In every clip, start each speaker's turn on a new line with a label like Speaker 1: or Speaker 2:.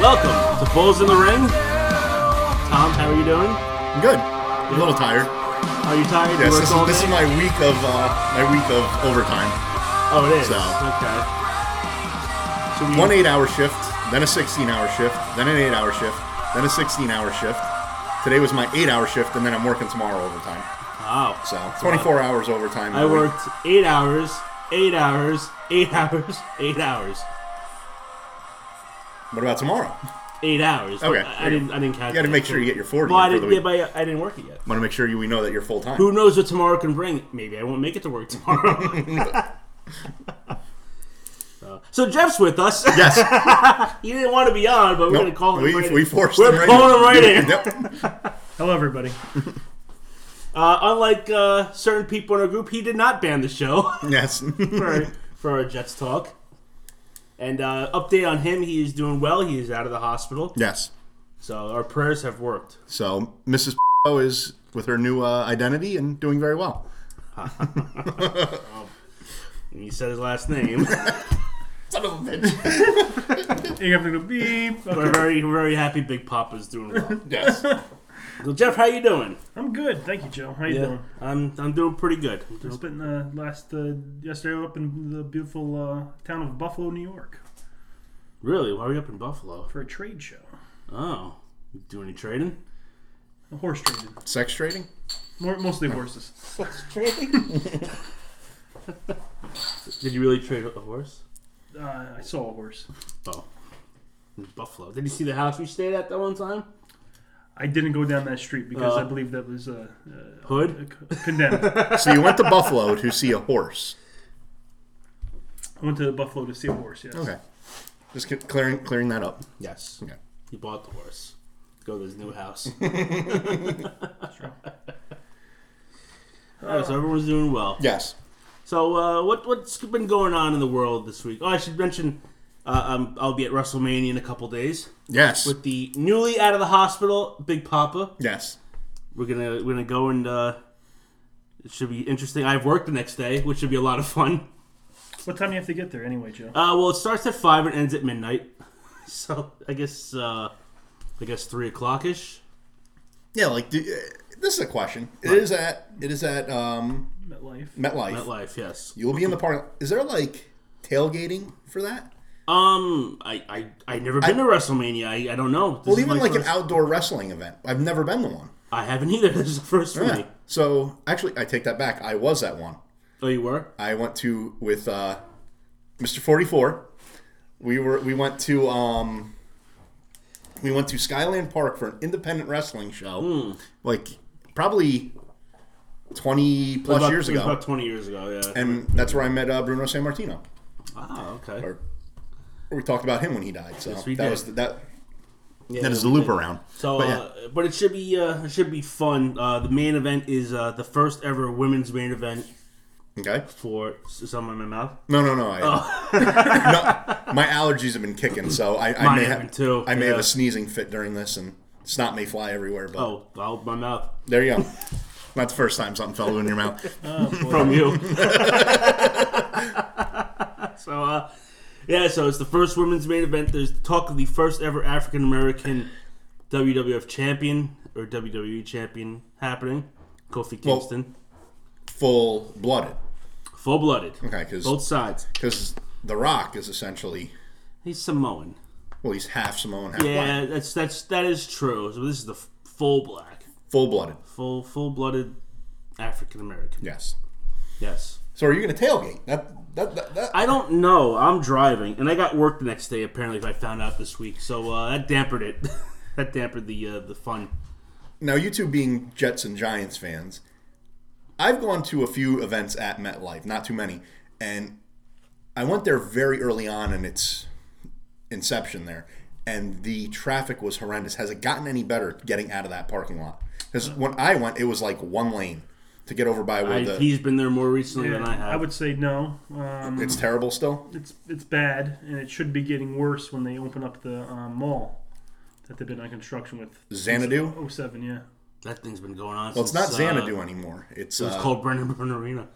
Speaker 1: welcome to Bulls in the Ring. Tom, how are you doing?
Speaker 2: I'm good. I'm a little tired.
Speaker 1: Are you tired? you
Speaker 2: Yes,
Speaker 1: worked
Speaker 2: this,
Speaker 1: all
Speaker 2: is, this
Speaker 1: day?
Speaker 2: is my week of uh, my week of overtime.
Speaker 1: oh, it is.
Speaker 2: so.
Speaker 1: Okay. So we,
Speaker 2: One eight-hour shift, then a sixteen-hour shift, then an eight-hour shift, then a sixteen-hour shift. Today was my eight-hour shift, and then I'm working tomorrow overtime.
Speaker 1: wow.
Speaker 2: So 24 hours overtime.
Speaker 1: I
Speaker 2: a week.
Speaker 1: worked eight hours, eight hours, eight hours, eight hours,
Speaker 2: What about tomorrow?
Speaker 1: eight hours.
Speaker 2: Okay,
Speaker 1: I, I
Speaker 2: there you
Speaker 1: didn't. I didn't count.
Speaker 2: You got to
Speaker 1: that.
Speaker 2: make sure you get your 40
Speaker 1: Well, I
Speaker 2: for the
Speaker 1: didn't.
Speaker 2: week.
Speaker 1: Yeah, but I, I didn't work it yet.
Speaker 2: Want to make sure you we know that you're full time.
Speaker 1: Who knows what tomorrow can bring? Maybe I won't make it to work tomorrow. So- So Jeff's with us.
Speaker 2: Yes.
Speaker 1: He didn't want to be on, but we're
Speaker 2: Nope.
Speaker 1: gonna call him.
Speaker 2: we,
Speaker 1: right
Speaker 2: we
Speaker 1: in.
Speaker 2: forced
Speaker 1: We're
Speaker 2: him right
Speaker 1: pulling him right in.
Speaker 2: Yep.
Speaker 3: Hello, everybody.
Speaker 1: Uh, unlike uh, certain people in our group, he did not ban the show
Speaker 2: Yes.
Speaker 1: for, for our Jets talk. And uh, update on him: he is doing well. He is out of the hospital,
Speaker 2: yes.
Speaker 1: so our prayers have worked.
Speaker 2: So Mrs. is with her new uh, identity and doing very well.
Speaker 1: And he said his last name.
Speaker 2: Son of a bitch.
Speaker 3: You have to go beep. Okay.
Speaker 1: we're very, we're very happy. Big Papa's doing well.
Speaker 2: Yes.
Speaker 1: So Jeff, how you doing?
Speaker 3: I'm good, thank you, Joe. How you doing?
Speaker 1: I'm I'm doing pretty good.
Speaker 3: I spent uh, last uh, yesterday up in the beautiful uh, town of Buffalo, New York,
Speaker 1: Really? Why are we up in Buffalo?
Speaker 3: for a trade show.
Speaker 1: Oh, you do any trading?
Speaker 3: Horse trading,
Speaker 2: Sex trading?
Speaker 3: More, mostly horses.
Speaker 1: Did you really trade a horse?
Speaker 3: Uh, I saw a horse.
Speaker 1: Oh, in Buffalo. Did you see the house we stayed at that one time?
Speaker 3: I didn't go down that street because
Speaker 1: Uh.
Speaker 3: I believe that was uh, uh,
Speaker 1: Hood.
Speaker 3: c- condemned. I
Speaker 2: So you went to Buffalo to see a horse.
Speaker 3: went to Buffalo to see a horse. Yes.
Speaker 2: Okay. Just c- clearing clearing that up.
Speaker 1: Yes.
Speaker 2: Okay.
Speaker 1: He bought the horse. Go to his new house.
Speaker 3: Sure.
Speaker 1: All right, so everyone's doing well.
Speaker 2: Yes.
Speaker 1: So uh, what what's been going on in the world this week? Oh, I should mention uh, um, I'll be at WrestleMania in a couple days
Speaker 2: Yes.
Speaker 1: with the newly out of the hospital Big Papa.
Speaker 2: yes.
Speaker 1: We're gonna we're gonna go and uh, it should be interesting. I have work the next day, which should be a lot of fun.
Speaker 3: What time do you have to get there anyway, Joe?
Speaker 1: Uh, well, it starts at five and ends at midnight. So I guess uh, I guess three o'clock ish.
Speaker 2: Yeah, like do, uh, this is a question. It is at it is at um
Speaker 3: MetLife.
Speaker 2: MetLife.
Speaker 1: That life, yes.
Speaker 2: You'll be in the park. Is there like tailgating for that?
Speaker 1: Um, I I I never been to WrestleMania. I, I don't know. This
Speaker 2: Well,
Speaker 1: is
Speaker 2: even
Speaker 1: my
Speaker 2: like
Speaker 1: first-
Speaker 2: an outdoor wrestling event. I've never been to one.
Speaker 1: I haven't either. This is the first for
Speaker 2: Yeah.
Speaker 1: me.
Speaker 2: So actually, I take that back. I was at one.
Speaker 1: Oh, you were?
Speaker 2: I went to with uh, Mr. Forty Four. We were we went to um, we went to Skyland Park for an independent wrestling show,
Speaker 1: Hmm.
Speaker 2: like probably twenty plus
Speaker 1: About-
Speaker 2: years
Speaker 1: it was
Speaker 2: ago,
Speaker 1: About twenty years ago. Yeah.
Speaker 2: and that's where I met uh, Bruno San Martino.
Speaker 1: wow. Okay.
Speaker 2: Or we talked about him when he died. So
Speaker 1: we
Speaker 2: that
Speaker 1: did.
Speaker 2: was the, that.
Speaker 1: Yeah.
Speaker 2: That is the loop around.
Speaker 1: So,
Speaker 2: but
Speaker 1: but,
Speaker 2: yeah.
Speaker 1: uh, but it should be uh, it should be fun. Uh, the main event is uh, the first ever women's main event
Speaker 2: okay.
Speaker 1: for s- some in my mouth.
Speaker 2: No, no, no. I,
Speaker 1: Oh.
Speaker 2: no. My allergies have been kicking, so I, I
Speaker 1: Mine
Speaker 2: may
Speaker 1: have
Speaker 2: have
Speaker 1: been too,
Speaker 2: I may have
Speaker 1: yeah.
Speaker 2: a sneezing fit during this, and snot may fly everywhere. But
Speaker 1: Oh, out my mouth
Speaker 2: There you go. Not the first time something fell in your mouth.
Speaker 1: from you. so, uh, yeah. So it's the first women's main event. There's talk of the first ever African American WWF champion or WWE champion happening. Kofi
Speaker 2: Well-
Speaker 1: Kingston,
Speaker 2: Full blooded.
Speaker 1: full blooded,
Speaker 2: Okay, because
Speaker 1: both sides.
Speaker 2: The Rock is essentially
Speaker 1: He's Samoan.
Speaker 2: well, he's half Samoan, half black.
Speaker 1: Yeah, that's that's that is true. So this is the f- full black,
Speaker 2: Full blooded.
Speaker 1: full full blooded African American.
Speaker 2: Yes.
Speaker 1: Yes.
Speaker 2: So are you going to tailgate? That that that. that
Speaker 1: I don't know. I'm driving, and I got work the next day. Apparently, if I found out this week, so uh, that dampened it. that dampened the uh, the fun.
Speaker 2: now you two being Jets and Giants fans, I've gone to a few events at MetLife, not too many, and I went there very early on in its inception there, and the traffic was horrendous. Has it gotten any better getting out of that parking lot? Because when I went, it was like one lane to get over by where
Speaker 1: I,
Speaker 2: the
Speaker 1: he's been there more recently than I have.
Speaker 3: I would say no. Um,
Speaker 2: it's terrible still.
Speaker 3: it's it's bad, and it should be getting worse when they open up the um, mall that they've been on construction with.
Speaker 2: Xanadu.
Speaker 3: Oh seven, yeah.
Speaker 1: that thing's been going on.
Speaker 2: Well, it's not Xanadu anymore. It's,
Speaker 1: It's
Speaker 2: uh,
Speaker 1: called Brendan Byrne Arena.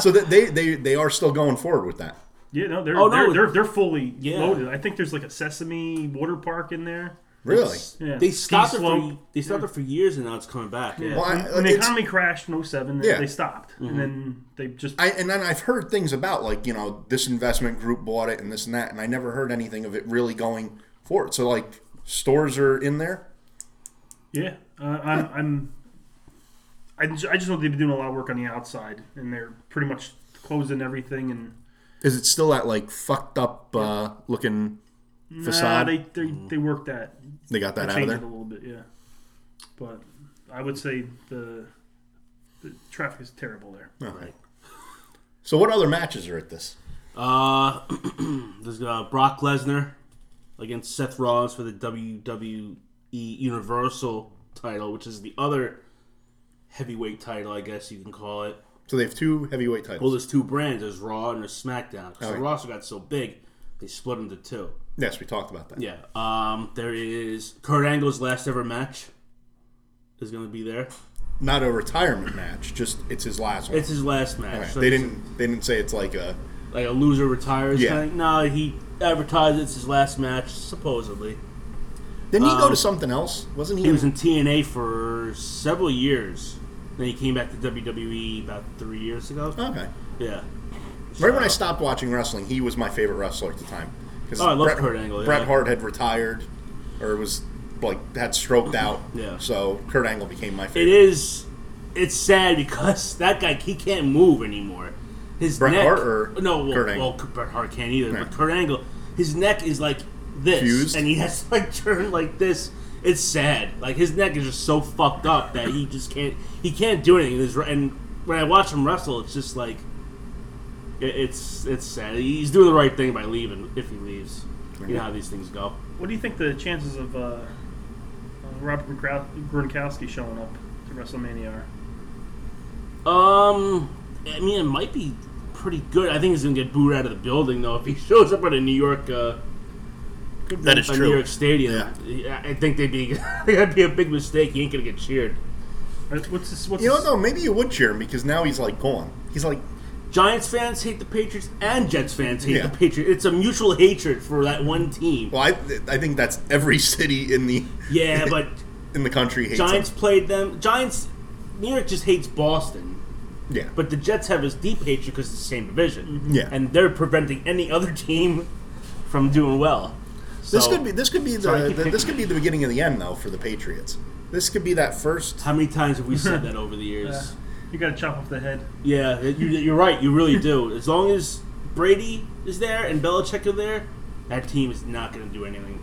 Speaker 2: so that they, they they are still going forward with that.
Speaker 3: Yeah, no, they're
Speaker 1: Oh, no,
Speaker 3: they're,
Speaker 1: it-
Speaker 3: they're they're fully
Speaker 1: Yeah.
Speaker 3: loaded. I think there's like a sesame water park in there.
Speaker 2: Really?
Speaker 3: Yeah.
Speaker 1: They stopped
Speaker 3: Peace
Speaker 1: it for
Speaker 3: Slope.
Speaker 1: they stopped it for years, and now it's coming back.
Speaker 3: Yeah.
Speaker 2: Well, I-
Speaker 3: when, when the
Speaker 2: it's-
Speaker 3: economy crashed in 07, they,
Speaker 2: Yeah. Mm-hmm.
Speaker 3: they stopped, and then they just
Speaker 2: I, and then I've heard things about like you know this investment group bought it and this and that, and I never heard anything of it really going forward. So like stores are in there.
Speaker 3: yeah. Uh, I'm I'm I just, I just know they've been doing a lot of work on the outside, and they're pretty much closing everything. And
Speaker 2: Is it still that like fucked up uh, looking
Speaker 3: nah,
Speaker 2: facade?
Speaker 3: uh, they they they worked that
Speaker 2: they got that out of
Speaker 3: changed
Speaker 2: there.
Speaker 3: it a little bit, yeah. But I would say the the traffic is terrible there.
Speaker 2: All right. So what other matches are at this?
Speaker 1: Uh, there's uh, Brock Lesnar against Seth Rollins for the WWE Universal title, which is the other heavyweight title, I guess you can call it.
Speaker 2: So they have two heavyweight
Speaker 1: Well,
Speaker 2: titles.
Speaker 1: there's two brands. There's Raw and there's SmackDown. 'Cause
Speaker 2: Okay.
Speaker 1: the roster got so big, they split into two.
Speaker 2: yes, we talked about that.
Speaker 1: Yeah. Um. There is Kurt Angle's last ever match is going to be there.
Speaker 2: Not a retirement match, just it's his last one.
Speaker 1: It's his last match.
Speaker 2: All right.
Speaker 1: So
Speaker 2: They
Speaker 1: it's
Speaker 2: didn't they didn't say it's like a
Speaker 1: like a loser retires.
Speaker 2: Yeah.
Speaker 1: Kind of, no, he advertised it's his last match supposedly.
Speaker 2: Didn't he go to something else? Wasn't he,
Speaker 1: He was in TNA for several years. Then he came back to WWE about three years ago.
Speaker 2: Okay.
Speaker 1: Yeah.
Speaker 2: Right when I stopped watching wrestling, he was my favorite wrestler at the time. 'Cause
Speaker 1: Oh, I love
Speaker 2: Bret-
Speaker 1: Kurt Angle,
Speaker 2: Bret
Speaker 1: yeah.
Speaker 2: Hart had retired, or was like had stroked out.
Speaker 1: Yeah.
Speaker 2: So Kurt Angle became my
Speaker 1: It
Speaker 2: favorite.
Speaker 1: is. It's sad because that guy he can't move anymore. His
Speaker 2: Bret
Speaker 1: neck,
Speaker 2: Hart or
Speaker 1: no, well,
Speaker 2: Kurt Angle?
Speaker 1: well, Bret Hart can't either.
Speaker 2: Yeah.
Speaker 1: But Kurt Angle, his neck is like this,
Speaker 2: Fused?
Speaker 1: and he has to like turn like this. It's sad. Like his neck is just so fucked up that he just can't. He can't do anything. There's- And when I watch him wrestle, it's just like it- it's it's sad. He's doing the right thing by leaving if he leaves. You know how these things go.
Speaker 3: What do you think the chances of uh, uh, Robert Gronkrow- Gronkowski showing up to WrestleMania are?
Speaker 1: Um, I mean, it might be pretty good. I think he's gonna get booed out of the building though if he shows up at a New York, uh,
Speaker 4: That is
Speaker 1: a New
Speaker 4: true.
Speaker 1: York stadium. I I think they'd be that'd be a big mistake. He ain't gonna get cheered.
Speaker 3: Uh, What's this? What's
Speaker 2: You know
Speaker 3: this-
Speaker 2: what though? Maybe you would cheer him because now he's like gone. He's like
Speaker 1: Giants fans hate the Patriots, and Jets fans hate
Speaker 2: Yeah.
Speaker 1: the Patriots. It's a mutual hatred for that one team.
Speaker 2: well, I, I think that's every city in the
Speaker 1: yeah, but
Speaker 2: in the country hates him.
Speaker 1: Giants played them. Giants, New York just hates Boston.
Speaker 2: Yeah,
Speaker 1: But the Jets have this deep hatred because it's the same division.
Speaker 2: Yeah.
Speaker 1: and they're preventing any other team from doing well.
Speaker 2: this
Speaker 1: So-
Speaker 2: could be this could be
Speaker 1: Sorry, I
Speaker 2: the,
Speaker 1: keep
Speaker 2: the this could be the beginning of the end though for the Patriots. This could be that first.
Speaker 1: How many times have we said that over the years?
Speaker 3: You got to chop off the head.
Speaker 1: Yeah, you, you're right. You really do. As long as Brady is there and Belichick are there, that team is not going to do anything.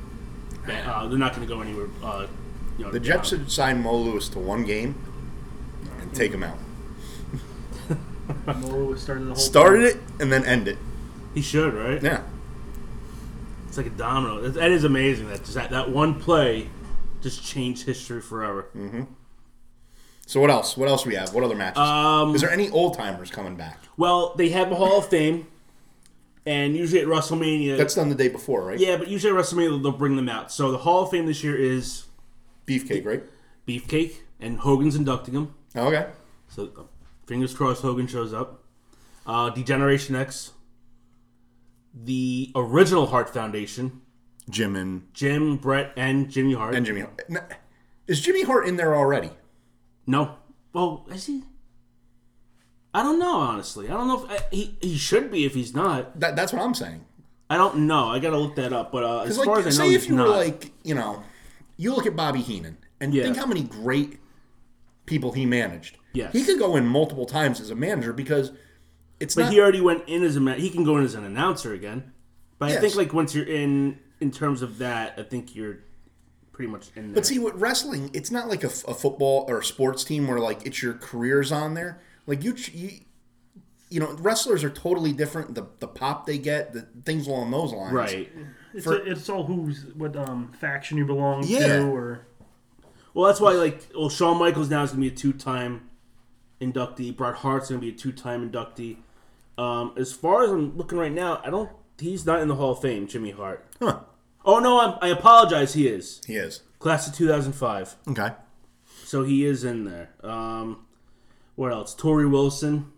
Speaker 1: Uh, they're not going to go anywhere. Uh, you know,
Speaker 2: The Jets
Speaker 1: down.
Speaker 2: should sign Mo Lewis to one game and take him out.
Speaker 3: Moreau started the whole.
Speaker 2: Started it and then end it.
Speaker 1: He should, right?
Speaker 2: Yeah.
Speaker 1: It's like a domino. That- that is amazing. That just that, that one play just changed history forever.
Speaker 2: Mm. So what else? What else we have? What other matches?
Speaker 1: Um,
Speaker 2: Is there any old timers coming back?
Speaker 1: Well, they have a Hall of Fame, and usually at WrestleMania,
Speaker 2: That's done the day before, right?
Speaker 1: yeah, but usually at WrestleMania they'll bring them out. So the Hall of Fame this year is
Speaker 2: Beefcake, right? Oh,
Speaker 1: Beefcake, and Hogan's inducting him.
Speaker 2: Okay.
Speaker 1: So uh, fingers crossed Hogan shows up. Uh, Degeneration X. The original Hart Foundation.
Speaker 2: Jim and,
Speaker 1: Jim, Brett, and Jimmy Hart.
Speaker 2: and Jimmy. Hart. N- Is Jimmy Hart in there already?
Speaker 1: no. Well, is he? I don't know, honestly. I don't know if I, he, he should be if he's not.
Speaker 2: That, that's what I'm saying.
Speaker 1: I don't know. I gotta look that up. But uh, as
Speaker 2: It's like,
Speaker 1: far as I know,
Speaker 2: say if
Speaker 1: he's
Speaker 2: you
Speaker 1: not.
Speaker 2: were like, you know, you look at Bobby Heenan and
Speaker 1: Yeah.
Speaker 2: think how many great people he managed.
Speaker 1: Yes.
Speaker 2: He could go in multiple times as a manager because it's
Speaker 1: but
Speaker 2: not.
Speaker 1: he already went in as a man. He can go in as an announcer again. But I think
Speaker 2: Yes.
Speaker 1: like once you're in, in terms of that, I think you're pretty much in there.
Speaker 2: But see, with wrestling, it's not like a, f- a football or a sports team where like it's your careers on there. Like you, ch- you, you know, wrestlers are totally different. The the pop they get, the things along those lines.
Speaker 1: right.
Speaker 3: It's,
Speaker 2: For-
Speaker 3: it's all who's what um, faction you belong
Speaker 2: Yeah.
Speaker 3: to, or
Speaker 1: Well, that's why, like, well, Shawn Michaels now is going to be a two-time inductee. Bret Hart's going to be a two-time inductee. Um, as far as I'm looking right now, I don't. He's not in the Hall of Fame, Jimmy Hart.
Speaker 2: Huh.
Speaker 1: Oh no, I'm, I apologize. He is
Speaker 2: He is.
Speaker 1: class of 2005,
Speaker 2: Okay.
Speaker 1: so he is in there. Um, what else? Tori Wilson.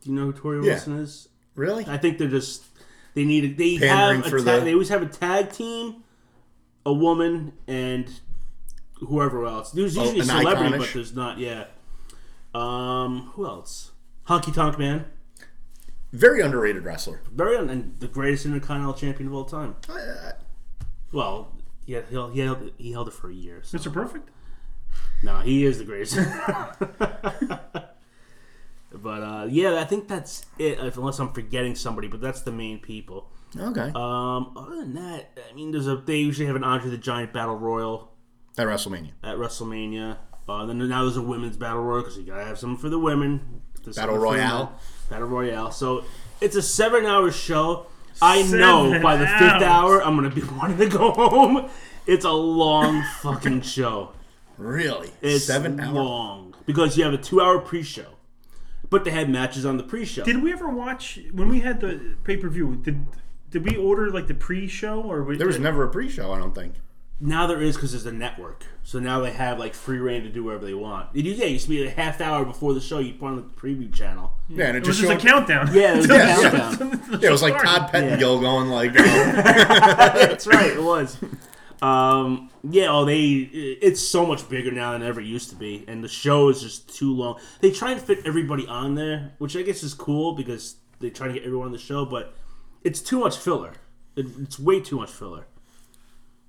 Speaker 1: Do you know who Tori
Speaker 2: Yeah.
Speaker 1: Wilson is?
Speaker 2: Really?
Speaker 1: I think they're just they need a, they
Speaker 2: Pandering
Speaker 1: have a
Speaker 2: for
Speaker 1: tag,
Speaker 2: the-
Speaker 1: they always have a tag team, a woman and whoever else. There's
Speaker 2: Oh,
Speaker 1: usually a
Speaker 2: an
Speaker 1: celebrity, but
Speaker 2: Iconish?
Speaker 1: there's not. Yeah. Um, who else? Honky Tonk Man,
Speaker 2: Very underrated wrestler.
Speaker 1: very un- and the greatest Intercontinental Champion of all time. Well, yeah, he held, he held it- he held it for years. So.
Speaker 3: Mr. Perfect?
Speaker 1: No, he is the greatest. but uh, yeah, I think that's it. if- Unless I'm forgetting somebody, but that's the main people.
Speaker 2: Okay.
Speaker 1: Um, other than that, I mean, there's a they usually have an Andre the Giant Battle Royal
Speaker 2: At WrestleMania.
Speaker 1: at WrestleMania. Uh, then now there's a women's battle royal because you gotta have something for the women. There's something
Speaker 2: Battle
Speaker 1: for the
Speaker 2: Royale.
Speaker 1: men. battle royale. So it's a seven-hour show. I know
Speaker 3: Seven
Speaker 1: by the
Speaker 3: hours.
Speaker 1: fifth hour I'm gonna be wanting to go home. It's a long fucking show.
Speaker 2: Really?
Speaker 1: It's
Speaker 2: Seven hours.
Speaker 1: long because you have a two-hour pre-show, but they had matches on the pre-show.
Speaker 3: Did we ever watch when we had the pay per view? Did did we order like the pre show or we,
Speaker 2: There was never a pre-show, I don't think.
Speaker 1: now there is because there's a network, so now they have like free reign to do whatever they want. It used, yeah, it used to be a half hour before the show. You put on the preview channel.
Speaker 2: Yeah, and it,
Speaker 3: It was
Speaker 2: just,
Speaker 3: just a
Speaker 2: showed, yeah,
Speaker 3: countdown.
Speaker 1: Yeah, it was a
Speaker 2: Yeah, yeah.
Speaker 1: countdown.
Speaker 2: it was like Todd Pettengill going like, oh,
Speaker 1: That's right, it was. Um, yeah, oh, they. It's so much bigger now than it ever used to be, and the show is just too long. They try and fit everybody on there, which I guess is cool because they try to get everyone on the show, but it's too much filler. It, it's way too much filler.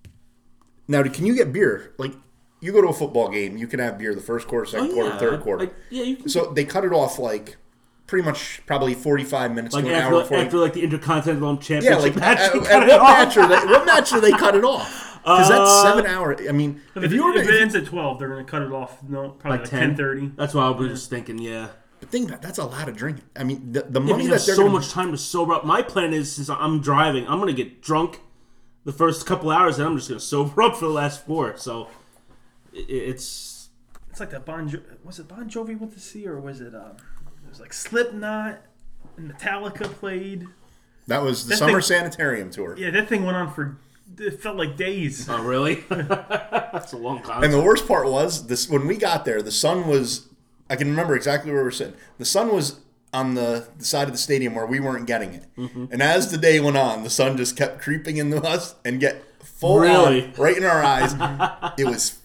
Speaker 2: Now, can you get beer? Like, you go to a football game, you can have beer the first quarter, second quarter,
Speaker 1: Oh, yeah,
Speaker 2: third
Speaker 1: I-
Speaker 2: quarter.
Speaker 1: I- yeah, you can-
Speaker 2: So they cut it off like pretty much probably forty-five minutes
Speaker 1: Like
Speaker 2: to an
Speaker 1: after,
Speaker 2: hour before.
Speaker 1: after
Speaker 2: you,
Speaker 1: like the Intercontinental
Speaker 2: yeah,
Speaker 1: Championship
Speaker 2: like
Speaker 1: match,
Speaker 2: at,
Speaker 1: they
Speaker 2: at
Speaker 1: cut it
Speaker 2: what
Speaker 1: off. Uh,
Speaker 2: match are they? What match do they cut it off? Because that's seven hour. I mean, if,
Speaker 3: If,
Speaker 2: you were
Speaker 3: if it
Speaker 2: to
Speaker 3: ends at twelve, they're gonna cut it off. No, probably like
Speaker 1: 10.
Speaker 3: ten thirty.
Speaker 1: That's why I was just thinking, yeah.
Speaker 2: think that that's a lot of drinking. I mean, the, the
Speaker 1: Yeah,
Speaker 2: money
Speaker 1: but you have
Speaker 2: that they're
Speaker 1: so
Speaker 2: gonna-
Speaker 1: much time to sober up. My plan is since I'm driving, I'm gonna get drunk the first couple hours, and I'm just gonna sober up for the last four. So i- i- it's
Speaker 3: It's like that Bon. Jo- was it Bon Jovi went to see, or was it? Um, it was like Slipknot and Metallica played.
Speaker 2: That was the
Speaker 3: That
Speaker 2: summer
Speaker 3: thing-
Speaker 2: sanitarium tour.
Speaker 3: Yeah, that thing went on for. It felt like days.
Speaker 1: oh really that's a long time.
Speaker 2: And the worst part was this when we got there, the sun was I can remember exactly where we were sitting. The sun was on the, the side of the stadium where we weren't getting it.
Speaker 1: Mm-hmm.
Speaker 2: And as the day went on, the sun just kept creeping into us and get full
Speaker 1: Really?
Speaker 2: on right in our eyes. it was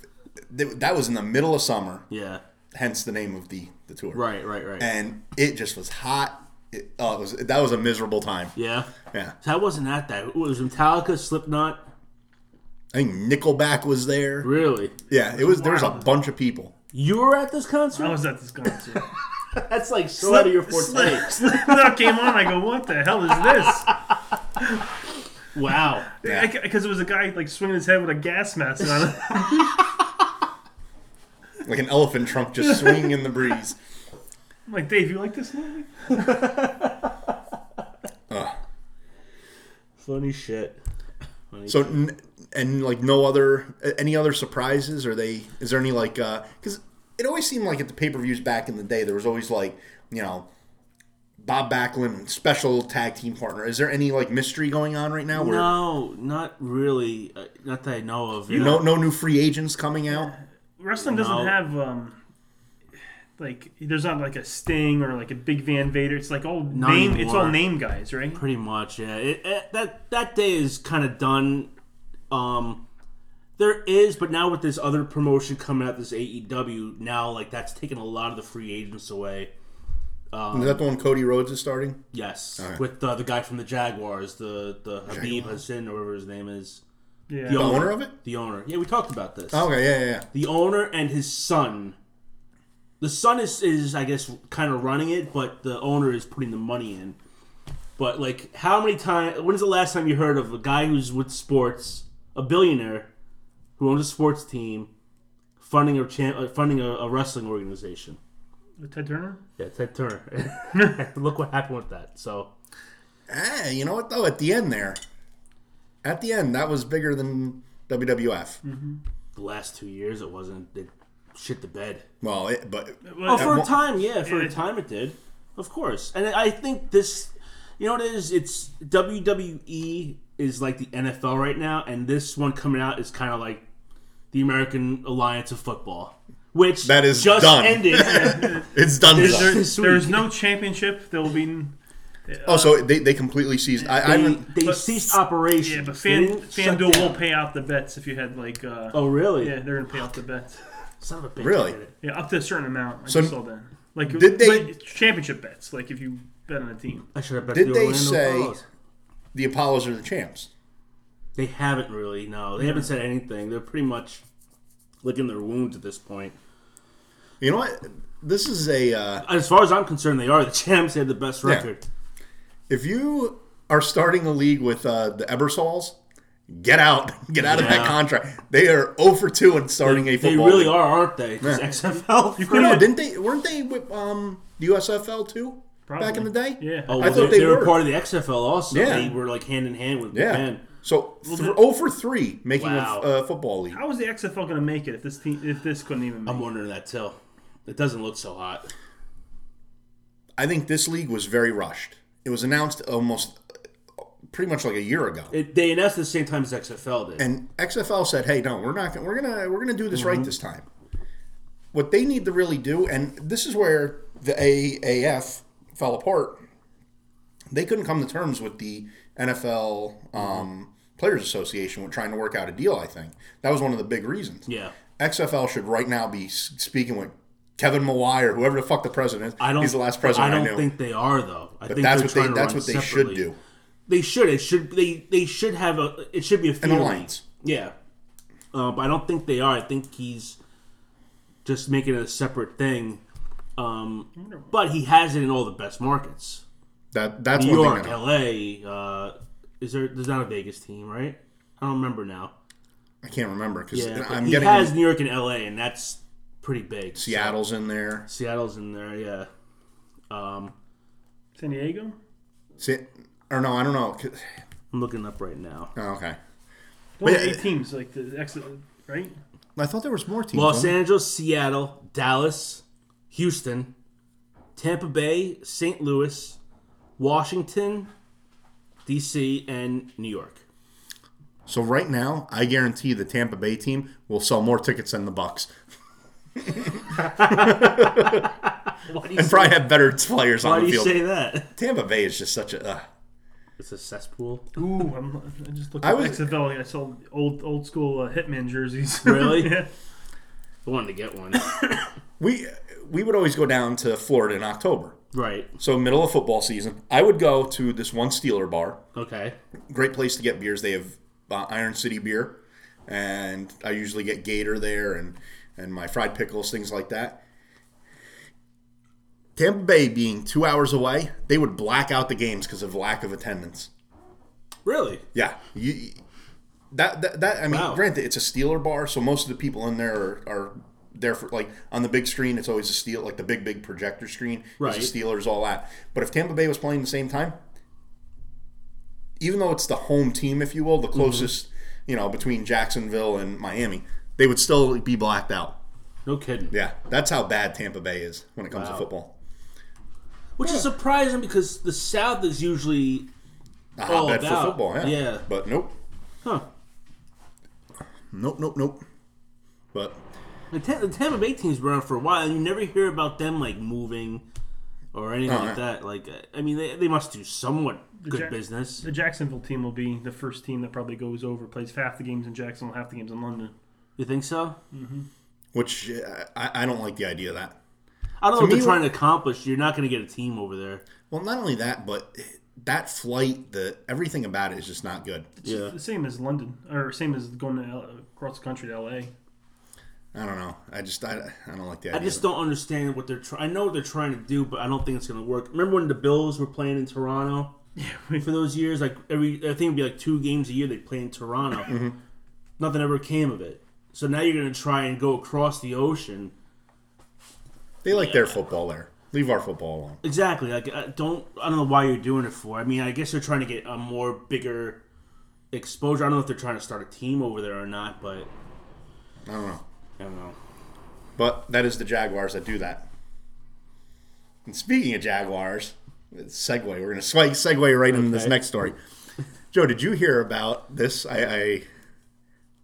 Speaker 2: th- that was in the middle of summer,
Speaker 1: yeah,
Speaker 2: hence the name of the the tour.
Speaker 1: right, right, right.
Speaker 2: And it just was hot. It, oh, it was that was a miserable time.
Speaker 1: yeah,
Speaker 2: Yeah.
Speaker 1: so I wasn't at that. It was Metallica, Slipknot.
Speaker 2: I think Nickelback was there.
Speaker 1: Really,
Speaker 2: Yeah, it was there was a bunch of people.
Speaker 1: you were at this concert?
Speaker 3: I was at this concert.
Speaker 1: that's like so out of your forte.
Speaker 3: Slip- Slipknot came on. I go, what the hell is this?
Speaker 1: Wow.
Speaker 2: Yeah.
Speaker 3: Because it was a guy like swinging his head with a gas mask on.
Speaker 2: Like an elephant trunk just swinging in the breeze.
Speaker 3: I'm like, Dave, you like this movie?
Speaker 1: Funny shit.
Speaker 2: So n- and like no other a- any other surprises? Are they? Is there any like? Because it always seemed like at the pay per views back in the day, there was always like you know Bob Backlund special tag team partner. Is there any like mystery going on right now? Where
Speaker 1: No, not really. Uh, not that I know of. You
Speaker 2: no no new free agents coming out.
Speaker 3: Wrestling doesn't
Speaker 1: No.
Speaker 3: have um, like there's not like a Sting or like a Big Van Vader. It's like all name. It's all
Speaker 1: anymore.
Speaker 3: name guys, right?
Speaker 1: Pretty much, yeah. It, it, that that day is kind of done. Um, there is, but now with this other promotion coming out, this AEW now, like that's taken a lot of the free agents away.
Speaker 2: is that the one Cody Rhodes is starting?
Speaker 1: Yes, with uh, the guy from the Jaguars, the the Habib Hassan or whatever his name is,
Speaker 3: Yeah.
Speaker 1: The
Speaker 2: The owner of it? Oh,
Speaker 1: the owner. Yeah, we talked about this.
Speaker 2: Okay, yeah, yeah, yeah.
Speaker 1: the owner and his son. The son is, is I guess, kind of running it, but the owner is putting the money in. But like, how many times? When's the last time you heard of a guy who's with sports, a billionaire, who owns a sports team, funding a champ, uh, funding a, a wrestling organization?
Speaker 3: With Ted Turner.
Speaker 1: Yeah, Ted Turner. Look what happened with that. So
Speaker 2: Ah, you know what though? At the end there, at the end, that was bigger than WWF.
Speaker 1: Mm. the last two years, it wasn't. It shit the bed.
Speaker 2: Well, it, but
Speaker 1: Oh,
Speaker 3: Well,
Speaker 1: for a
Speaker 2: mo-
Speaker 1: time, yeah, for a
Speaker 3: Yeah.
Speaker 1: time it did, of course. And I I think this, you know, what it is. It's WWE is like the NFL right now, and this one coming out is kind of like the American Alliance of Football, which
Speaker 2: That is
Speaker 1: just
Speaker 2: done.
Speaker 1: ended.
Speaker 2: it's done.
Speaker 1: Is there-
Speaker 2: though.
Speaker 3: there-
Speaker 1: This
Speaker 3: there's
Speaker 1: week.
Speaker 3: no championship. There will be. n-
Speaker 2: Oh, so they, they completely seized. I, I
Speaker 1: uh, They,
Speaker 2: haven't.
Speaker 1: they
Speaker 3: but-
Speaker 1: ceased
Speaker 3: Yeah,
Speaker 1: operations.
Speaker 3: but
Speaker 1: They
Speaker 3: Fan,
Speaker 1: didn't shut
Speaker 3: FanDuel
Speaker 1: down.
Speaker 3: will pay out the bets if you had like. Uh,
Speaker 1: Oh, really?
Speaker 3: Yeah, they're gonna pay out the bets.
Speaker 1: Son of a bitch.
Speaker 2: Really?
Speaker 1: I did it.
Speaker 3: Yeah, up to a certain amount. I
Speaker 2: So-
Speaker 3: just saw that. Like
Speaker 2: Did they-
Speaker 3: but it's championship bets? Like if you bet on a team.
Speaker 1: I should have bet
Speaker 2: Did
Speaker 1: the
Speaker 2: they
Speaker 1: Orlando
Speaker 2: say-
Speaker 1: Apollos.
Speaker 2: The Apollos are the champs.
Speaker 1: They haven't really. No, they haven't said anything. They're pretty much licking their wounds at this point.
Speaker 2: You know what? This is a. Uh,
Speaker 1: As far as I'm concerned, they are the champs. They had the best record.
Speaker 2: if you are starting a league with uh, the Ebersols, get out. Get out of that
Speaker 1: Yeah.
Speaker 2: contract. They are 0 for 2 in starting a
Speaker 1: They
Speaker 2: football.
Speaker 1: really
Speaker 2: league.
Speaker 1: are, aren't they? 'Cause XFL.
Speaker 3: You
Speaker 1: free-
Speaker 2: No,
Speaker 3: couldn't-
Speaker 2: didn't they? Weren't they with um, the USFL too back in the
Speaker 3: Probably.
Speaker 2: day?
Speaker 3: Yeah.
Speaker 1: Oh, well,
Speaker 2: I thought
Speaker 1: they,
Speaker 2: they
Speaker 1: they were
Speaker 2: were.
Speaker 1: part of the XFL also.
Speaker 2: Yeah.
Speaker 1: They were like hand in hand with
Speaker 2: Yeah.
Speaker 1: Japan.
Speaker 2: So th- 0 for 3 making
Speaker 1: Wow.
Speaker 2: a f- uh, football league.
Speaker 3: How was the XFL going to make it if this team if this couldn't even make
Speaker 2: Um,
Speaker 1: I'm
Speaker 3: it?
Speaker 1: wondering that too. It doesn't look so hot.
Speaker 2: I think this league was very rushed. It was announced almost uh, pretty much like a year ago.
Speaker 1: It, they announced at the same time as XFL did.
Speaker 2: and XFL said, "Hey, no, we're not. Gonna, we're gonna we're gonna do this
Speaker 1: Mm-hmm.
Speaker 2: right this time." What they need to really do, and this is where the AAF fell apart. They couldn't come to terms with the NFL
Speaker 1: Mm-hmm.
Speaker 2: um, Players Association with trying to work out a deal. I think that was one of the big reasons.
Speaker 1: yeah.
Speaker 2: XFL should right now be s- speaking with Kevin Mawai or whoever the fuck the president is.
Speaker 1: I don't.
Speaker 2: He's the last president
Speaker 1: I
Speaker 2: I,
Speaker 1: don't
Speaker 2: knew.
Speaker 1: think they are though. I
Speaker 2: but
Speaker 1: think
Speaker 2: that's
Speaker 1: they're
Speaker 2: what
Speaker 1: trying to
Speaker 2: they that's
Speaker 1: run
Speaker 2: what they
Speaker 1: separately.
Speaker 2: should do.
Speaker 1: They should. It should. They they should have a. It should be a few
Speaker 2: An alliance.
Speaker 1: Yeah, uh, but I don't think they are. I think he's just making it a separate thing. Um, but he has it in all the best markets:
Speaker 2: That that's
Speaker 1: New
Speaker 2: one
Speaker 1: York,
Speaker 2: thing. I know.
Speaker 1: L.A. Uh, is there? There's not a Vegas team, right? I don't remember now.
Speaker 2: I can't remember because
Speaker 1: Yeah, but
Speaker 2: I'm
Speaker 1: he
Speaker 2: getting
Speaker 1: has New York and L.A., and that's pretty big.
Speaker 2: Seattle's in there.
Speaker 1: Seattle's in there. Yeah. Um,
Speaker 3: San Diego?
Speaker 2: See, or no, I don't know. 'cause-
Speaker 1: I'm looking up right now.
Speaker 2: Oh, okay.
Speaker 3: Those
Speaker 2: yeah,
Speaker 3: eight
Speaker 2: it-
Speaker 3: teams like the X, right?
Speaker 2: I thought there was more teams.
Speaker 1: Los
Speaker 2: wasn't
Speaker 1: Angeles, Seattle, Dallas, Houston, Tampa Bay, St. Louis, Washington, D.C., and New York.
Speaker 2: there? So right now, I guarantee the Tampa Bay team will sell more tickets than the Bucks,
Speaker 1: Why do you,
Speaker 2: and probably have better players
Speaker 1: why
Speaker 2: on
Speaker 1: do
Speaker 2: the
Speaker 1: you
Speaker 2: field.
Speaker 1: say that?
Speaker 2: Tampa Bay is just such a. Uh,
Speaker 1: It's a cesspool.
Speaker 3: Ooh, I'm, I just looked
Speaker 2: I
Speaker 3: at
Speaker 2: was-
Speaker 3: XFL. and I saw old old school uh, Hitman jerseys.
Speaker 1: Really?
Speaker 3: yeah.
Speaker 1: I wanted to get one.
Speaker 2: we we would always go down to Florida in October,
Speaker 1: right.
Speaker 2: so middle of football season. I would go to this one Steeler bar.
Speaker 1: Okay.
Speaker 2: Great place to get beers. They have uh, Iron City beer, and I usually get Gator there and and my fried pickles, things like that. Tampa Bay being two hours away, they would black out the games because of lack of attendance.
Speaker 1: Really?
Speaker 2: Yeah, you that that, that I mean,
Speaker 1: Wow.
Speaker 2: granted, it's a Steeler bar, so most of the people in there are, are there for like on the big screen. It's always a steel, like the big big projector screen.
Speaker 1: Right.
Speaker 2: it's the Steelers, all that. But if Tampa Bay was playing the same time, even though it's the home team, if you will,
Speaker 1: Mm-hmm.
Speaker 2: the closest you know between Jacksonville and Miami, they would still be blacked out.
Speaker 1: No kidding.
Speaker 2: Yeah, that's how bad Tampa Bay is when it comes
Speaker 1: Wow.
Speaker 2: to football.
Speaker 1: Which is surprising because the South is usually.
Speaker 2: A
Speaker 1: All
Speaker 2: hotbed for
Speaker 1: about-
Speaker 2: football, yeah.
Speaker 1: Oh, yeah.
Speaker 2: But nope,
Speaker 1: Huh.
Speaker 2: nope, nope, nope. But
Speaker 1: The, Ta- the Tampa Bay team's been around for a while, and you never hear about them like moving or anything
Speaker 2: Oh,
Speaker 1: like
Speaker 2: yeah.
Speaker 1: that. Like, I- I mean, they, they must do somewhat good
Speaker 3: Jack-
Speaker 1: business.
Speaker 3: The Jacksonville team will be the first team that probably goes over, plays half the games in Jacksonville, half the games in London.
Speaker 1: You think so?
Speaker 2: Which uh, I, I don't like the idea of that.
Speaker 1: I don't know what
Speaker 2: me,
Speaker 1: they're trying to accomplish. You're not going to get a team over there.
Speaker 2: Well, not only that, but that flight, the everything about it is just not good.
Speaker 3: It's just
Speaker 1: Yeah.
Speaker 3: the same as London, or same as going to L- across the country to LA.
Speaker 2: I don't know. I just I, I don't like the
Speaker 1: I
Speaker 2: idea.
Speaker 1: just don't understand what they're trying. I know what they're trying to do, but I don't think it's going to work. Remember when the Bills were playing in Toronto for those years? Like every, I think it'd be like two games a year they play in Toronto.
Speaker 2: Mm-hmm.
Speaker 1: Nothing ever came of it. So now you're going to try and go across the ocean.
Speaker 2: they like their football there. Leave our football alone.
Speaker 1: Exactly. Like I don't I don't know why you're doing it for. I mean, I guess they're trying to get a more bigger exposure. I don't know if they're trying to start a team over there or not, but
Speaker 2: I don't know.
Speaker 1: I don't know.
Speaker 2: But that is the Jaguars that do that. And speaking of Jaguars, it's segue. We're going to seg- segue right into this
Speaker 1: Okay.
Speaker 2: next story. Joe, did you hear about this? I, I,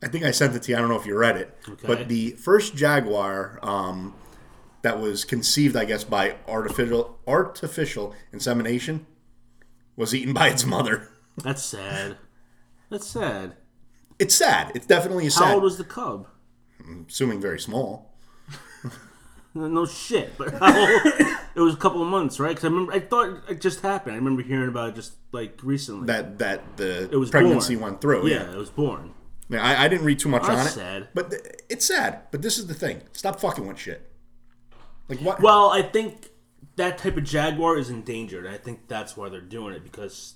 Speaker 2: I think I sent it to you. I don't know if you read it,
Speaker 1: Okay.
Speaker 2: but the first Jaguar um, that was conceived, I guess, by artificial artificial insemination was eaten by its mother.
Speaker 1: That's sad. That's sad.
Speaker 2: It's sad. It's definitely is
Speaker 1: How
Speaker 2: sad.
Speaker 1: old was the cub?
Speaker 2: I'm assuming very small.
Speaker 1: No shit, but how old? it was a couple of months, right? Because I remember, I thought it just happened. I remember hearing about it just like recently.
Speaker 2: That that the
Speaker 1: was
Speaker 2: pregnancy
Speaker 1: born.
Speaker 2: went through.
Speaker 1: yeah, it was born.
Speaker 2: Yeah, I, I didn't read too much
Speaker 1: That's
Speaker 2: on it.
Speaker 1: sad.
Speaker 2: But th- it's sad. But this is the thing. Stop fucking with shit. Like what?
Speaker 1: Well, I think that type of jaguar is endangered. I think that's why they're doing it because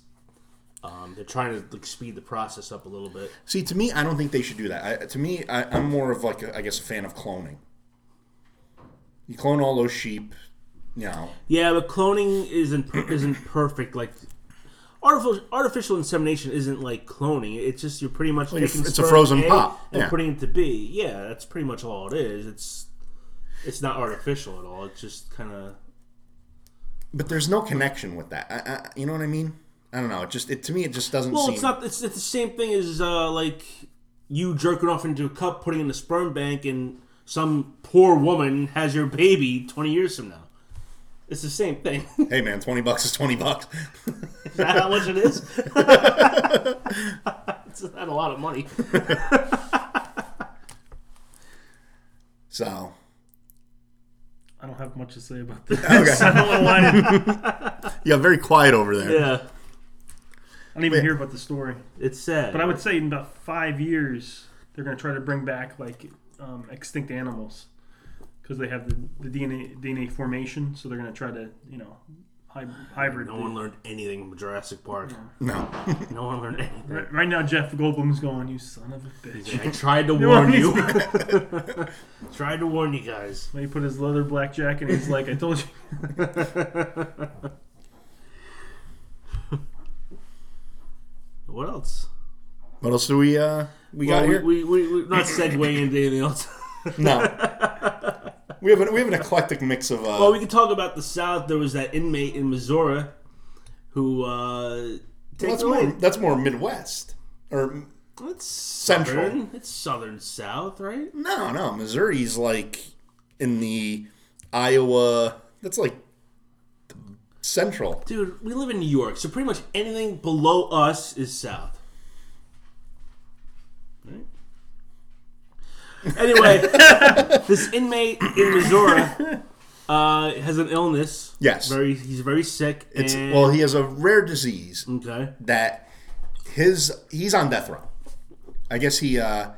Speaker 1: um, they're trying to like, speed the process up a little bit.
Speaker 2: See, to me, I don't think they should do that. I, to me, I, I'm more of like, a, I guess, a fan of cloning. You clone all those sheep, you know.
Speaker 1: Yeah, but cloning isn't isn't perfect. Like artificial artificial insemination isn't like cloning. It's just you're pretty much
Speaker 2: you-
Speaker 1: taking
Speaker 2: it's a
Speaker 1: sperm
Speaker 2: frozen
Speaker 1: A
Speaker 2: pop.
Speaker 1: and
Speaker 2: Yeah.
Speaker 1: putting it to B. Yeah, that's pretty much all it is. It's it's not artificial at all. It's just kind of
Speaker 2: But there's no connection with that. I, I, you know what I mean? I don't know. It just, it to me, it just doesn't
Speaker 1: well,
Speaker 2: seem.
Speaker 1: it's not. It's, it's the same thing as uh, like you jerking off into a cup, putting it in the sperm bank, and some poor woman has your baby twenty years from now. It's the same thing. is
Speaker 2: hey, man, twenty bucks is twenty bucks.
Speaker 1: that how much it is? it's not a lot of money.
Speaker 2: So
Speaker 3: I don't have much to say about this. I
Speaker 2: okay,
Speaker 3: don't know why I didn't- I
Speaker 2: yeah, very quiet over there.
Speaker 1: Yeah,
Speaker 3: don't even hear about the story.
Speaker 1: it's sad.
Speaker 3: But I would say in about five years, they're going to try to bring back like um, extinct animals because they have the, the DNA DNA formation. So they're going to try to you know hy- hybrid.
Speaker 1: no
Speaker 3: the-
Speaker 1: one learned anything from Jurassic Park.
Speaker 2: No,
Speaker 1: No one learned anything.
Speaker 3: Right, right now, Jeff Goldblum's going. You son of a bitch.
Speaker 1: I tried to
Speaker 3: what
Speaker 1: warn
Speaker 3: I
Speaker 1: you. tried to warn you guys.
Speaker 3: When he put his leather black jacket, and he's like, "I told you."
Speaker 1: What else?
Speaker 2: what else do we uh we
Speaker 1: Well,
Speaker 2: got
Speaker 1: we,
Speaker 2: here?
Speaker 1: we, we, we're not segueing into anything else.
Speaker 2: no, we have an, we have an eclectic mix of uh.
Speaker 1: Well, we can talk about the South. There was that inmate in Missouri who uh, takes
Speaker 2: that's
Speaker 1: away.
Speaker 2: more that's more Midwest or
Speaker 1: That's
Speaker 2: Central.
Speaker 1: southern. It's Southern South, right?
Speaker 2: No, no. Missouri's like in the Iowa. That's like central.
Speaker 1: Dude, we live in New York, so pretty much anything below us is South. Right? Anyway, this inmate in Missouri uh, has an illness.
Speaker 2: Yes.
Speaker 1: very. He's very sick.
Speaker 2: It's
Speaker 1: and,
Speaker 2: well, he has a rare disease
Speaker 1: okay.
Speaker 2: that his he's on death row. I guess he. Uh,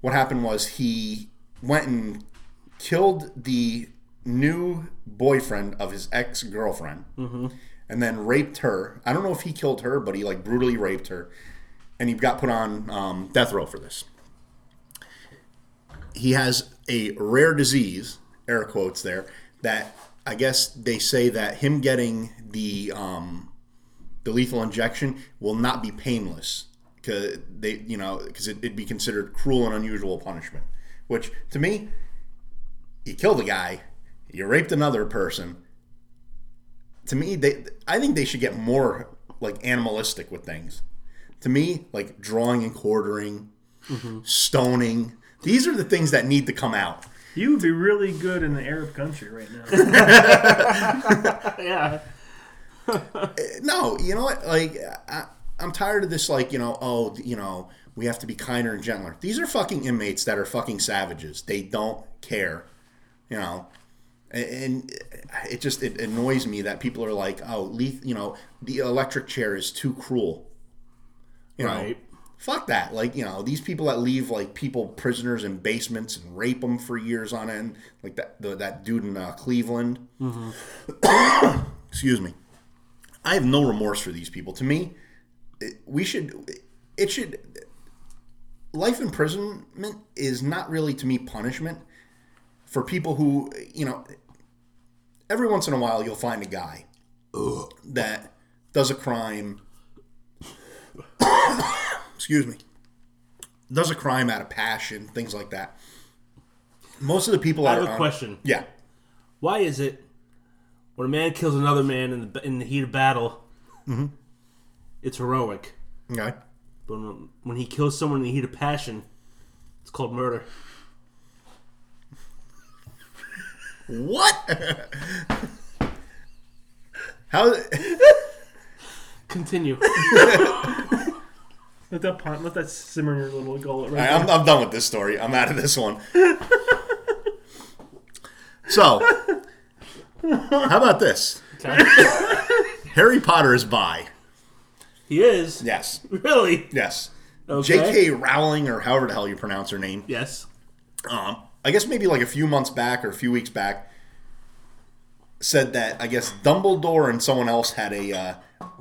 Speaker 2: what happened was he went and killed the new boyfriend of his ex girlfriend, and then raped her. I don't know if he killed her, but he like brutally raped her, and he got put on um, death row for this. He has a rare disease, air quotes there, that I guess they say that him getting the um, the lethal injection will not be painless because they you know because it, it'd be considered cruel and unusual punishment which to me you killed a guy you raped another person to me they i think they should get more like animalistic with things to me like drawing and quartering stoning these are the things that need to come out
Speaker 3: You would be really good in the Arab country right now.
Speaker 1: Yeah.
Speaker 2: no, you know what? Like, I, I'm tired of this. Like, you know, oh, you know, we have to be kinder and gentler. These are fucking inmates that are fucking savages. They don't care, you know. And- And uh, it just it annoys me that people are like, oh, leth- you know, the electric chair is too cruel. You know,
Speaker 1: Right.
Speaker 2: fuck that. Like, you know, these people that leave like people prisoners in basements and rape them for years on end, like that the, that dude in uh, Cleveland. Excuse me. I have no remorse for these people. To me, it, we should it should life imprisonment is not really to me punishment for people who you know every once in a while you'll find a guy that does a crime excuse me does a crime out of passion things like that most of the people
Speaker 1: I
Speaker 2: that
Speaker 1: have
Speaker 2: are
Speaker 1: a
Speaker 2: on-
Speaker 1: question.
Speaker 2: yeah
Speaker 1: Why is it when a man kills another man in the in the heat of battle,
Speaker 2: Mm-hmm.
Speaker 1: it's heroic,
Speaker 2: okay
Speaker 1: but when, when he kills someone in the heat of passion, it's called murder.
Speaker 2: what how
Speaker 1: Continue.
Speaker 3: Let that pond, let that simmer in your little gullet.
Speaker 2: All
Speaker 3: Right
Speaker 2: right, I'm, I'm done with this story. I'm out of this one. So, how about this?
Speaker 1: Okay.
Speaker 2: Harry Potter is bi.
Speaker 1: he is
Speaker 2: Yes.
Speaker 1: really.
Speaker 2: Yes.
Speaker 1: Okay.
Speaker 2: J.K. Rowling, or however the hell you pronounce her name,
Speaker 1: Yes.
Speaker 2: um, I guess maybe like a few months back or a few weeks back, said that I guess Dumbledore and someone else had a uh,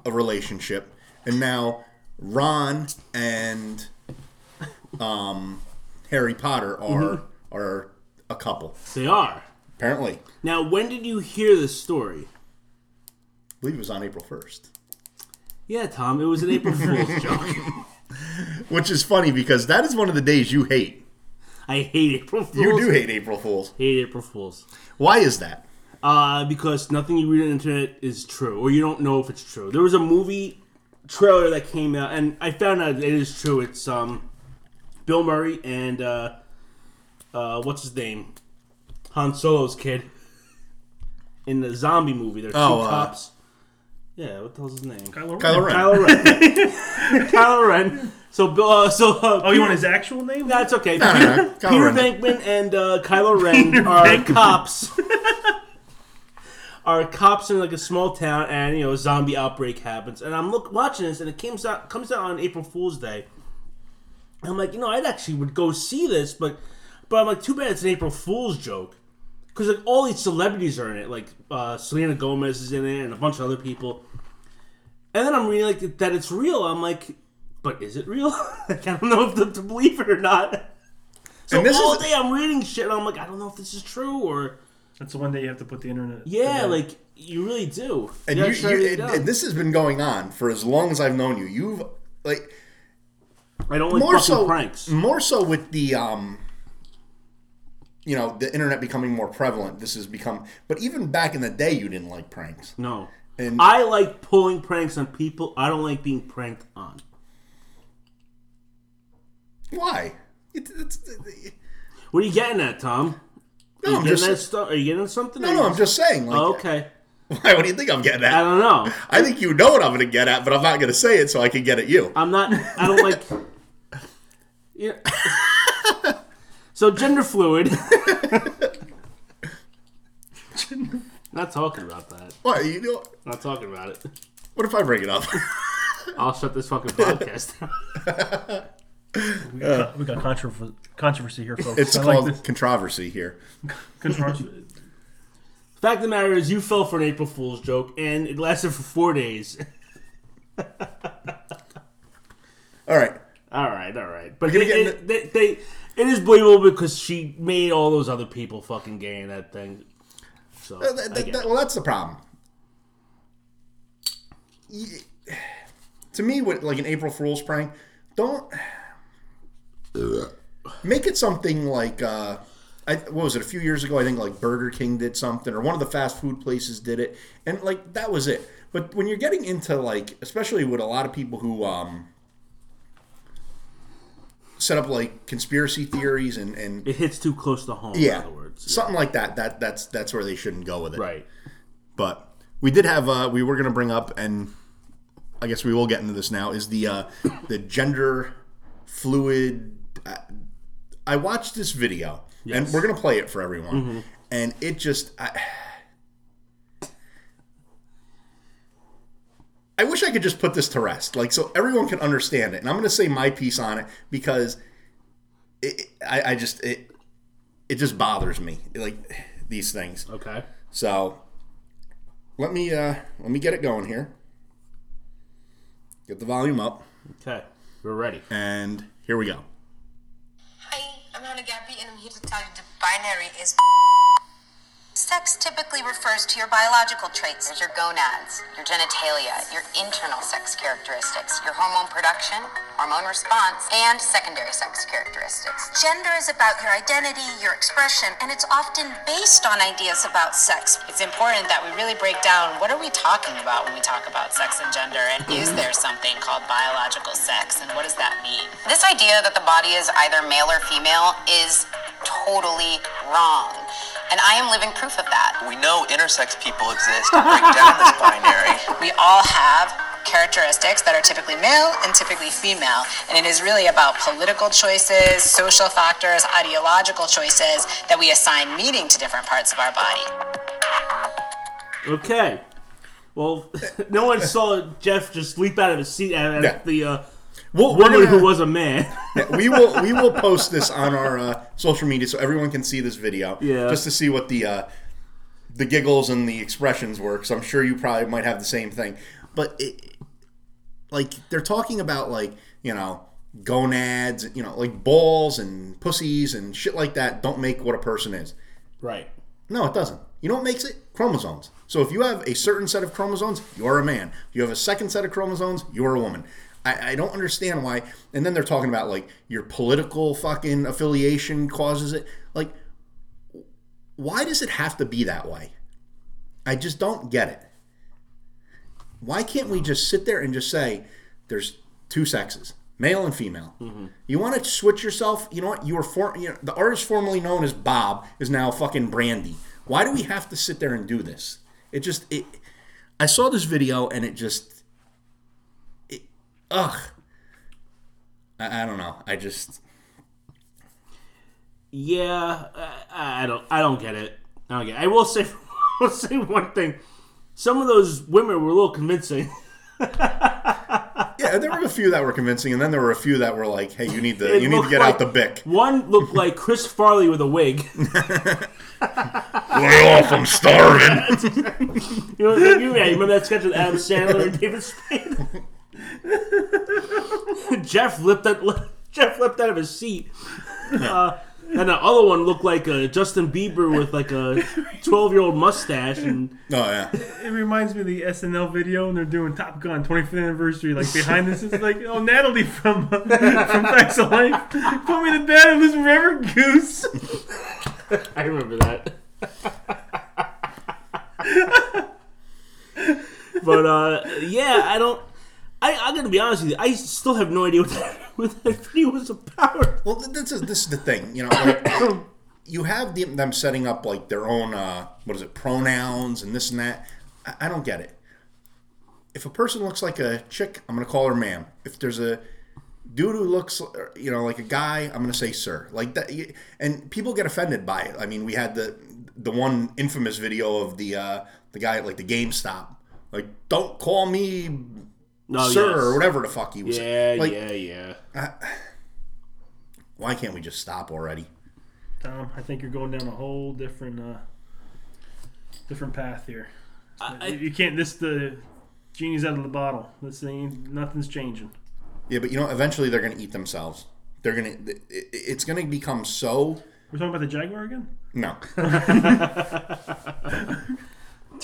Speaker 2: a relationship, and now Ron and um, Harry Potter are
Speaker 1: Mm-hmm.
Speaker 2: are a couple.
Speaker 1: They are.
Speaker 2: Apparently, I
Speaker 1: Now, when did you hear this story?
Speaker 2: believe it was on April first.
Speaker 1: Yeah, Tom, it was an April Fool's joke.
Speaker 2: Which is funny because that is one of the days you hate.
Speaker 1: I hate April Fools.
Speaker 2: You do hate April Fools.
Speaker 1: hate April Fools.
Speaker 2: Why is that?
Speaker 1: Uh, because nothing you read on the internet is true, or you don't know if it's true. There was a movie trailer that came out, and I found out it is true. It's um, Bill Murray and uh, uh, what's his name, Han Solo's kid in the zombie movie. They're two
Speaker 2: Oh, uh,
Speaker 1: cops. Yeah, what the hell's his name?
Speaker 3: Kylo Ren.
Speaker 2: Kylo Ren.
Speaker 1: Kylo Ren. Kylo Ren. So Bill. Uh, so uh,
Speaker 3: Oh, you want his actual name?
Speaker 1: That's okay.
Speaker 2: no,
Speaker 1: Peter,
Speaker 2: no. Kylo
Speaker 1: Peter
Speaker 2: Ren.
Speaker 1: Venkman and uh, Kylo Ren are cops. are cops in like a small town, and you know, a zombie outbreak happens. And I'm look watching this, and it comes out comes out on April Fool's Day. And I'm like, you know, I would actually would go see this, but but I'm like, too bad it's an April Fool's joke. Because like all these celebrities are in it, like uh, Selena Gomez is in it, and a bunch of other people. And then I'm reading like that it's real. I'm like, but is it real? like, I don't know if to, to believe it or not. So
Speaker 2: And this
Speaker 1: all
Speaker 2: is-
Speaker 1: day I'm reading shit. And I'm like, I don't know if this is true or
Speaker 3: That's the one day you have to put the internet.
Speaker 1: yeah,
Speaker 3: together.
Speaker 1: like you really do.
Speaker 2: and
Speaker 1: Yeah,
Speaker 2: you,
Speaker 1: sure
Speaker 2: you
Speaker 1: you
Speaker 2: and,
Speaker 1: do.
Speaker 2: and this has been going on for as long as I've known you. You've like
Speaker 1: I don't like
Speaker 2: more
Speaker 1: fucking
Speaker 2: so Mm.
Speaker 1: pranks.
Speaker 2: more so with the um you know the internet becoming more prevalent this has become but even back in the day you didn't like pranks
Speaker 1: No,
Speaker 2: and
Speaker 1: I like pulling pranks on people. I don't like being pranked on.
Speaker 2: why it, it's,
Speaker 1: What are you getting at, Tom? Are
Speaker 2: no
Speaker 1: you
Speaker 2: i'm
Speaker 1: getting
Speaker 2: just
Speaker 1: at stu- Are you getting at something?
Speaker 2: no no i'm just saying like
Speaker 1: Oh, okay.
Speaker 2: why what do you think i'm getting
Speaker 1: I
Speaker 2: at
Speaker 1: don't know.
Speaker 2: i think you know what i'm gonna get at but i'm not gonna say it so i can get at you
Speaker 1: I'm not. I don't like. You know- so gender fluid. not talking about that.
Speaker 2: why you know
Speaker 1: Not talking about it.
Speaker 2: what if i bring it up
Speaker 1: I'll shut this fucking podcast. down.
Speaker 3: we got, Uh, we got controversy, controversy here, folks.
Speaker 2: it's
Speaker 3: I
Speaker 2: called
Speaker 3: like this.
Speaker 2: controversy here
Speaker 3: controversy.
Speaker 1: Fact of the matter is, you fell for an April Fool's joke, and it lasted for four days.
Speaker 2: all right
Speaker 1: All right, all right, but
Speaker 2: gonna
Speaker 1: they,
Speaker 2: get
Speaker 1: it, they, they, it is believable because she made all those other people fucking gay in that thing. So
Speaker 2: Uh, that-
Speaker 1: I
Speaker 2: that-
Speaker 1: get
Speaker 2: that-
Speaker 1: it.
Speaker 2: well, that's the problem. Y- To me, what like an April Fool's prank, don't make it something like uh, I, what was it a few years ago? I think like Burger King did something, or one of the fast food places did it, and like that was it. But when you're getting into like, especially with a lot of people who um, set up like conspiracy theories and and
Speaker 1: it hits too close to home.
Speaker 2: yeah,
Speaker 1: in other words,
Speaker 2: something like that. That that's that's where they shouldn't go with it
Speaker 1: right?
Speaker 2: but we did have uh, we were going to bring up and i guess we will get into this now is the uh, the gender fluid I, I watched this video and we're going to play it for everyone and it just I, I wish i could just put this to rest like so everyone can understand it and i'm going to say my piece on it because it, it- I, I just it it just bothers me like these things
Speaker 1: Okay,
Speaker 2: so let me uh, let me get it going here. Get the volume up,
Speaker 1: okay, we're ready.
Speaker 2: and here we go.
Speaker 5: Hi, I'm Hannah Gappy, and I'm here to tell you the binary is. Sex typically refers to your biological traits, your gonads, your genitalia, your internal sex characteristics, your hormone production, hormone response, and secondary sex characteristics. Gender is about your identity, your expression, and it's often based on ideas about sex. It's important that we really break down what are we talking about when we talk about sex and gender, and is there something called biological sex, and what does that mean? This idea that the body is either male or female is totally wrong. And I am living proof of that.
Speaker 6: We know intersex people exist. Break down this binary.
Speaker 5: We all have characteristics that are typically male and typically female. And it is really about political choices, social factors, ideological choices that we assign meaning to different parts of our body.
Speaker 1: Okay. Well, no one saw Jeff just leap out of his seat at, at
Speaker 2: Yeah.
Speaker 1: the uh,
Speaker 2: Well,
Speaker 1: woman who was a man.
Speaker 2: we will we will post this on our uh, social media so everyone can see this video.
Speaker 1: Yeah.
Speaker 2: Just to see what the uh, the giggles and the expressions were, because I'm sure you probably might have the same thing. But it, like they're talking about like you know gonads, you know like balls and pussies and shit like that. Don't make what a person is.
Speaker 1: right.
Speaker 2: No, it doesn't. You know what makes it? Chromosomes. So if you have a certain set of chromosomes, you're a man. You have a second set of chromosomes, you're a woman. I, I don't understand why. And then they're talking about like your political fucking affiliation causes it. Like, why does it have to be that way? I just don't get it. Why can't we just sit there and just say there's two sexes, male and female?
Speaker 1: Mm-hmm.
Speaker 2: You want to switch yourself? You know what? You were for, you know, the artist formerly known as Bob is now fucking Brandy. Why do we have to sit there and do this? It just it. I saw this video and it just. It, ugh. I, I don't know. I just
Speaker 1: Yeah, I, I don't. I don't get it. I don't get. It. I will say. I will say one thing. Some of those women were a little convincing.
Speaker 2: yeah. There were a few that were convincing, and then there were a few that were like, "Hey, you need to
Speaker 1: It
Speaker 2: you need to
Speaker 1: looked
Speaker 2: get out the
Speaker 1: like-
Speaker 2: bick.
Speaker 1: One looked like Chris Farley with a wig.
Speaker 2: Lay off, I'm starving."
Speaker 1: You know, you, yeah, you remember that sketch with Adam Sandler and David Spade? Jeff flipped that. Jeff flipped out of his seat. Uh, and the other one looked like uh, Justin Bieber with like a twelve-year-old mustache, and
Speaker 2: oh yeah.
Speaker 3: It reminds me of the SNL video, and they're doing Top Gun 25th anniversary. Like behind this, it's like, oh, Natalie from uh, from Facts of Life, put me to bed and lose forever, goose.
Speaker 1: I remember that. but uh, yeah, I don't. I, I'm gonna be honest with you. I still have no idea what that, what that video was about.
Speaker 2: Well, th- this is this is the thing, you know. Like, you have the, them setting up like their own uh, what is it pronouns and this and that. I, I don't get it. If a person looks like a chick, I'm gonna call her ma'am. If there's a dude who looks uh, you know like a guy, I'm gonna say sir. Like that, y- and people get offended by it. I mean, we had the the one infamous video of the uh, the guy at like the GameStop, like don't call me
Speaker 1: No,
Speaker 2: sir
Speaker 1: Oh, yes.
Speaker 2: or whatever the fuck he was.
Speaker 1: Yeah,
Speaker 2: like,
Speaker 1: yeah, yeah.
Speaker 2: why can't we just stop already?
Speaker 3: Tom, I think you're going down a whole different uh, different path here.
Speaker 1: I-
Speaker 3: you can't. This the genie's out of the bottle. This thing, nothing's changing.
Speaker 2: Yeah, but you know, eventually they're going to eat themselves. They're going to. It's going to become so.
Speaker 3: We're talking about the Jaguar again.
Speaker 2: No.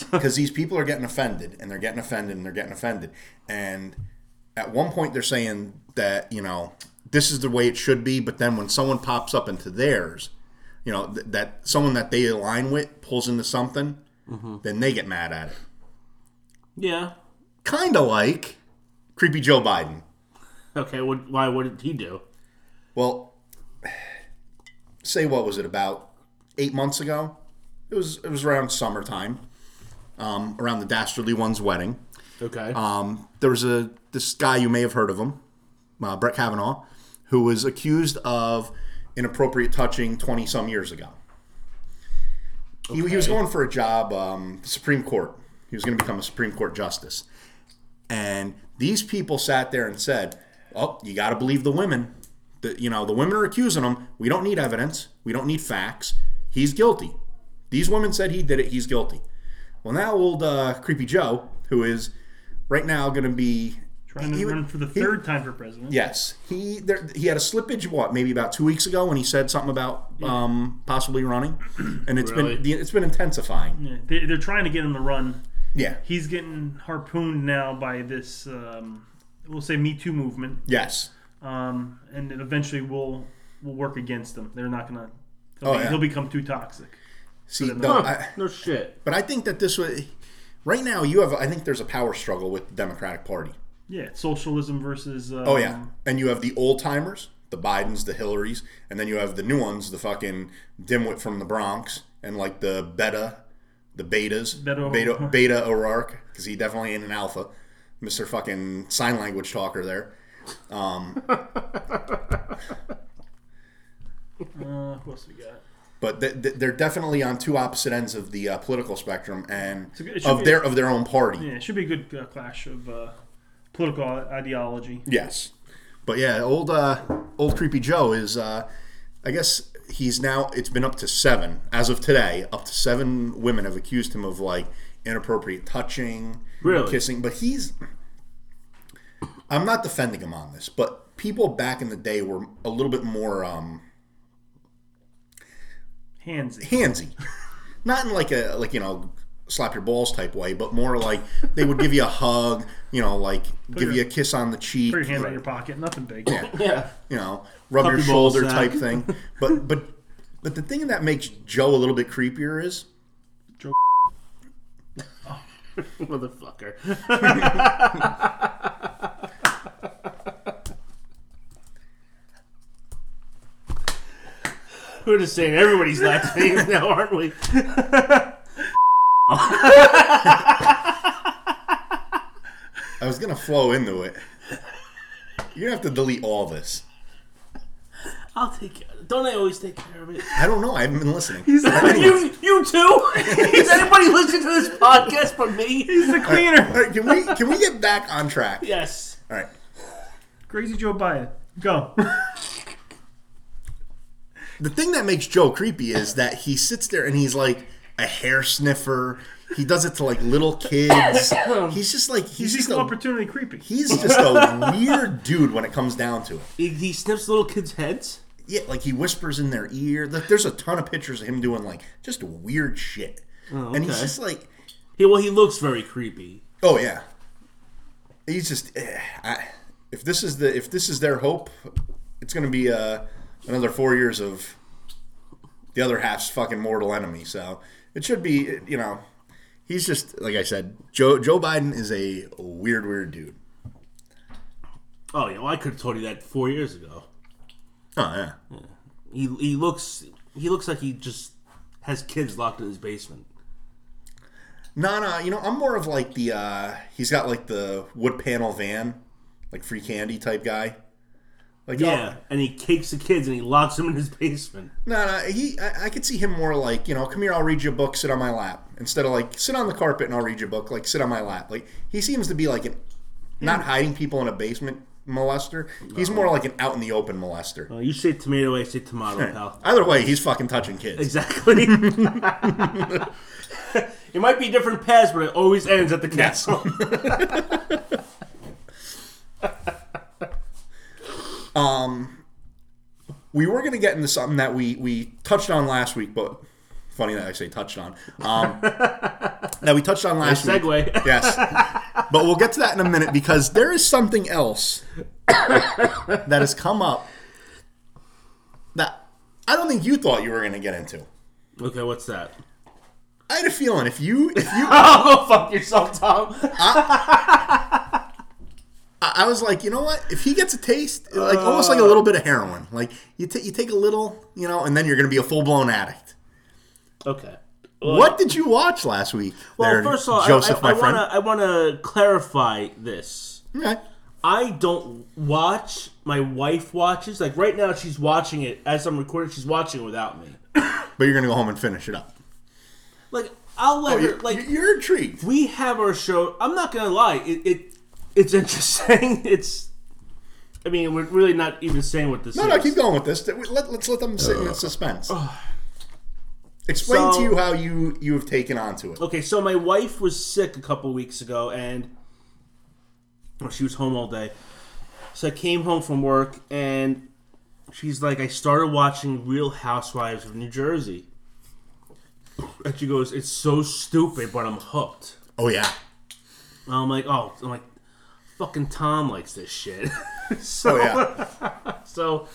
Speaker 2: Because these people are getting offended, and they're getting offended, and they're getting offended, and at one point they're saying that you know this is the way it should be, but then when someone pops up into theirs, you know th- that someone that they align with pulls into something, then they get mad at it.
Speaker 1: Yeah.
Speaker 2: Kind of like creepy Joe Biden.
Speaker 1: Okay. What? Why? What did he do?
Speaker 2: Well, say what was it about eight months ago? It was it was around summertime, um, around the dastardly one's wedding.
Speaker 1: Okay.
Speaker 2: Um, there was a this guy you may have heard of him, uh, Brett Kavanaugh, who was accused of inappropriate touching twenty some years ago. He, he was going for a job, um, Supreme Court. He was going to become a Supreme Court justice, and these people sat there and said, "Oh, you got to believe the women. The, you know, the women are accusing him. We don't need evidence. We don't need facts. He's guilty. These women said he did it. He's guilty." Well, now old uh, creepy Joe, who is right now going to be
Speaker 3: Trying to
Speaker 2: he-
Speaker 3: run for the
Speaker 2: he-
Speaker 3: third time for president.
Speaker 2: Yes, he there, he had a slippage. What maybe about two weeks ago when he said something about um, possibly running, and it's
Speaker 1: Really?
Speaker 2: been the, it's been intensifying.
Speaker 3: Yeah, they, they're trying to get him to run.
Speaker 2: Yeah.
Speaker 3: He's getting harpooned now by this, um, we'll say, Me Too movement,
Speaker 2: Yes.
Speaker 3: um, and it eventually will will work against him. They're not gonna. He'll,
Speaker 2: Oh,
Speaker 3: be-
Speaker 2: yeah.
Speaker 3: he'll become too toxic.
Speaker 2: See,
Speaker 3: then
Speaker 2: no,
Speaker 1: Huh,
Speaker 2: I,
Speaker 1: no shit.
Speaker 2: but I think that this was right now. You have I think there's a power struggle with the Democratic Party.
Speaker 3: Yeah, socialism versus. Um,
Speaker 2: Oh yeah, and you have the old timers, the Bidens, the Hillarys, and then you have the new ones, the fucking dimwit from the Bronx, and like the Beta, the Betas,
Speaker 3: Beto-
Speaker 2: Beta, Beta O'Rourke, because he definitely ain't an alpha. Mr. Fucking Sign Language Talker there.
Speaker 3: Uh, who else we got?
Speaker 2: But th- th- they're definitely on two opposite ends of the uh, political spectrum and
Speaker 3: a good- it should
Speaker 2: of
Speaker 3: be-
Speaker 2: their of their own party.
Speaker 3: Yeah, it should be a good uh, clash of uh, political ideology.
Speaker 2: Yes, but yeah, old uh, old creepy Joe is. Uh, I guess he's now. It's been up to seven as of today. Up to seven women have accused him of like inappropriate touching,
Speaker 1: Really?
Speaker 2: kissing. But he's. I'm not defending him on this, but people back in the day were a little bit more um,
Speaker 3: Handsy.
Speaker 2: handsy, not in like a like you know slap your balls type way, but more like they would give you a hug, you know, like give
Speaker 3: your-
Speaker 2: you a kiss on the cheek,
Speaker 3: Put your hand in your pocket. Nothing big.
Speaker 1: Yeah.
Speaker 2: you know, rub your
Speaker 1: Puppy balls
Speaker 2: shoulder
Speaker 1: out.
Speaker 2: type thing. But but but the thing that makes Joe a little bit creepier is
Speaker 1: Motherfucker. We're just saying everybody's last names now, aren't we?
Speaker 2: I was gonna flow into it. You have to delete all this.
Speaker 1: I'll take care. Don't I always take care of it?
Speaker 2: I don't know. I haven't been listening.
Speaker 1: you, you too? Is anybody listening to this podcast but me?
Speaker 3: He's the cleaner.
Speaker 2: all right, can we can we get back on track?
Speaker 1: Yes.
Speaker 2: All right.
Speaker 3: Crazy Joe Biden. Go.
Speaker 2: The thing that makes Joe creepy is that he sits there and he's like a hair sniffer. He does it to like little kids. He's just like he's, just
Speaker 3: Equal
Speaker 2: a,
Speaker 3: opportunity creepy.
Speaker 2: he's just a weird dude when it comes down to it.
Speaker 1: He, he snips little kids' heads.
Speaker 2: Yeah, like he whispers in their ear. Like, there's a ton of pictures of him doing like just weird shit, and he's
Speaker 1: okay.
Speaker 2: just like,
Speaker 1: He, well, he looks very creepy.
Speaker 2: oh yeah, he's just. eh, I, if this is the if this is their hope, it's gonna be uh, another four years of the other half's fucking mortal enemy. So it should be, you know, he's just like I said, Joe Joe Biden is a weird weird dude.
Speaker 1: Oh, yeah. Well, I could have told you that four years ago.
Speaker 2: Oh yeah,
Speaker 1: He, he looks he looks like he just has kids locked in his basement.
Speaker 2: no no, you know, I'm more of like the uh, he's got like the wood panel van, like free candy type guy. Like oh,
Speaker 1: Yeah, and he cakes the kids and he locks them in his basement.
Speaker 2: No, no, he. I, I could see him more like you know, come here, I'll read you a book, sit on my lap, instead of like sit on the carpet and I'll read you a book, like sit on my lap. Like he seems to be like an not hiding people in a basement molester. He's more like an out in the open molester.
Speaker 1: Uh, you say tomato, I say tomato, pal.
Speaker 2: Either way, he's fucking touching kids.
Speaker 1: Exactly. it might be different paths, but it always ends at the castle.
Speaker 2: We were gonna get into something that we we touched on last week, but funny that I say touched on. Um, that we touched on last week.
Speaker 1: Segway.
Speaker 2: Yes. but we'll get to that in a minute because there is something else that has come up that I don't think you thought you were going to get into.
Speaker 1: Okay, what's that?
Speaker 2: I had a feeling if you if you
Speaker 1: Oh, fuck yourself, Tom.
Speaker 2: I I was like, you know what? If he gets a taste, like almost like a little bit of heroin. Like you ta you take a little, you know, and then you're going to be a full-blown addict.
Speaker 1: Okay.
Speaker 2: what did you watch last week?
Speaker 1: Well,
Speaker 2: there,
Speaker 1: first of all,
Speaker 2: Joseph,
Speaker 1: I, I,
Speaker 2: my
Speaker 1: I
Speaker 2: friend.
Speaker 1: wanna I wanna clarify this.
Speaker 2: Okay.
Speaker 1: I don't watch. My wife watches. Like right now, she's watching it as I'm recording. She's watching it without me.
Speaker 2: But you're going to go home and finish it up.
Speaker 1: Like I'll let her.
Speaker 2: Oh, You're,
Speaker 1: Oh, Like
Speaker 2: you're intrigued.
Speaker 1: we have our show. I'm not gonna lie. It, it it's interesting. It's. I mean, we're really not even saying what this
Speaker 2: No,
Speaker 1: is.
Speaker 2: no, keep going with this. Let, us let them sit in suspense. Explain
Speaker 1: So-
Speaker 2: to you how you you have taken on to it.
Speaker 1: Okay, so my wife was sick a couple weeks ago, and well, she was home all day. So I came home from work, and she's like, "I started watching Real Housewives of New Jersey," and she goes, "It's so stupid, but I'm hooked."
Speaker 2: Oh yeah,
Speaker 1: And I'm like, "Oh, I'm like, fucking Tom likes this shit." so,
Speaker 2: oh yeah.
Speaker 1: so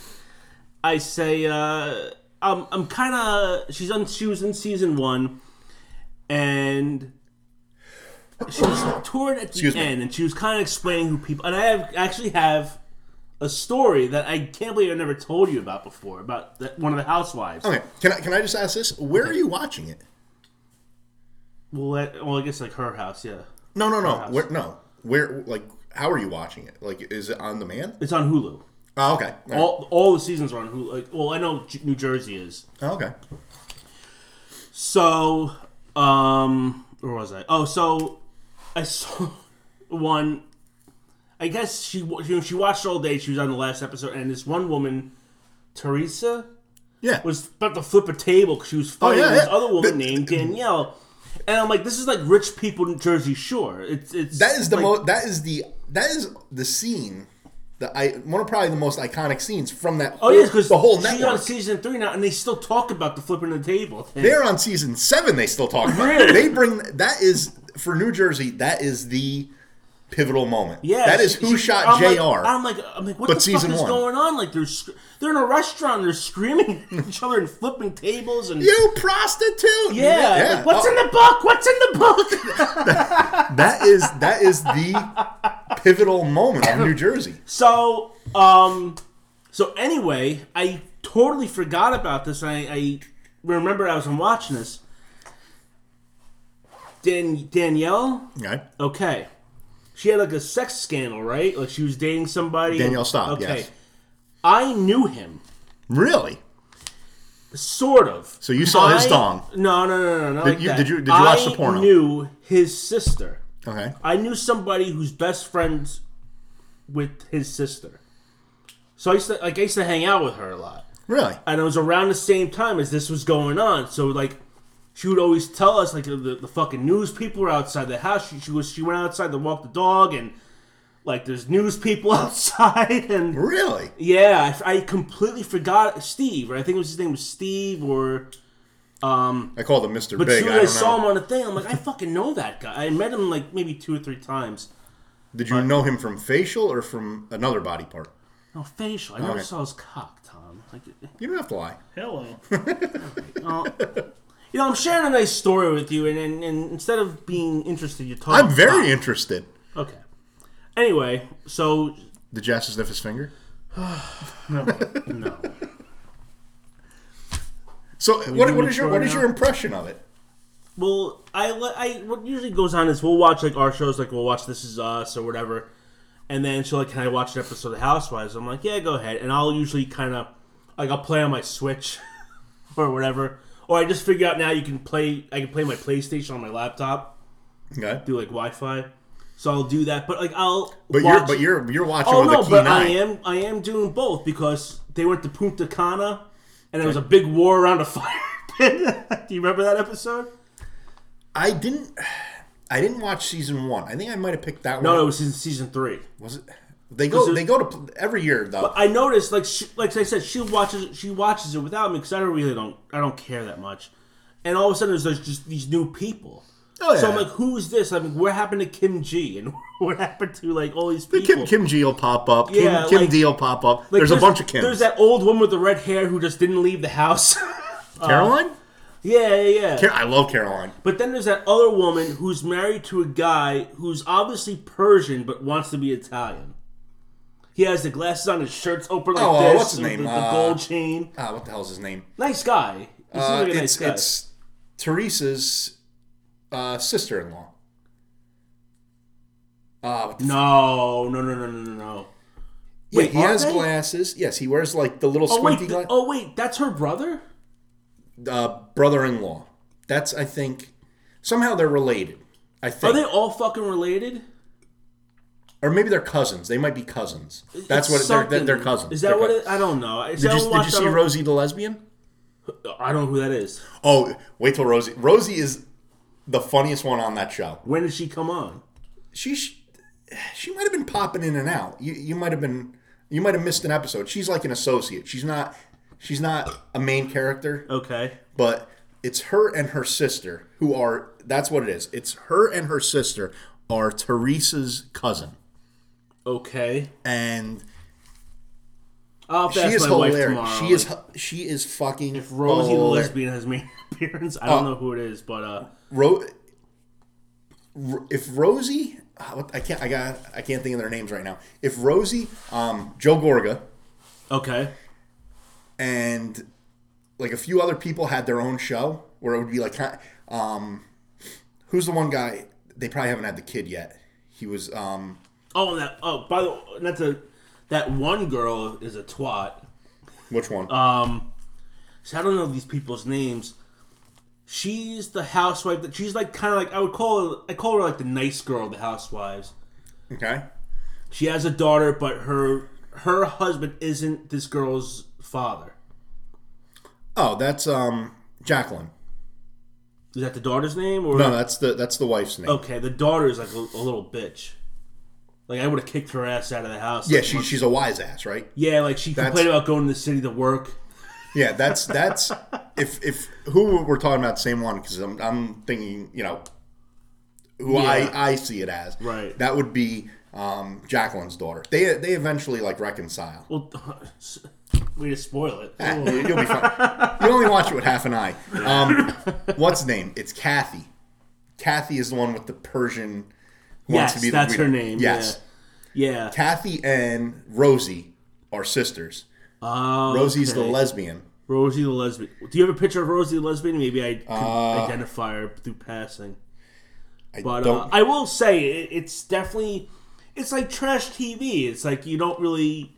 Speaker 1: I say, uh, I'm, I'm kind of. She's on. She was in season one, and she was toward at the
Speaker 2: Excuse me.
Speaker 1: end, and she was kind of explaining who people. And I have actually have a story that I can't believe I never told you about before about that, one of the housewives.
Speaker 2: okay, can I can I just ask this? Where are you watching it?
Speaker 1: Well, I, well, I guess like her house, yeah.
Speaker 2: No, no, no. Where, no, Where like how are you watching it? Like is it on demand?
Speaker 1: It's on Hulu.
Speaker 2: Oh, okay. All right.
Speaker 1: All all the seasons are on Hulu. Like, well, I know J- New Jersey is.
Speaker 2: Oh, okay.
Speaker 1: So, um, where was I? Oh, so I saw one. I guess she wa- you know, she watched all day. She was on the last episode, and this one woman, Teresa,
Speaker 2: Yeah.
Speaker 1: was about to flip a table because she was fighting
Speaker 2: Oh, yeah,
Speaker 1: this
Speaker 2: yeah.
Speaker 1: other woman
Speaker 2: But- uh,
Speaker 1: named Danielle. And I'm like, this is like rich people in Jersey Shore. It's it's
Speaker 2: that is the
Speaker 1: like,
Speaker 2: most. That is the. That is the scene. That I one of probably the most iconic scenes from that.
Speaker 1: Oh yeah, because
Speaker 2: the whole
Speaker 1: she's on
Speaker 2: network.
Speaker 1: season three now, and they still talk about the flipping the table. Thing.
Speaker 2: They're on season seven. They still talk about. it. They bring that is for New Jersey. That is the pivotal moment.
Speaker 1: Yeah,
Speaker 2: that is
Speaker 1: she-
Speaker 2: who
Speaker 1: she-
Speaker 2: shot
Speaker 1: I'm like-
Speaker 2: Jr.
Speaker 1: I'm like, I'm like, what
Speaker 2: But
Speaker 1: the
Speaker 2: season
Speaker 1: fuck is
Speaker 2: one.
Speaker 1: going on? Like they're sc- they're in a restaurant, they're screaming at each other and flipping tables and
Speaker 2: you prostitute.
Speaker 1: yeah, like, what's
Speaker 2: Oh,
Speaker 1: in the book? What's in the book?
Speaker 2: that is that is the pivotal moment of New Jersey.
Speaker 1: so, um, so anyway, I totally forgot about this. I, I remember I was watching this. Dan- Danielle,
Speaker 2: Okay.
Speaker 1: okay, she had like a sex scandal, right? Like she was dating somebody.
Speaker 2: Danielle Staub, yes.
Speaker 1: I knew him.
Speaker 2: Really?
Speaker 1: Sort of.
Speaker 2: So you saw his thong.
Speaker 1: No, no, no, no, no.
Speaker 2: Did
Speaker 1: like
Speaker 2: you-
Speaker 1: that.
Speaker 2: did you- did you watch the
Speaker 1: I
Speaker 2: porno?
Speaker 1: knew his sister.
Speaker 2: Okay.
Speaker 1: I knew somebody who's best friends with his sister. So I used to like I used to hang out with her a lot,
Speaker 2: Really?
Speaker 1: and it was around the same time as this was going on. So like, she would always tell us like the, the fucking news people were outside the house. She, she was she went outside to walk the dog, and like there's news people outside, and
Speaker 2: Really?
Speaker 1: yeah, I f- I, completely forgot Steve. Right? I think it was his name was Steve, or
Speaker 2: I called him Mr.
Speaker 1: but
Speaker 2: Big.
Speaker 1: soon
Speaker 2: I
Speaker 1: as I,
Speaker 2: don't know.
Speaker 1: saw him on a thing, I'm like, I fucking know that guy. I met him like maybe two or three times.
Speaker 2: Did you know him from facial or from another body part?
Speaker 1: No facial. I never
Speaker 2: Okay.
Speaker 1: saw his cock, Tom. Like,
Speaker 2: You don't have to lie.
Speaker 3: Hello.
Speaker 1: you know, I'm sharing a nice story with you, and, and, and instead of being interested, you're talking.
Speaker 2: I'm
Speaker 1: cock.
Speaker 2: very interested.
Speaker 1: okay. Anyway, so
Speaker 2: Did Jasta sniff his finger?
Speaker 3: No.
Speaker 1: no,
Speaker 2: So what, what
Speaker 3: make
Speaker 2: is your
Speaker 3: sure
Speaker 2: what is
Speaker 3: now?
Speaker 2: your impression of it?
Speaker 1: Well, I, li- I what usually goes on is we'll watch like our shows, like we'll watch This Is Us or whatever, and then she'll like, "Can I watch an episode of Housewives?" I'm like, "Yeah, go ahead," and I'll usually kind of like I'll play on my Switch or whatever, or I just figure out now you can play. I can play my PlayStation on my laptop
Speaker 2: Okay.
Speaker 1: through like Wi-Fi, so I'll do that. But like I'll
Speaker 2: But you're
Speaker 1: watch-
Speaker 2: but you're you're watching
Speaker 1: oh
Speaker 2: with
Speaker 1: no,
Speaker 2: a keen
Speaker 1: but
Speaker 2: eye.
Speaker 1: I am I am doing both because they went to Punta Cana and there was a big war around a fire pit. do you remember that episode?
Speaker 2: I didn't I didn't watch season one. I think I might have picked that
Speaker 1: No,
Speaker 2: one.
Speaker 1: it was in season three.
Speaker 2: Was it? They go
Speaker 1: it-
Speaker 2: they go to pl- every year though.
Speaker 1: I noticed, like, she, like I said, she watches she watches it without me because I don't really don't I don't care that much. And all of a sudden, there's, there's just these new people.
Speaker 2: Oh, yeah.
Speaker 1: So I'm like, who's this? I mean, what happened to Kim G? And what happened to like all these
Speaker 2: The
Speaker 1: people?
Speaker 2: Kim Kim G will pop up. Kim
Speaker 1: Yeah,
Speaker 2: Kim
Speaker 1: like-
Speaker 2: D will pop up.
Speaker 1: Like,
Speaker 2: there's, a bunch of Kims.
Speaker 1: There's that old woman with the red hair who just didn't leave the house. uh,
Speaker 2: Caroline.
Speaker 1: yeah, yeah, yeah.
Speaker 2: Car- I love Caroline.
Speaker 1: but then there's that other woman who's married to a guy who's obviously Persian but wants to be Italian. He has the glasses on, his shirt's open like
Speaker 2: Oh,
Speaker 1: this.
Speaker 2: what's his
Speaker 1: with
Speaker 2: name?
Speaker 1: The, the
Speaker 2: Uh,
Speaker 1: gold chain.
Speaker 2: Ah, what the hell's his name?
Speaker 1: Nice guy. He seems
Speaker 2: Uh,
Speaker 1: like a nice
Speaker 2: it's
Speaker 1: guy.
Speaker 2: it's Teresa's uh, sister-in-law. Uh, what the
Speaker 1: No, no, no, no, no, no, no.
Speaker 2: Yeah,
Speaker 1: Wait,
Speaker 2: he
Speaker 1: are
Speaker 2: has
Speaker 1: they?
Speaker 2: glasses. Yes, he wears like the little
Speaker 1: Oh wait,
Speaker 2: squinty
Speaker 1: th-
Speaker 2: glass.
Speaker 1: oh wait, that's her brother.
Speaker 2: Uh, brother-in-law. That's I think somehow they're related. I
Speaker 1: Are
Speaker 2: think,
Speaker 1: they all fucking related?
Speaker 2: or maybe they're cousins. They might be cousins.
Speaker 1: It's
Speaker 2: That's what they're, they're.
Speaker 1: something.
Speaker 2: They're cousins.
Speaker 1: Is that
Speaker 2: They're
Speaker 1: what
Speaker 2: cousins.
Speaker 1: it? I don't know. I,
Speaker 2: Did you, did you
Speaker 1: I
Speaker 2: see
Speaker 1: don't,
Speaker 2: Rosie the lesbian?
Speaker 1: I don't know who that is.
Speaker 2: Oh, wait till Rosie. Rosie is the funniest one on that show.
Speaker 1: When did she come on?
Speaker 2: She sh- she might have been popping in and out. You you might have been you might have missed an episode. She's like an associate. She's not she's not a main character,
Speaker 1: Okay.
Speaker 2: but it's her and her sister who are that's what it is. It's her and her sister are Teresa's cousin.
Speaker 1: Okay.
Speaker 2: And
Speaker 1: I'll have to
Speaker 2: she
Speaker 1: ask
Speaker 2: is
Speaker 1: my wife
Speaker 2: hilarious.
Speaker 1: tomorrow.
Speaker 2: She is hu- she is fucking
Speaker 1: If Rosie the
Speaker 2: hilarious. Oh.
Speaker 1: lesbian has made an appearance, I don't know who it is, but uh,
Speaker 2: Ro- Ro- if Rosie, ah, what- I can't, I got, I can't think of their names right now. If Rosie, um, Joe Gorga,
Speaker 1: okay.
Speaker 2: and like a few other people had their own show where it would be like, kind- um, who's the one guy? They probably haven't had the kid yet. He was um,
Speaker 1: Oh, and that. Oh, by the way, that's a. That one girl is a twat.
Speaker 2: which one?
Speaker 1: Um, so I don't know these people's names. She's the housewife that she's like kind of like I would call her. I call her like the nice girl of the housewives.
Speaker 2: okay.
Speaker 1: She has a daughter, but her her husband isn't this girl's father.
Speaker 2: Oh, that's um, Jacqueline.
Speaker 1: Is that the daughter's name or
Speaker 2: No, that's the that's the wife's name.
Speaker 1: Okay, the daughter is like a, a little bitch. Like I would have kicked her ass out of the house.
Speaker 2: Yeah,
Speaker 1: Like,
Speaker 2: she,
Speaker 1: once-
Speaker 2: she's a wise ass, right?
Speaker 1: Yeah, like she
Speaker 2: That's-
Speaker 1: complained about going to the city to work.
Speaker 2: Yeah, that's that's if if who we're talking about the same one because I'm I'm thinking you know who
Speaker 1: Yeah.
Speaker 2: I I see it as
Speaker 1: Right.
Speaker 2: That would be um, Jacqueline's daughter. They they eventually like reconcile.
Speaker 1: Well, way to spoil it.
Speaker 2: Eh, you- You'll be fine. You only watch it with half an eye. Um, what's her name? It's Kathy. Kathy is the one with the Persian. Who
Speaker 1: yes, that's
Speaker 2: leader.
Speaker 1: her name.
Speaker 2: Yes,
Speaker 1: Yeah. yeah.
Speaker 2: Kathy and Rosie are sisters.
Speaker 1: Oh,
Speaker 2: Rosie's the
Speaker 1: okay.
Speaker 2: lesbian.
Speaker 1: Rosie the lesbian. Do you have a picture of Rosie the lesbian? Maybe I could
Speaker 2: Uh,
Speaker 1: identify her through passing.
Speaker 2: I
Speaker 1: But
Speaker 2: don't.
Speaker 1: uh, I will say it, it's definitely it's like trash TV. It's like you don't really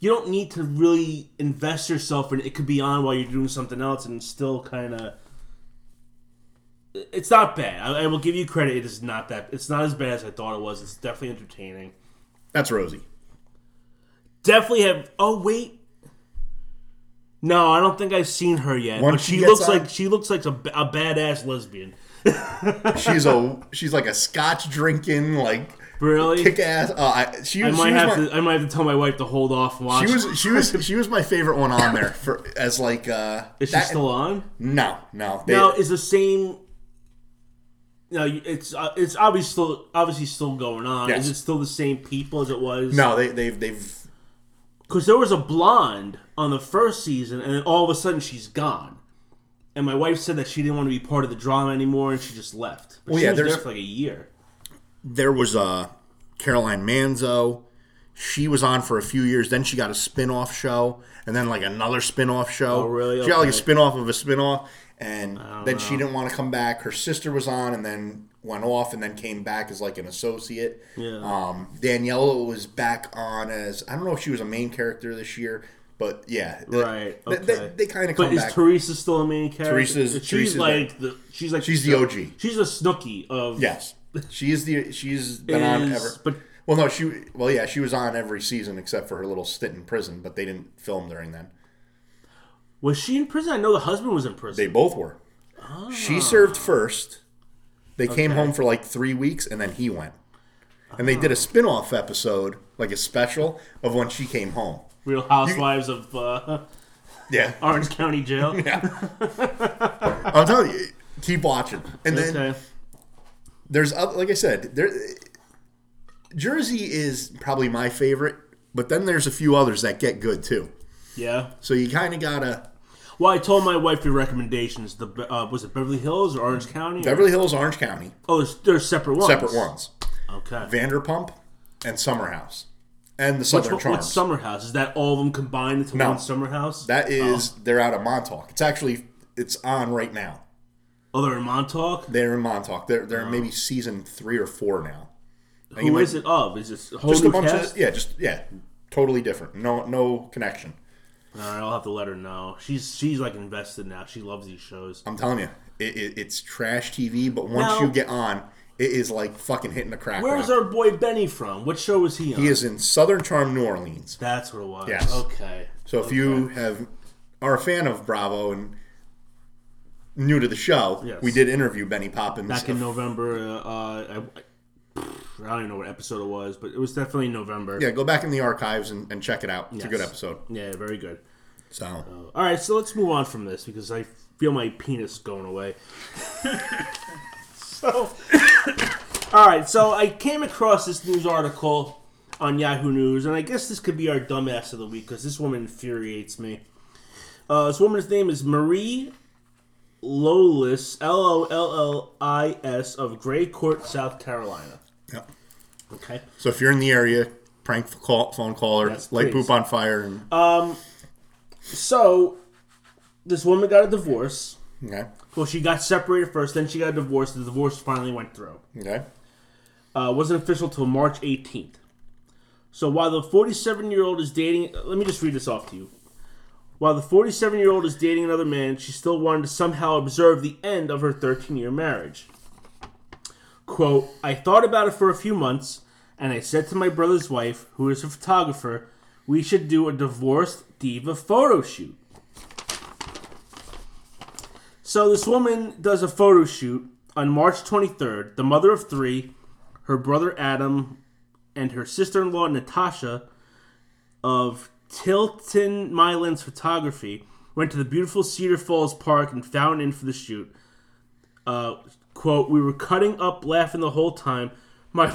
Speaker 1: you don't need to really invest yourself in it. It could be on while you're doing something else and still kind of it's not bad. I, I will give you credit. It is not that. It's not as bad as I thought it was. It's definitely entertaining.
Speaker 2: that's Rosie.
Speaker 1: Definitely have. Oh wait, no, I don't think I've seen her yet.
Speaker 2: Once
Speaker 1: but
Speaker 2: she
Speaker 1: she,
Speaker 2: gets
Speaker 1: looks
Speaker 2: on-
Speaker 1: like she looks like a, b- a badass lesbian.
Speaker 2: She's a she's like a Scotch drinking like
Speaker 1: Really,
Speaker 2: kick ass. Uh, I, she,
Speaker 1: I
Speaker 2: was- she
Speaker 1: might
Speaker 2: was
Speaker 1: have
Speaker 2: my,
Speaker 1: to. I might have to tell my wife to hold off. And watch.
Speaker 2: She was she was she was my favorite one on there for as like uh
Speaker 1: Is she
Speaker 2: that-
Speaker 1: still on?
Speaker 2: no no they,
Speaker 1: now is the same. No, you- it's uh, it's obviously still obviously still going on.
Speaker 2: Yes.
Speaker 1: Is it still the same people as it was?
Speaker 2: no they they've they've
Speaker 1: because there was a blonde on the first season, and then all of a sudden she's gone. And my wife said that she didn't want to be part of the drama anymore, and she just left. But
Speaker 2: Well,
Speaker 1: she
Speaker 2: yeah,
Speaker 1: was there
Speaker 2: there's-
Speaker 1: for like a year.
Speaker 2: there was uh, Caroline Manzo. She was on for a few years. Then she got a spin-off show, and then like another spin-off show.
Speaker 1: Oh, really?
Speaker 2: She got like a
Speaker 1: Okay.
Speaker 2: spin-off of a spin-off, and then she didn't want to come back. Her sister was on, and then went off, and then came back as like an associate.
Speaker 1: Yeah.
Speaker 2: Um, Daniela was back on as I don't know if she was a main character this year, but yeah, they-
Speaker 1: Right,
Speaker 2: They, they,
Speaker 1: okay.
Speaker 2: kind of come
Speaker 1: But is
Speaker 2: back.
Speaker 1: Teresa still a main character?
Speaker 2: Teresa's-
Speaker 1: she's
Speaker 2: Teresa's
Speaker 1: like the she's like
Speaker 2: She's the OG.
Speaker 1: She's a snooky of
Speaker 2: Yes, she is the she's been on
Speaker 1: Is-
Speaker 2: ever.
Speaker 1: but-
Speaker 2: well, no, she well yeah she was on every season except for her little stint in prison, but they didn't film during then.
Speaker 1: Was she in prison? I know the husband was in prison.
Speaker 2: They both were.
Speaker 1: Ah.
Speaker 2: She served first. They came home for like three weeks, and then he went. And they did
Speaker 1: Ah.
Speaker 2: a spin-off episode, like a special, of when she came home.
Speaker 1: Real Housewives of uh,
Speaker 2: Yeah,
Speaker 1: Orange County Jail.
Speaker 2: I'm telling you, keep watching. And then
Speaker 1: Okay.
Speaker 2: there's other, like I said, there Jersey is probably my favorite, but then there's a few others that get good too.
Speaker 1: Yeah.
Speaker 2: So you kind of gotta
Speaker 1: Well, I told my wife your recommendations. The uh, was it Beverly Hills or Orange County? or-
Speaker 2: Beverly Hills, Orange County,
Speaker 1: Oh, there's, there's separate ones.
Speaker 2: separate ones.
Speaker 1: Okay.
Speaker 2: Vanderpump and Summer House, and the
Speaker 1: Which
Speaker 2: Southern
Speaker 1: one-
Speaker 2: Charms.
Speaker 1: what's summer house? Is that all of them combined into
Speaker 2: No.
Speaker 1: one summer house?
Speaker 2: that is, they're out of Montauk. It's actually it's on right now.
Speaker 1: oh, they're in Montauk.
Speaker 2: They're in Montauk. They're
Speaker 1: Oh.
Speaker 2: they're maybe season three or four now.
Speaker 1: Who is it of? Is it a whole
Speaker 2: Just
Speaker 1: new
Speaker 2: a bunch
Speaker 1: cast?
Speaker 2: of yeah, just yeah, totally different. No no connection.
Speaker 1: All right, I'll have to let her know. She's she's like invested now. She loves these shows.
Speaker 2: I'm telling you, it, it, it's trash TV. But once
Speaker 1: Now-
Speaker 2: you get on, it is like fucking hitting the crack.
Speaker 1: Where's
Speaker 2: rock.
Speaker 1: our boy Benny from? What show was he on?
Speaker 2: He is in Southern Charm, New Orleans.
Speaker 1: That's what it was.
Speaker 2: Yes.
Speaker 1: Okay.
Speaker 2: So if you have are a fan of Bravo and new to the show,
Speaker 1: Yes.
Speaker 2: we did interview Benny Poppins.
Speaker 1: Back in November, uh, uh, I, I don't even know what episode it was, but it was definitely November.
Speaker 2: yeah, go back in the archives and, and check it out. It's a good
Speaker 1: Yes. Oh.
Speaker 2: episode.
Speaker 1: Yeah, very good.
Speaker 2: So
Speaker 1: All right, so let's move on from this because I feel my penis going away. so, all right, so I came across this news article on Yahoo News, and I guess this could be our dumbass of the week because this woman infuriates me. Uh, this woman's name is Marie Lollis, L O L L I S, of Gray Court, South Carolina.
Speaker 2: yeah.
Speaker 1: Okay.
Speaker 2: so if you're in the area, prank call, phone caller,
Speaker 1: Yes, please.
Speaker 2: light
Speaker 1: Uh,
Speaker 2: poop on fire, and
Speaker 1: So, this woman got a divorce.
Speaker 2: okay,
Speaker 1: Well, she got separated first, then she got a divorce. The divorce finally went through.
Speaker 2: okay,
Speaker 1: uh, wasn't official till March 18th. So while the 47 year old is dating, let me just read this off to you. While the 47 year old is dating another man, she still wanted to somehow observe the end of her 13 year marriage. Quote, I thought about it for a few months, and I said to my brother's wife, who is a photographer, we should do a divorced diva photo shoot. So this woman does a photo shoot on March 23rd. The mother of three, her brother Adam, and her sister-in-law Natasha of Tilton Mylands Photography went to the beautiful Cedar Falls Park and found in for the shoot. Uh, quote: We were cutting up, laughing the whole time. My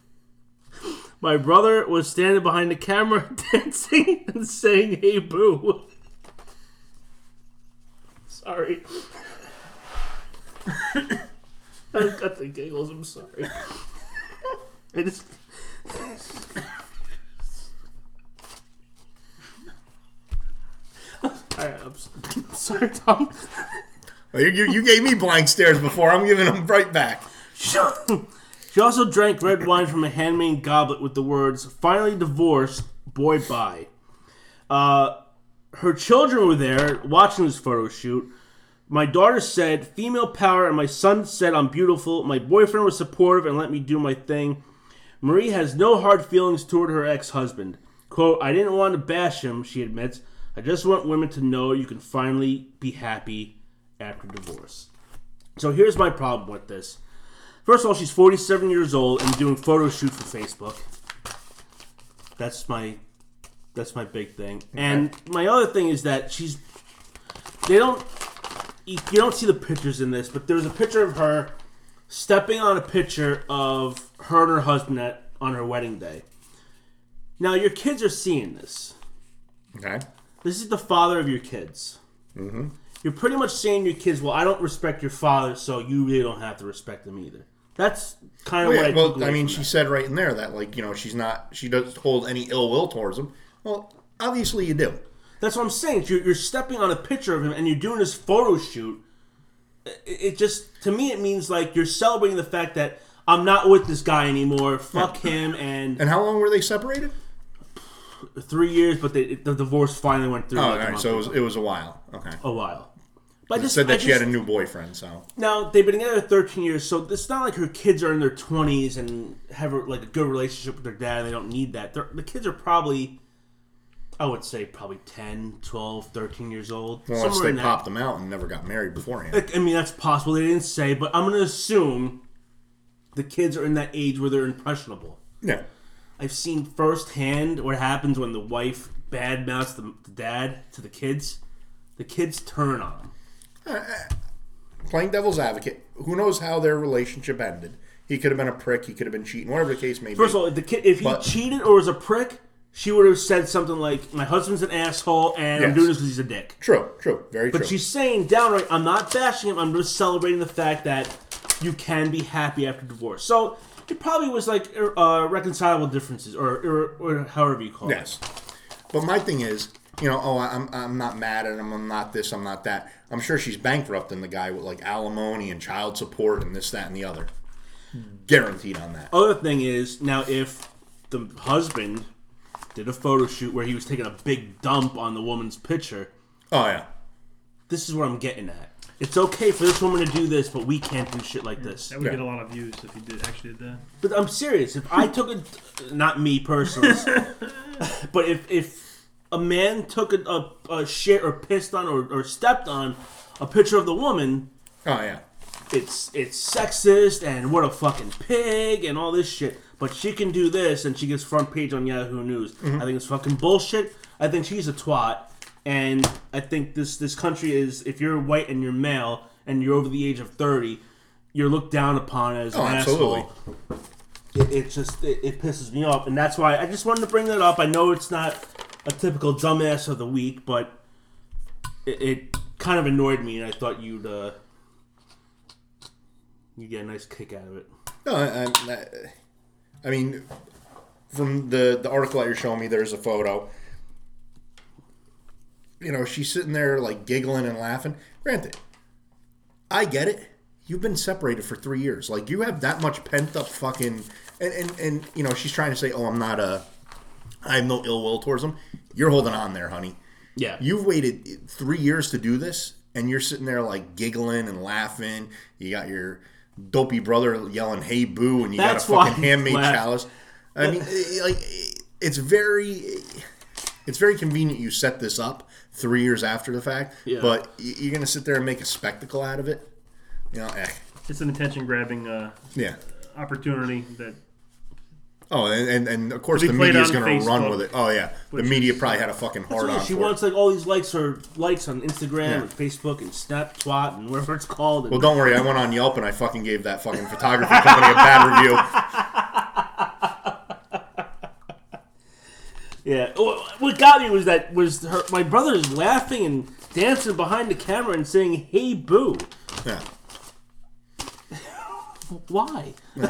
Speaker 1: my brother was standing behind the camera, dancing and saying, "Hey, boo." Sorry. I've got the giggles. I'm sorry. I just. All right, I'm, s- I'm sorry, Tom.
Speaker 2: Well, Oh, You, you, you gave me blank stares before. I'm giving them right back.
Speaker 1: She also drank red wine from a handmade goblet with the words "Finally divorced, boy, bye." Uh, her children were there watching this photo shoot. My daughter said, "Female power," and my son said, "I'm beautiful." My boyfriend was supportive and let me do my thing. Marie has no hard feelings toward her ex-husband. "Quote: I didn't want to bash him," she admits. "I just want women to know you can finally be happy after divorce." So here's my problem with this. First of all, she's 47 years old and doing photo shoot for Facebook. That's my that's my big thing. And my other thing is that she's they don't you you don't see the pictures in this, but there's a picture of her stepping on a picture of her and her husband at, on her wedding day. Now your kids are seeing this.
Speaker 2: Okay.
Speaker 1: This is the father of your kids.
Speaker 2: Mm-hmm.
Speaker 1: You're pretty much saying to your kids, "Well, I don't respect your father, so you really don't have to respect him either." That's kind of what I took
Speaker 2: Oh, well,
Speaker 1: away
Speaker 2: I mean,
Speaker 1: from
Speaker 2: she
Speaker 1: that.
Speaker 2: said right in there that, like, you know, she's not, she doesn't hold any ill will towards him. Well, obviously you do.
Speaker 1: That's what I'm saying. You're, you're stepping on a picture of him and you're doing this photo shoot. It, it just, to me, it means like you're celebrating the fact that I'm not with this guy anymore. Fuck him. And
Speaker 2: And how long were they separated?
Speaker 1: three years, but they, the divorce finally went through.
Speaker 2: Oh,
Speaker 1: like,
Speaker 2: all
Speaker 1: a
Speaker 2: right.
Speaker 1: month
Speaker 2: So it was,
Speaker 1: ago.
Speaker 2: it was a while. Okay.
Speaker 1: a while. But I
Speaker 2: It
Speaker 1: just
Speaker 2: said
Speaker 1: I
Speaker 2: that she had
Speaker 1: just-
Speaker 2: a new boyfriend, so.
Speaker 1: Now they've been together 13 years, so it's not like her kids are in their 20s and have a, like a good relationship with their dad. And they don't need that. They're, the kids are probably, I would say, probably 10, 12, 13 years old.
Speaker 2: Well, Unless
Speaker 1: somewhere
Speaker 2: they
Speaker 1: in that.
Speaker 2: popped them out and never got married beforehand.
Speaker 1: I mean, that's possible. They didn't say, but I'm going to assume the kids are in that age where they're impressionable.
Speaker 2: yeah.
Speaker 1: I've seen firsthand what happens when the wife badmouths the, the dad to the kids. The kids turn on him.
Speaker 2: Playing devil's advocate, who knows how their relationship ended? He could have been a prick. He could have been cheating, whatever the case may be.
Speaker 1: First of all, if the kid, if he
Speaker 2: But-
Speaker 1: cheated or was a prick, she would have said something like, "My husband's an asshole, and I'm
Speaker 2: Yes.
Speaker 1: doing this because he's a dick."
Speaker 2: true, true, very
Speaker 1: But
Speaker 2: true.
Speaker 1: she's saying downright, "I'm not bashing him. I'm just celebrating the fact that you can be happy after divorce." So it probably was like ir- uh, reconcilable differences, or, or or however you call
Speaker 2: Yes. But my thing is, you know, oh, I'm, I'm not mad at him. I'm not this. I'm not that. I'm sure she's bankrupting the guy with like alimony and child support and this, that, and the other.
Speaker 1: Hmm.
Speaker 2: Guaranteed on that.
Speaker 1: it. Other thing is now if the husband did a photo shoot where he was taking a big dump on the woman's picture,
Speaker 2: Oh, yeah.
Speaker 1: this is what I'm getting at. It's okay for this woman to do this, but we can't do shit like this.
Speaker 3: That would
Speaker 2: Yeah.
Speaker 3: get a lot of views if he did actually did that.
Speaker 1: But I'm serious. If I took a, not me personally, but if if a man took a, a, a shit or pissed on or, or stepped on a picture of the woman,
Speaker 2: Oh, yeah.
Speaker 1: it's it's sexist and what a fucking pig and all this shit. But she can do this and she gets front page on Yahoo News.
Speaker 2: Mm-hmm.
Speaker 1: I think it's fucking bullshit. I think she's a twat, and I think this this country is if you're white and you're male and you're over the age of thirty, you're looked down upon as
Speaker 2: Oh,
Speaker 1: an
Speaker 2: absolutely.
Speaker 1: asshole it, it just it, it pisses me off and that's why i just wanted to bring that up i know it's not a typical dumbass of the week but it, it kind of annoyed me and i thought you'd uh you get a nice kick out of it
Speaker 2: No, I, I, I mean, from the the article that you're showing me, there's a photo. You know, she's sitting there like giggling and laughing. Granted, I get it. you've been separated for three years. Like you have that much pent up fucking and, and and you know she's trying to say, oh, I'm not a, I have no ill will towards him. You're holding on there, honey.
Speaker 1: Yeah.
Speaker 2: You've waited three years to do this, and you're sitting there like giggling and laughing. You got your dopey brother yelling "Hey boo," and you
Speaker 1: That's
Speaker 2: got a
Speaker 1: why
Speaker 2: fucking handmade
Speaker 1: I laugh.
Speaker 2: chalice. I mean, it- like it's very, it's very convenient you set this up three years after the fact,
Speaker 1: Yeah.
Speaker 2: but y- you're gonna sit there and make a spectacle out of it. You know, eh.
Speaker 3: It's an attention grabbing uh,
Speaker 2: yeah.
Speaker 3: opportunity that
Speaker 2: Oh, and, and, and of course the
Speaker 3: It'll be played
Speaker 2: media's
Speaker 3: on
Speaker 2: going to run
Speaker 3: Facebook,
Speaker 2: with it. Oh yeah, the
Speaker 3: which
Speaker 2: media
Speaker 3: is-
Speaker 2: probably had a fucking hard
Speaker 1: Yeah,
Speaker 2: on.
Speaker 1: she
Speaker 2: for
Speaker 1: wants
Speaker 2: it.
Speaker 1: like all these likes or likes on Instagram
Speaker 2: Yeah.
Speaker 1: and Facebook and Snap, Twat, and whatever it's called. And
Speaker 2: Well, don't worry. I went on Yelp and I fucking gave that fucking photography company a bad review.
Speaker 1: Yeah. Wh- What got me was that was her, my brother's laughing and dancing behind the camera and saying, "Hey, boo."
Speaker 2: Yeah.
Speaker 1: Why?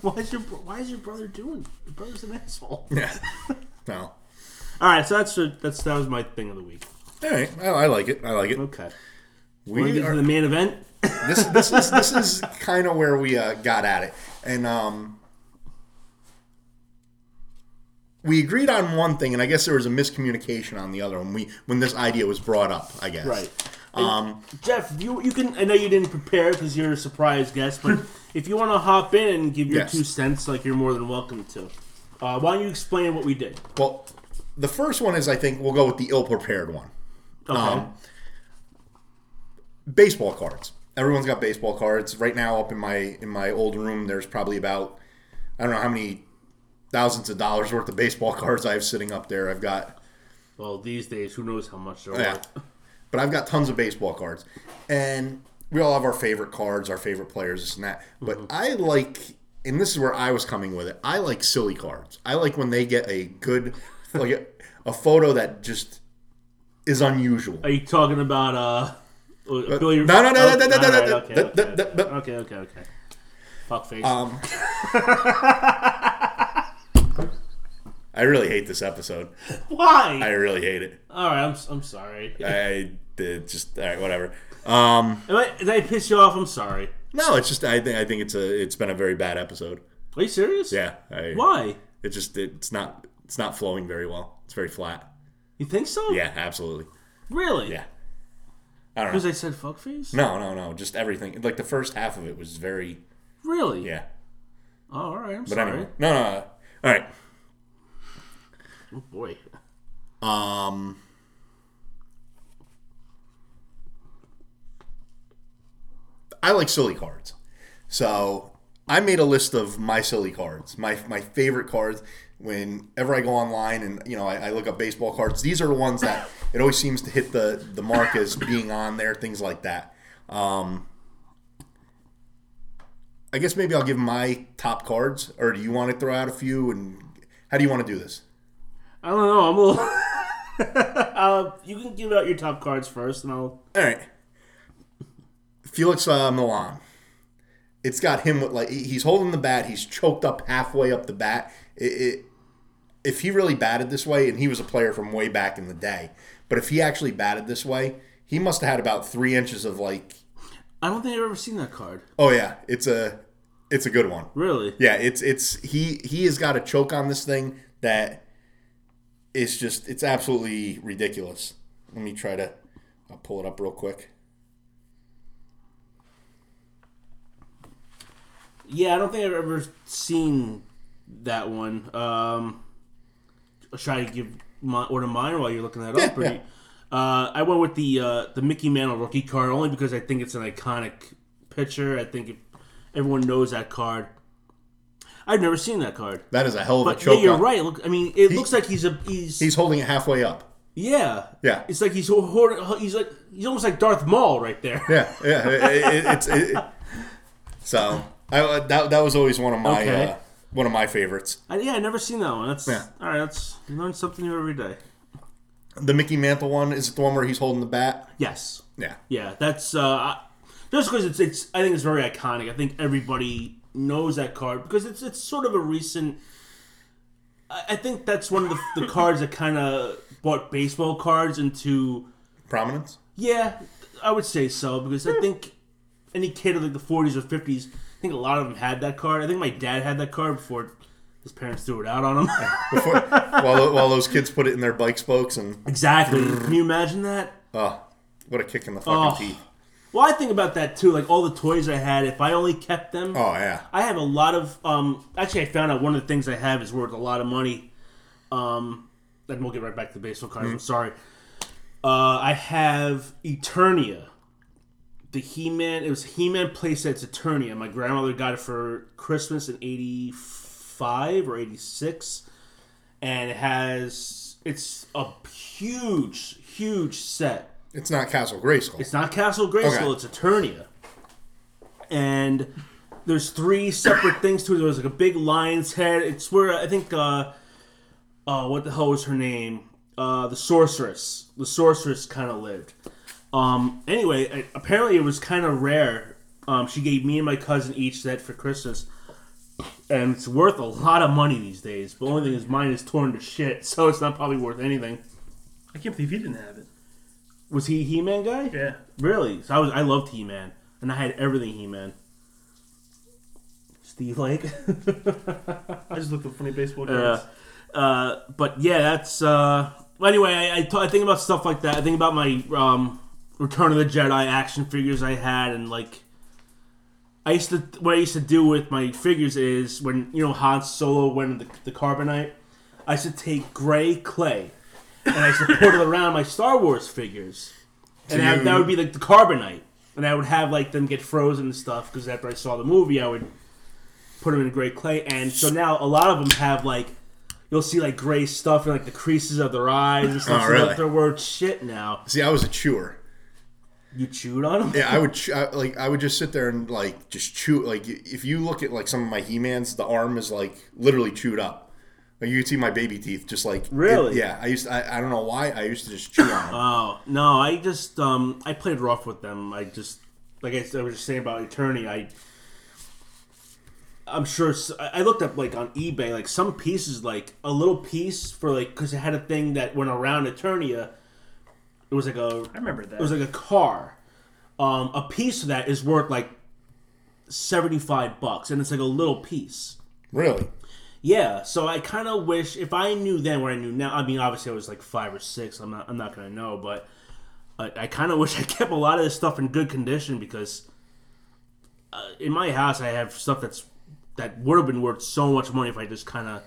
Speaker 1: why is your bro- Why is your brother doing? Your brother's an asshole.
Speaker 2: Yeah. No.
Speaker 1: All right. So that's a, that's that was my thing of the week.
Speaker 2: All right. I, I like it. I like it.
Speaker 1: Okay. Want to
Speaker 2: We
Speaker 1: get to
Speaker 2: are,
Speaker 1: the main event?
Speaker 2: this this is this is kind of where we uh, got at it, and um, we agreed on one thing, and I guess there was a miscommunication on the other when we when this idea was brought up. I guess.
Speaker 1: Right.
Speaker 2: Um,
Speaker 1: Jeff, you you can. I know you didn't prepare because you're a surprise guest, but if you want to hop in and give your
Speaker 2: Yes.
Speaker 1: two cents, like you're more than welcome to. Uh, why don't you explain what we did?
Speaker 2: Well, the first one is I think we'll go with the ill prepared one.
Speaker 1: Okay.
Speaker 2: Um, baseball cards. Everyone's got baseball cards right now. Up in my in my old room, there's probably about I don't know how many thousands of dollars worth of baseball cards I have sitting up there. I've got
Speaker 1: well, these days, who knows how much they're
Speaker 2: yeah,
Speaker 1: worth?
Speaker 2: but I've got tons of baseball cards, and we all have our favorite cards, our favorite players, this and that. But I like, and this is where I was coming with it. I like silly cards. I like when they get a good like a, a photo that just is unusual.
Speaker 1: Are you talking about uh? Billy-
Speaker 2: no, no, no, no,
Speaker 1: Oh,
Speaker 2: no, no, no,
Speaker 1: alright,
Speaker 2: no,
Speaker 1: okay,
Speaker 2: no,
Speaker 1: okay,
Speaker 2: no, no, no. Um,
Speaker 1: Okay, okay, okay. Fuck face.
Speaker 2: I really hate this episode. I
Speaker 1: Why?
Speaker 2: really hate it.
Speaker 1: All right, I'm s- I'm sorry.
Speaker 2: I did just all right, whatever. Um,
Speaker 1: Am I- Did I piss you off? I'm sorry.
Speaker 2: no, it's just I think I think it's a it's been a very bad episode.
Speaker 1: Are you serious?
Speaker 2: Yeah, I,
Speaker 1: Why?
Speaker 2: It just it's not it's not flowing very well. It's very flat.
Speaker 1: You think so?
Speaker 2: Yeah, absolutely.
Speaker 1: Really?
Speaker 2: Yeah, I don't
Speaker 1: Because
Speaker 2: know.
Speaker 1: I said fuck face.
Speaker 2: No, no, no. Just everything. Like the first half of it was very
Speaker 1: Really?
Speaker 2: yeah.
Speaker 1: Oh, all right. I'm
Speaker 2: But
Speaker 1: sorry.
Speaker 2: anyway, no, no, no. All right.
Speaker 1: Oh boy.
Speaker 2: Um. I like silly cards. So I made a list of my silly cards, my my favorite cards. Whenever I go online and you know I, I look up baseball cards, these are the ones that it always seems to hit the the mark as being on there, things like that. Um, I guess maybe I'll give my top cards, or do you want to throw out a few? And how do you want to do this?
Speaker 1: I don't know. I'm a little. uh, you can give out your top cards first, and I'll.
Speaker 2: All right. Felix uh, Milan. It's got him with like he- he's holding the bat. He's choked up halfway up the bat. It, it, if he really batted this way, and he was a player from way back in the day, but if he actually batted this way, he must have had about three inches of like.
Speaker 1: I don't think I've ever seen that card.
Speaker 2: Oh yeah, it's a it's a good one.
Speaker 1: Really?
Speaker 2: Yeah, it's it's he he has got a choke on this thing that is just it's absolutely ridiculous. Let me try to I'll pull it up real quick.
Speaker 1: Yeah, I don't think I've ever seen that one. Um, should I give my order mine while you're looking that up? or do
Speaker 2: yeah.
Speaker 1: you- Uh, I went with the uh, the Mickey Mantle rookie card only because I think it's an iconic picture. I think everyone knows that card. I've never seen that card,
Speaker 2: That is a hell of a
Speaker 1: but
Speaker 2: choke.
Speaker 1: yeah, you're
Speaker 2: on.
Speaker 1: right. Look, I mean, it looks like he's a he's,
Speaker 2: He's holding it halfway up.
Speaker 1: yeah
Speaker 2: Yeah.
Speaker 1: It's like he's hoarding, he's like he's almost like Darth Maul right there.
Speaker 2: Yeah, yeah. it- it- it's it, it- so I, uh, that that was always one of my
Speaker 1: Okay.
Speaker 2: uh, one of my favorites.
Speaker 1: I, yeah, I never seen that one. That's
Speaker 2: Yeah.
Speaker 1: all right. That's you learn something new every day.
Speaker 2: The Mickey Mantle one is it the one where he's holding the bat?
Speaker 1: Yes.
Speaker 2: Yeah,
Speaker 1: Yeah, that's uh, I- just because it's it's. I think it's very iconic. I think everybody knows that card because it's it's sort of a recent. I I think that's one of the, the cards that kind of brought baseball cards into
Speaker 2: prominence.
Speaker 1: yeah, I would say so because I think any kid of like the 40s or 50s, I think a lot of them had that card. I think my dad had that card before his parents threw it out on him.
Speaker 2: Before, while, while those kids put it in their bike spokes and
Speaker 1: exactly. Can you imagine that?
Speaker 2: oh, what a kick in the
Speaker 1: Oh.
Speaker 2: fucking teeth.
Speaker 1: Well, I think about that too. Like all the toys I had, if I only kept them,
Speaker 2: Oh yeah,
Speaker 1: I have a lot of. Um, actually, I found out one of the things I have is worth a lot of money. Um, and we'll get right back to the baseball cards. I'm sorry. Uh, I have Eternia, the He-Man. It was He-Man playsets Eternia. My grandmother got it for Christmas in '85 or '86, and it has it's a huge, huge set.
Speaker 2: it's not Castle Grayskull.
Speaker 1: It's not Castle Grayskull.
Speaker 2: Okay.
Speaker 1: It's Eternia. And there's three separate things to it. There was like a big lion's head. It's where I think, uh, uh, what the hell was her name? Uh, the sorceress. The sorceress kind of lived. Um, anyway, I, apparently it was kind of rare. Um, she gave me and my cousin each that for Christmas. And it's worth a lot of money these days. But only thing is, mine is torn to shit, so it's not probably worth anything.
Speaker 3: I can't believe he didn't have it.
Speaker 1: Was he a He-Man guy?
Speaker 3: Yeah.
Speaker 1: Really? So I was I loved He Man, and I had everything He Man. Steve Lake.
Speaker 3: I just looked up funny baseball
Speaker 1: uh,
Speaker 3: cards.
Speaker 1: uh, but yeah, that's. Uh, well, anyway, I I ta- I think about stuff like that. I think about my um, Return of the Jedi action figures I had, and like. I used to what I used to do with my figures is when you know Han Solo went in the, the carbonite, I used to take gray clay, and I used to put it around my Star Wars figures, and that, that would be like the carbonite, and I would have like them get frozen and stuff because after I saw the movie, I would put them in gray clay, and so now a lot of them have like you'll see like gray stuff in like the creases of their eyes and stuff.
Speaker 2: Oh,
Speaker 1: so
Speaker 2: really?
Speaker 1: that they're worth shit now.
Speaker 2: See, I was a chewer.
Speaker 1: You chewed on them.
Speaker 2: Yeah, I would ch- I, like I would just sit there and like just chew. Like y- if you look at like some of my He-Man's, the arm is like literally chewed up. Like you could see my baby teeth, just like it-
Speaker 1: Really?
Speaker 2: yeah, I used I, I don't know why I used to just chew on. 'em.
Speaker 1: Oh no, I just um I played rough with them. I just like I, s- I was just saying about Eternity. I I'm sure s- I I looked up like on eBay like some pieces like a little piece for like because it had a thing that went around Eternia. It was like a
Speaker 3: I remember that.
Speaker 1: it was like a car. Um, a piece of that is worth like seventy five bucks, and it's like a little piece.
Speaker 2: really?
Speaker 1: Yeah, so I kind of wish if I knew then what I knew now. I mean, obviously I was like five or six. I'm not. I'm not gonna know, but I, I kind of wish I kept a lot of this stuff in good condition because uh, in my house I have stuff that's that would have been worth so much money if I just kind of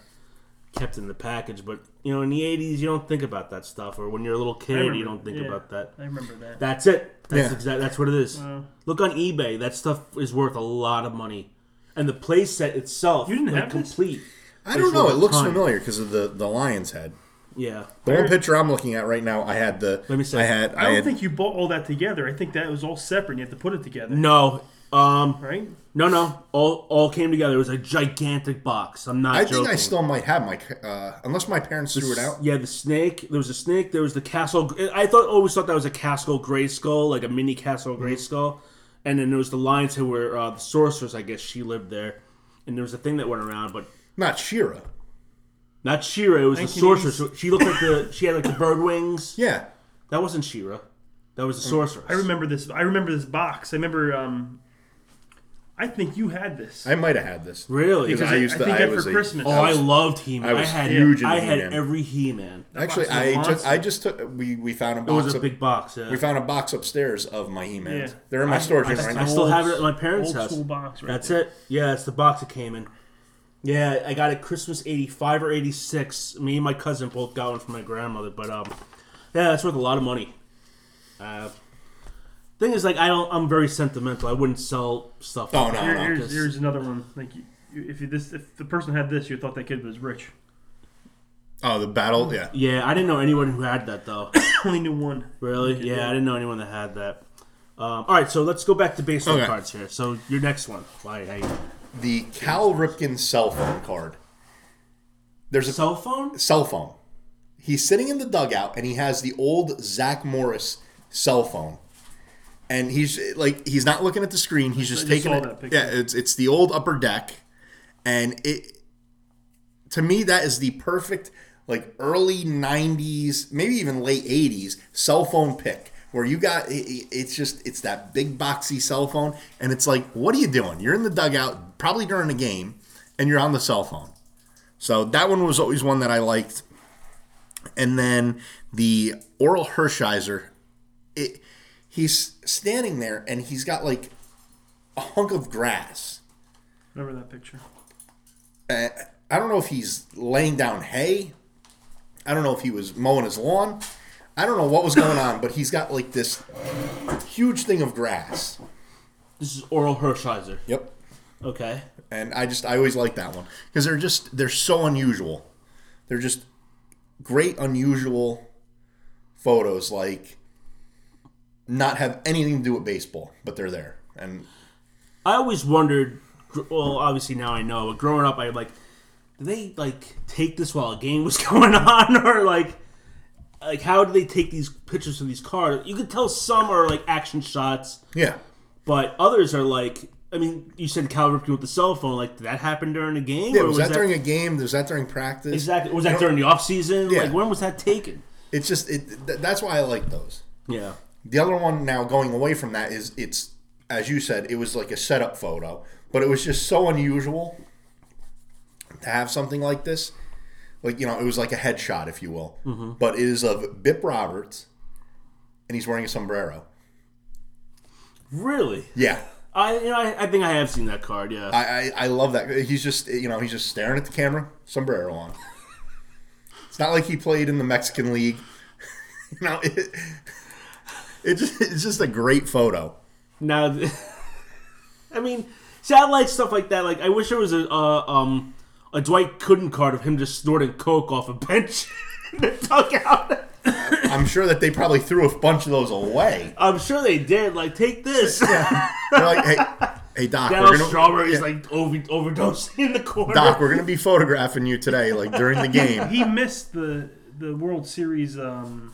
Speaker 1: kept it in the package. But you know, in the '80s, you don't think about that stuff, or when you're a little kid,
Speaker 3: remember-
Speaker 1: you don't think
Speaker 3: yeah,
Speaker 1: about that.
Speaker 3: I remember that.
Speaker 1: That's it. That's
Speaker 2: Yeah.
Speaker 1: exact. That's what it is. Look on eBay. That stuff is worth a lot of money, and the playset itself,
Speaker 3: You didn't
Speaker 1: like,
Speaker 3: have this?
Speaker 1: complete.
Speaker 2: I don't know. It looks
Speaker 1: Ton.
Speaker 2: familiar because of the the lion's head.
Speaker 1: Yeah.
Speaker 2: The one picture I'm looking at right now, I had the.
Speaker 1: Let me see.
Speaker 2: I had. I,
Speaker 3: I don't
Speaker 2: had,
Speaker 3: think you bought all that together. I think that was all separate. and You have to put it together,
Speaker 1: No. Um.
Speaker 3: right?
Speaker 1: No. No. All all came together. It was a gigantic box. I'm not.
Speaker 2: I
Speaker 1: joking.
Speaker 2: think I still might have my. ca- Uh, unless my parents threw it out.
Speaker 1: Yeah, the snake. There was a snake. There was the castle. I thought always thought that was a castle gray skull, like a mini castle gray
Speaker 3: Mm-hmm.
Speaker 1: skull. And then there was the lion's head where uh, the sorceress, I guess, she lived there. And there was a thing that went around, but
Speaker 2: Not Shira.
Speaker 1: not Shira. It was the
Speaker 3: 1980s.
Speaker 1: sorceress. She looked like the. She had like the bird wings.
Speaker 2: Yeah.
Speaker 1: That wasn't Shira. That was
Speaker 2: Mm.
Speaker 1: the sorceress.
Speaker 3: I remember this. I remember this box. I remember. Um, I think you had this.
Speaker 2: I might have had this.
Speaker 1: Really?
Speaker 2: Because I used to-
Speaker 3: think
Speaker 2: I
Speaker 3: that
Speaker 2: was
Speaker 3: for
Speaker 2: a-
Speaker 3: Christmas.
Speaker 1: oh, I loved He Man.
Speaker 2: I
Speaker 1: I,
Speaker 2: was
Speaker 1: had
Speaker 2: huge into
Speaker 1: I had
Speaker 2: He-Man.
Speaker 1: every He Man. It
Speaker 2: Actually,
Speaker 3: box is a
Speaker 2: I just
Speaker 3: monster.
Speaker 2: I just took we we found a box.
Speaker 1: was a
Speaker 2: of-
Speaker 1: big box. Yeah.
Speaker 2: We found a box upstairs of my He-Man's.
Speaker 3: Yeah.
Speaker 2: They're in my storage
Speaker 1: I,
Speaker 2: room right
Speaker 1: I
Speaker 2: now.
Speaker 1: still have it at my parents'
Speaker 3: old
Speaker 1: house.
Speaker 3: school box right
Speaker 1: That's
Speaker 3: there.
Speaker 1: it. Yeah, it's the box it came in. Yeah, I got it Christmas '85 or '86. Me and my cousin both got one from my grandmother, but um, yeah, that's worth a lot of money. Uh, thing is, like, I don't. I'm very sentimental. I wouldn't sell stuff.
Speaker 2: Oh,
Speaker 1: like
Speaker 2: no,
Speaker 1: that.
Speaker 3: Here-
Speaker 2: no.
Speaker 3: here's,
Speaker 1: Just-
Speaker 3: here's another one. Like you, you- if you, this, if the person had this, you thought that kid was rich.
Speaker 2: Oh, the battle. Yeah.
Speaker 1: Yeah, I didn't know anyone who had that though.
Speaker 3: Only knew one.
Speaker 1: Really? Yeah, I didn't know anyone that had that. Um, all right, so let's go back to baseball
Speaker 2: Okay.
Speaker 1: cards here. So your next one, like a
Speaker 2: The Cal Ripken cell phone card. There's a
Speaker 1: cell phone.
Speaker 2: cell phone. He's sitting in the dugout and he has the old Zach Morris cell phone. And he's like he's not looking at the screen, he's just
Speaker 3: I just
Speaker 2: taking
Speaker 3: saw
Speaker 2: it.
Speaker 3: that picture.
Speaker 2: yeah, it's it's the old upper deck and it to me that is the perfect like early 90s, maybe even late 80s cell phone pick where you got it, it- it's just it's that big boxy cell phone, and it's like, what are you doing? You're in the dugout probably during a game, and you're on the cell phone. So that one was always one that I liked, and then the Oral Hershiser, it he's standing there and he's got like a hunk of grass.
Speaker 3: Remember that picture?
Speaker 2: Uh, I don't know if he's laying down hay. I don't know if he was mowing his lawn. I don't know what was going on, but he's got like this huge thing of grass.
Speaker 1: This is Oral Hershiser.
Speaker 2: Yep.
Speaker 1: Okay.
Speaker 2: And I just I always like that one because they're just they're so unusual. They're just great unusual photos like not have anything to do with baseball, but they're there. And
Speaker 1: I always wondered. gr- Well, obviously now I know, but growing up, I like. Did they like take this while a game was going on, or like, like how do they take these pictures of these cars? You could tell some are like action shots,
Speaker 2: yeah.
Speaker 1: but others are like. I mean, you said Cal Ripken with the cell phone. Like, did that happen during a game?
Speaker 2: Yeah, was, that, during a game? Was that during practice?
Speaker 1: exactly? Was
Speaker 2: You
Speaker 1: that
Speaker 2: know,
Speaker 1: during the off season?
Speaker 2: Yeah.
Speaker 1: Like, when was that taken?
Speaker 2: It's just it. Th- that's why I like those.
Speaker 1: Yeah.
Speaker 2: The other one now going away from that is it's as you said, it was like a setup photo, but it was just so unusual to have something like this. Like you know, it was like a headshot, if you will, but it is of Bip Roberts, and he's wearing a sombrero.
Speaker 1: Really?
Speaker 2: Yeah,
Speaker 1: I you know I, I think I have seen that card. Yeah.
Speaker 2: I, I I love that. He's just you know he's just staring at the camera, sombrero on. it's not like he played in the Mexican league. you know, it, it just, it's just a great photo.
Speaker 1: Now, th- I mean, satellite stuff like that. Like, I wish there was a uh, um a Dwight Gooden card of him just snorting coke off a bench in the dugout.
Speaker 2: I'm sure that they probably threw a bunch of those away.
Speaker 1: I'm sure they did. Like, take this.
Speaker 2: They're like, hey, hey Doc,
Speaker 1: Now
Speaker 2: we're gonna,
Speaker 1: Strawberry's like over- overdosing in the corner.
Speaker 2: Doc, we're gonna be photographing you today, like during the game.
Speaker 3: He missed the the World Series. Um,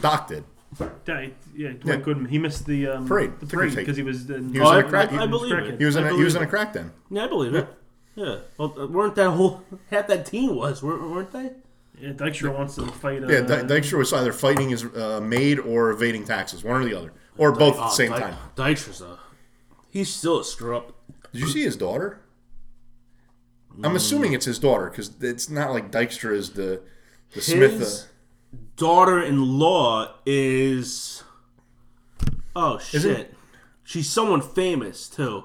Speaker 2: Doc did.
Speaker 3: di- yeah, Dwight
Speaker 2: Yeah.
Speaker 3: Goodman. He missed the um,
Speaker 2: Parade.
Speaker 3: The
Speaker 2: Pick and
Speaker 3: parade
Speaker 2: take.
Speaker 3: because he was. In,
Speaker 2: was
Speaker 1: Oh,
Speaker 2: in
Speaker 1: I,
Speaker 2: a crack-
Speaker 1: I, I believe it.
Speaker 2: He was in
Speaker 1: I
Speaker 2: a, he
Speaker 1: believe
Speaker 2: was in a
Speaker 1: it.
Speaker 2: crack then.
Speaker 1: Yeah, I believe it. Yeah. Well, uh, weren't that whole half that team was weren't, weren't they?
Speaker 3: Yeah, Dykstra wants to fight. Uh,
Speaker 2: Yeah, Dyke Dykstra was either fighting his uh, maid or evading taxes, one or the other, or both
Speaker 1: uh,
Speaker 2: at the same time.
Speaker 1: Dykstra's Oh, a he's still a screw up.
Speaker 2: Did you see his daughter?
Speaker 1: Hmm.
Speaker 2: I'm assuming it's his daughter because it's not like Dykstra is the the Smith.
Speaker 1: His
Speaker 2: Uh,
Speaker 1: daughter-in-law is oh shit,
Speaker 2: it-
Speaker 1: she's someone famous too.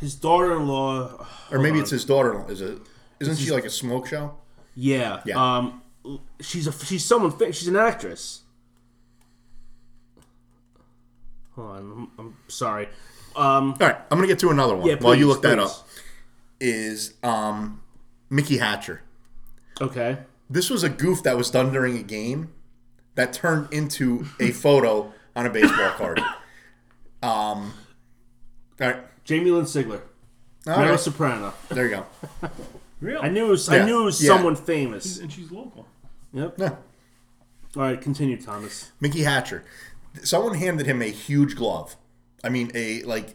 Speaker 1: His daughter-in-law,
Speaker 2: or maybe it's his daughter. Is it? Isn't she like a smoke show?
Speaker 1: yeah,
Speaker 2: Yeah.
Speaker 1: um, she's a she's someone fa- she's an actress. Hold on, I'm, I'm sorry. Um,
Speaker 2: All right, I'm gonna get to another one
Speaker 1: yeah,
Speaker 2: while you
Speaker 1: please,
Speaker 2: look that
Speaker 1: please.
Speaker 2: up. Is um, Mickey Hatcher.
Speaker 1: Okay,
Speaker 2: This was a goof that was done during a game that turned into a photo on a baseball card. Um, all right,
Speaker 1: Jamie Lynn Sigler,
Speaker 2: all
Speaker 1: Mary
Speaker 2: right.
Speaker 1: Soprano.
Speaker 2: there you go.
Speaker 3: Real.
Speaker 1: I knew it was,
Speaker 2: Yeah,
Speaker 1: I knew it was
Speaker 2: yeah.
Speaker 1: someone famous.
Speaker 3: and she's local.
Speaker 1: Yep.
Speaker 2: Yeah.
Speaker 1: All right, continue, Thomas.
Speaker 2: Mickey Hatcher. Someone handed him a huge glove. I mean, a like,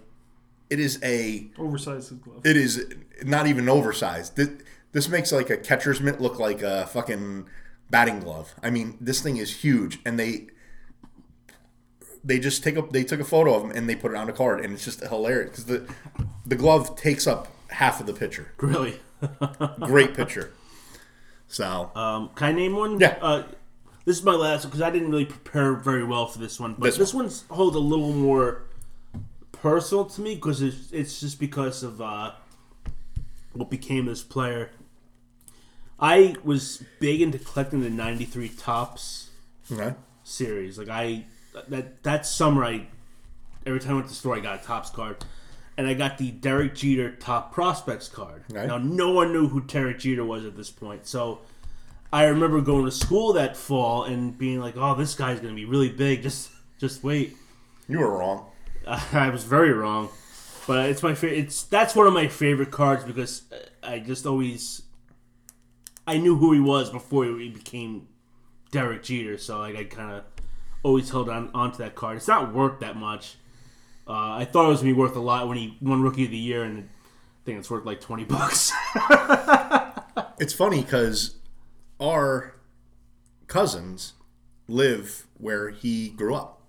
Speaker 2: it is a,
Speaker 3: Oversized glove.
Speaker 2: it is not even oversized. This, this makes like a catcher's mitt look like a fucking batting glove. I mean, this thing is huge, and they, they just take up, they took a photo of him and they put it on a card, and it's just hilarious because the, the glove takes up half of the picture.
Speaker 1: Really.
Speaker 2: Great picture. So
Speaker 1: Um, can I name one?
Speaker 2: Yeah.
Speaker 1: Uh, this is my last because I didn't really prepare very well for this one, but
Speaker 2: This
Speaker 1: this, one's holds a little more personal to me because it's, it's just because of uh, what became this player. I was big into collecting the '93 tops
Speaker 2: okay.
Speaker 1: series. Like I that that summer, I every time I went to the store, I got a tops card. And I got the Derek Jeter Top Prospects card.
Speaker 2: Right.
Speaker 1: Now, no one knew who Derek Jeter was at this point. So, I remember going to school that fall and being like, "Oh, this guy's gonna be really big." Just, just wait.
Speaker 2: you were wrong.
Speaker 1: I was very wrong, but it's my favorite. It's that's one of my favorite cards because uh, I just always I knew who he was before he became Derek Jeter. So like I kind of always held on onto that card. It's not worth that much. Uh, I thought it was gonna be worth a lot when he won Rookie of the Year, and I think it's worth like twenty bucks.
Speaker 2: It's funny because our cousins live where he grew up.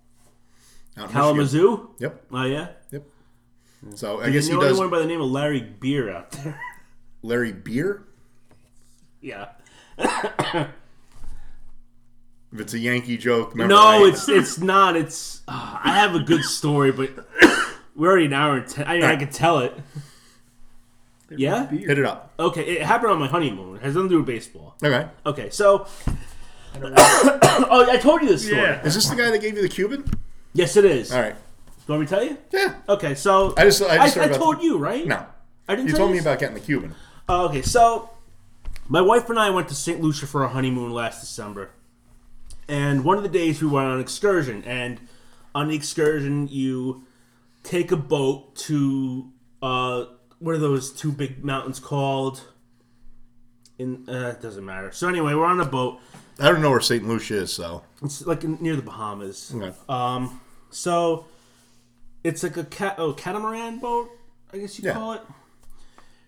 Speaker 2: Out in Michigan.
Speaker 1: Kalamazoo?
Speaker 2: Yep.
Speaker 1: Oh, yeah?
Speaker 2: Yep. So
Speaker 1: I
Speaker 2: I guess
Speaker 1: guess
Speaker 2: he
Speaker 1: you know
Speaker 2: does.
Speaker 1: anyone by the name of Larry Beer out there?
Speaker 2: Larry Beer.
Speaker 1: yeah.
Speaker 2: If it's a Yankee joke, remember
Speaker 1: No,
Speaker 2: I-
Speaker 1: it's it's not. It's uh, I have a good story, but we're already an hour and ten. I mean, I can tell it. Yeah.
Speaker 3: Beer.
Speaker 2: hit it up.
Speaker 1: Okay, it happened on my honeymoon. It has nothing to do with baseball.
Speaker 2: Okay.
Speaker 1: Okay, so oh, I told you this story.
Speaker 3: Yeah.
Speaker 2: Is this the guy that gave you the Cuban?
Speaker 1: Yes, it is.
Speaker 2: All right.
Speaker 1: Do you want me to tell you?
Speaker 2: Yeah.
Speaker 1: Okay, so
Speaker 2: I just- I just heard about-
Speaker 1: told you right.
Speaker 2: No.
Speaker 1: I didn't.
Speaker 2: You
Speaker 1: tell
Speaker 2: told
Speaker 1: you
Speaker 2: me
Speaker 1: this?
Speaker 2: about getting the Cuban.
Speaker 1: Oh, okay, so my wife and I went to St. Lucia for our honeymoon last December. And one of the days we went on an excursion. And on the excursion, you take a boat to uh, what are those two big mountains called? In uh, It doesn't matter. So, anyway, we're on a boat.
Speaker 2: I don't know where St. Lucia is, so.
Speaker 1: It's like in- near the Bahamas.
Speaker 2: Okay.
Speaker 1: Um, so it's like a cat, oh, catamaran boat, I guess you
Speaker 2: Yeah.
Speaker 1: call it.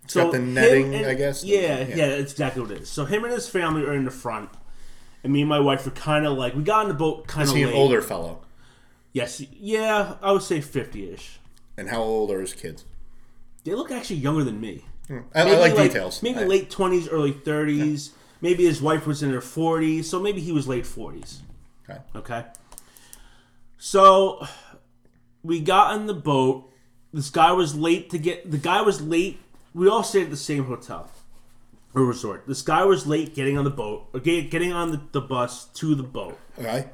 Speaker 1: It's
Speaker 2: got the netting, I guess.
Speaker 1: Yeah,
Speaker 2: Yeah.
Speaker 1: yeah, that's exactly what it is. So him and his family are in the front, and me and my wife were kind of like we got on the boat kind
Speaker 2: Is
Speaker 1: of
Speaker 2: he
Speaker 1: late.
Speaker 2: an older fellow?
Speaker 1: Yes, yeah, I would say fifty-ish.
Speaker 2: And how old are his kids?
Speaker 1: They look actually younger than me.
Speaker 2: I, I like, details.
Speaker 1: Maybe
Speaker 2: I-
Speaker 1: late twenties, early thirties. Maybe his wife was in her forties, so maybe he was late forties.
Speaker 2: Okay.
Speaker 1: Okay. So we got on the boat. This guy was late to get. The guy was late. We all stayed at the same hotel or resort. This guy was late getting on the boat or get, getting on the, the bus to the boat.
Speaker 2: Okay.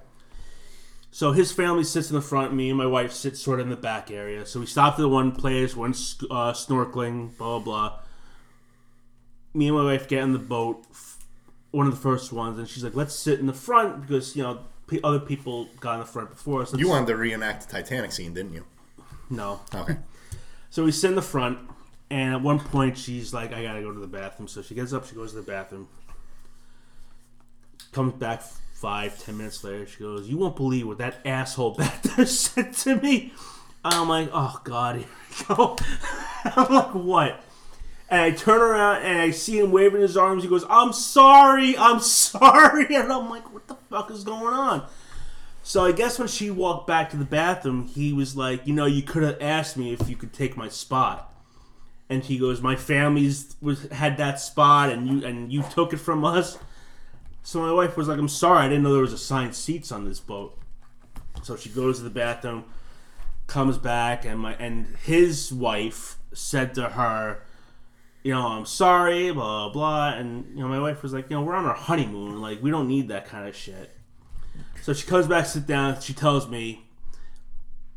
Speaker 1: So his family sits in the front. Me and my wife sit sort of in the back area. So we stopped at the one place. Went sc- uh, snorkeling. Blah blah. blah. Me and my wife get in the boat. f- One of the first ones, and she's like, "Let's sit in the front because you know pe other people got in the front before us." Let's-
Speaker 2: You wanted to reenact the Titanic scene, didn't you?
Speaker 1: no.
Speaker 2: Okay.
Speaker 1: So we sit in the front, and at one point she's like, "I gotta go to the bathroom." So she gets up, she goes to the bathroom, comes back five ten minutes later. She goes, "You won't believe what that asshole back there said to me." I'm like, "Oh God, here we go." I'm like, "What?" And I turn around and I see him waving his arms. He goes, "I'm sorry, I'm sorry," and I'm like, "What the fuck is going on?" So I guess when she walked back to the bathroom, he was like, "You know, you could have asked me if you could take my spot." And he goes, "My family's was had that spot, and you and you took it from us." So my wife was like, "I'm sorry, I didn't know there was assigned seats on this boat." So she goes to the bathroom, comes back, and my and his wife said to her, "You know, I'm sorry, blah blah." blah. And you know, my wife was like, "You know, we're on our honeymoon, like we don't need that kind of shit." So she comes back, sit down. She tells me.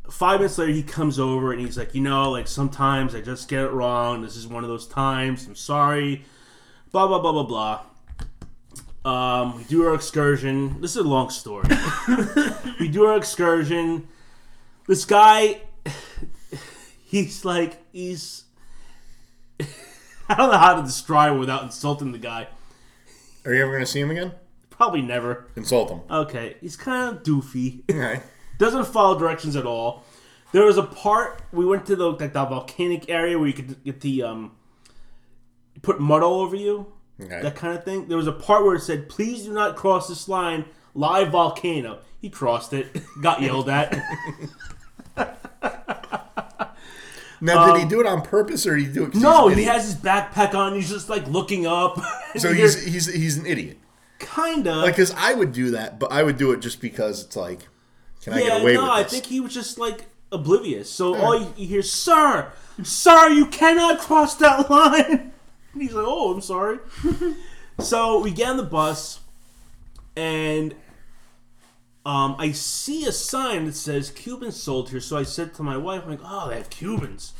Speaker 1: Five minutes later, he comes over and he's like, you know, like sometimes I just get it wrong. This is one of those times. I'm sorry. Blah blah blah blah blah. Um, we do our excursion. This is a long story. we do our excursion. This guy, he's like, he's. I don't know how to describe him without insulting the guy.
Speaker 2: Are you ever going to see him again?
Speaker 1: Probably never.
Speaker 2: Insult him.
Speaker 1: Okay, he's kind of doofy.
Speaker 2: Okay.
Speaker 1: doesn't follow directions at all. There was a part we went to the like the volcanic area where you could get the um put mud all over you,
Speaker 2: Okay.
Speaker 1: that kind of thing. There was a part where it said, "Please do not cross this line, live volcano." He crossed it, got yelled at.
Speaker 2: Now, did he do it on purpose or did he do it?
Speaker 1: Um,
Speaker 2: 'cause
Speaker 1: no,
Speaker 2: he's an
Speaker 1: he
Speaker 2: idiot?
Speaker 1: has his backpack on. He's just like looking up.
Speaker 2: So he's he's he's an idiot.
Speaker 1: kind of
Speaker 2: Like, cause I would do that, but I would do it just because it's like, can I
Speaker 1: yeah.
Speaker 2: get away
Speaker 1: no,
Speaker 2: with
Speaker 1: I
Speaker 2: this? Hmm.
Speaker 1: think he was just like oblivious. So all you, you hear, "Sir, sir, you cannot cross that line." And he's like, "Oh, I'm sorry." so we get on the bus, and um, I see a sign that says "Cubans sold here." So I said to my wife, "I'm like, oh, they have Cubans."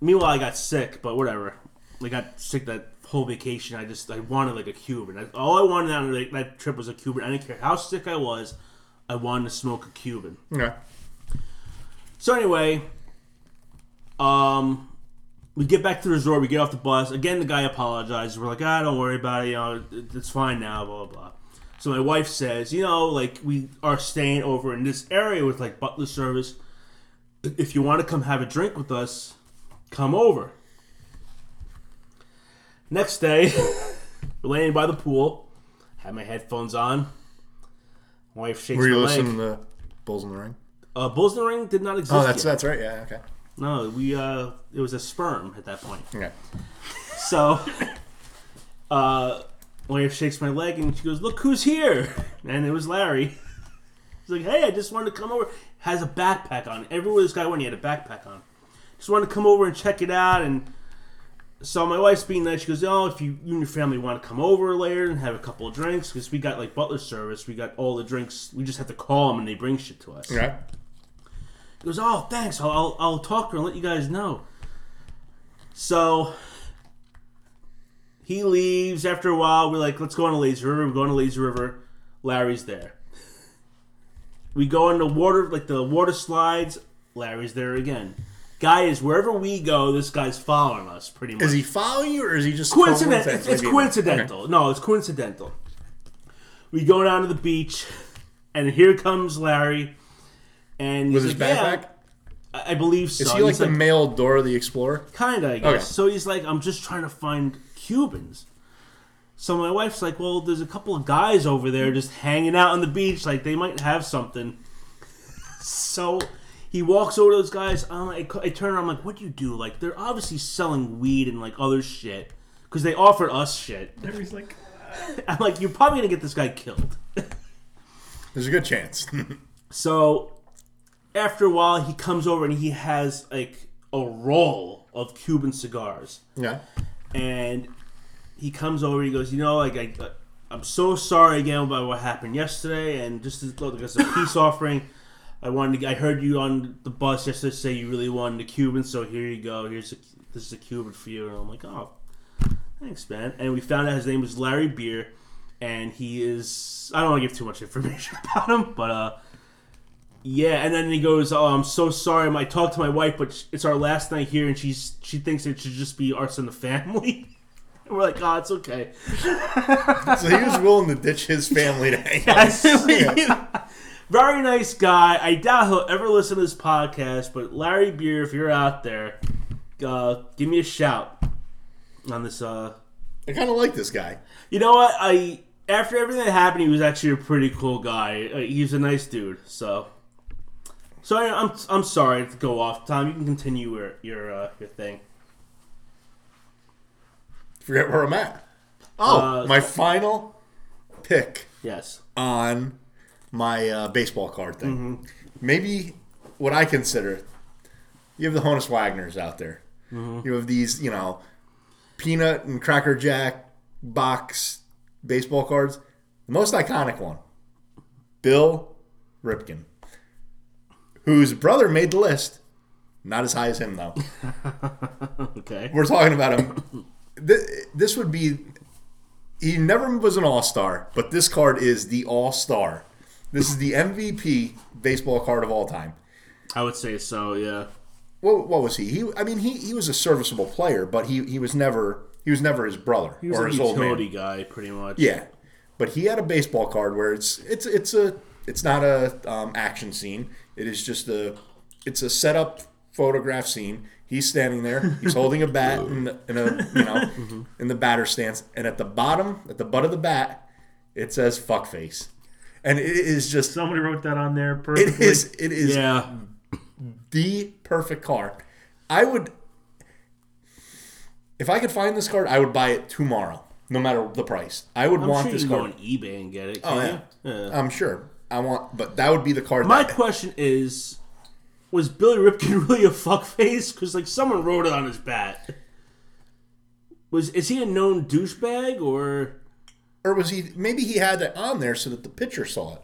Speaker 1: Meanwhile, I got sick, but whatever. I got sick that whole vacation. I just I wanted like a Cuban. I, all I wanted on that, that trip was a Cuban. I didn't care how sick I was. I wanted to smoke a Cuban.
Speaker 2: Okay.
Speaker 1: So anyway, um, we get back to the resort. We get off the bus. Again, the guy apologizes. We're like, ah, don't worry about it. You know, it- it's fine now. Blah blah. blah. So my wife says, you know, like we are staying over in this area with like butler service. If you want to come have a drink with us, come over. Next day, we're laying by the pool. Had my headphones on. wife shakes
Speaker 2: Were you
Speaker 1: my
Speaker 2: listening
Speaker 1: leg.
Speaker 2: to Bulls in the Ring?
Speaker 1: Uh, Bulls in the Ring did not exist.
Speaker 2: Oh, that's
Speaker 1: yet.
Speaker 2: that's right. Yeah. Okay.
Speaker 1: No, we uh, it was a sperm at that point.
Speaker 2: Okay.
Speaker 1: So, uh, Larry shakes my leg and she goes, "Look who's here!" And it was Larry. He's like, "Hey, I just wanted to come over." Has a backpack on. Everywhere this guy went, he had a backpack on. Just wanted to come over and check it out. And so my wife's being nice. She goes, "Oh, if you, you and your family want to come over later and have a couple of drinks, because we got like butler service, we got all the drinks. We just have to call them and they bring shit to us."
Speaker 2: Okay.
Speaker 1: He goes, "Oh, thanks. I'll, I'll I'll talk to her and let you guys know." So he leaves. After a while, we're like, "Let's go on to Lazy River." We're going to Lazy River. Larry's there. We go on the water, like the water slides. Larry's there again. Guy is wherever we go. This guy's following us, pretty much.
Speaker 2: Is he following you, or is he just
Speaker 1: coincidental? It's,
Speaker 2: coincidence?
Speaker 1: it's
Speaker 2: Like,
Speaker 1: coincidental. No, it's coincidental. We go down to the beach, and here comes Larry. And
Speaker 2: With
Speaker 1: he's
Speaker 2: his
Speaker 1: like, "Yeah,
Speaker 2: backpack?
Speaker 1: I I believe so.
Speaker 2: Is he like
Speaker 1: He's
Speaker 2: the male Dora the Explorer?
Speaker 1: Kinda, I guess.
Speaker 2: Okay.
Speaker 1: So he's like, I'm just trying to find Cubans. So my wife's like, well, there's a couple of guys over there just hanging out on the beach, like they might have something. So he walks over to those guys. I'm like, I turn around, I'm like, what do you do? Like, they're obviously selling weed and like other shit because they offered us shit.
Speaker 3: Everybody's like,
Speaker 1: I'm like, you're probably gonna get this guy killed.
Speaker 2: There's a good chance.
Speaker 1: So after a while, he comes over and he has like a roll of Cuban cigars.
Speaker 2: yeah.
Speaker 1: and he comes over. He goes, you know, like I, I'm so sorry again about what happened yesterday, and just as, like, as a peace offering, I wanted. To, I heard you on the bus yesterday say you really wanted a Cuban, so here you go. Here's a, this is a Cuban for you, and I'm like, oh, thanks, man. And we found out his name was Larry Beer, and he is. I don't want to give too much information about him, but uh. Yeah, and then he goes, "Oh, I'm so sorry. I talked to my wife, but sh- it's our last night here, and she's she thinks it should just be us and the family." and we're like, "Oh, it's okay."
Speaker 2: So he was willing to ditch his family to hang out.
Speaker 1: Very nice guy. I doubt he'll ever listen to this podcast, but Larry Beer, if you're out there, uh, give me a shout on this. Uh,
Speaker 2: I kind of like this guy.
Speaker 1: you know what? I after everything that happened, he was actually a pretty cool guy. Uh, he's a nice dude. So, so I, I'm I'm sorry to go off. Tom, you can continue your your uh, your thing.
Speaker 2: Forget where I'm at. Oh,
Speaker 1: Uh,
Speaker 2: my final pick
Speaker 1: Yes.
Speaker 2: on my uh, baseball card thing. Maybe what I consider you have the Honus Wagners out there. You have these, you know, peanut and cracker jack box baseball cards. The most iconic one, Bill Ripken, whose brother made the list. Not as high as him, though.
Speaker 1: Okay.
Speaker 2: we're talking about him. Th- this would be. He never was an all star, but this card is the all star. This is the MVP baseball card of all time.
Speaker 1: I would say so. Yeah.
Speaker 2: What, what was he? He, I mean, he, he was a serviceable player, but he, he was never he was never his brother
Speaker 1: He was
Speaker 2: or
Speaker 1: a
Speaker 2: his old man.
Speaker 1: utility guy, pretty much.
Speaker 2: Yeah, but he had a baseball card where it's it's it's a it's not a um, action scene. It is just a it's a setup photograph scene. He's standing there. He's holding a bat in, the, in a you know
Speaker 1: Mm-hmm.
Speaker 2: in the batter stance, and at the bottom at the butt of the bat, it says "fuck face," and it is just
Speaker 3: somebody wrote that on there perfectly.
Speaker 2: it is it is
Speaker 1: Yeah.
Speaker 2: the perfect card. I would, if I could find this card, I would buy it tomorrow, no matter the price. I would
Speaker 1: I'm
Speaker 2: want
Speaker 1: sure
Speaker 2: this
Speaker 1: you can
Speaker 2: card.
Speaker 1: go on eBay and get it.
Speaker 2: Oh yeah.
Speaker 1: can't you?
Speaker 2: I'm sure. I want, but that would be the card.
Speaker 1: My
Speaker 2: that,
Speaker 1: question is, was Billy Ripkin really a fuckface? Because like someone wrote it on his bat. Was is he a known douchebag or?
Speaker 2: or was he? Maybe he had it on there so that the pitcher saw it.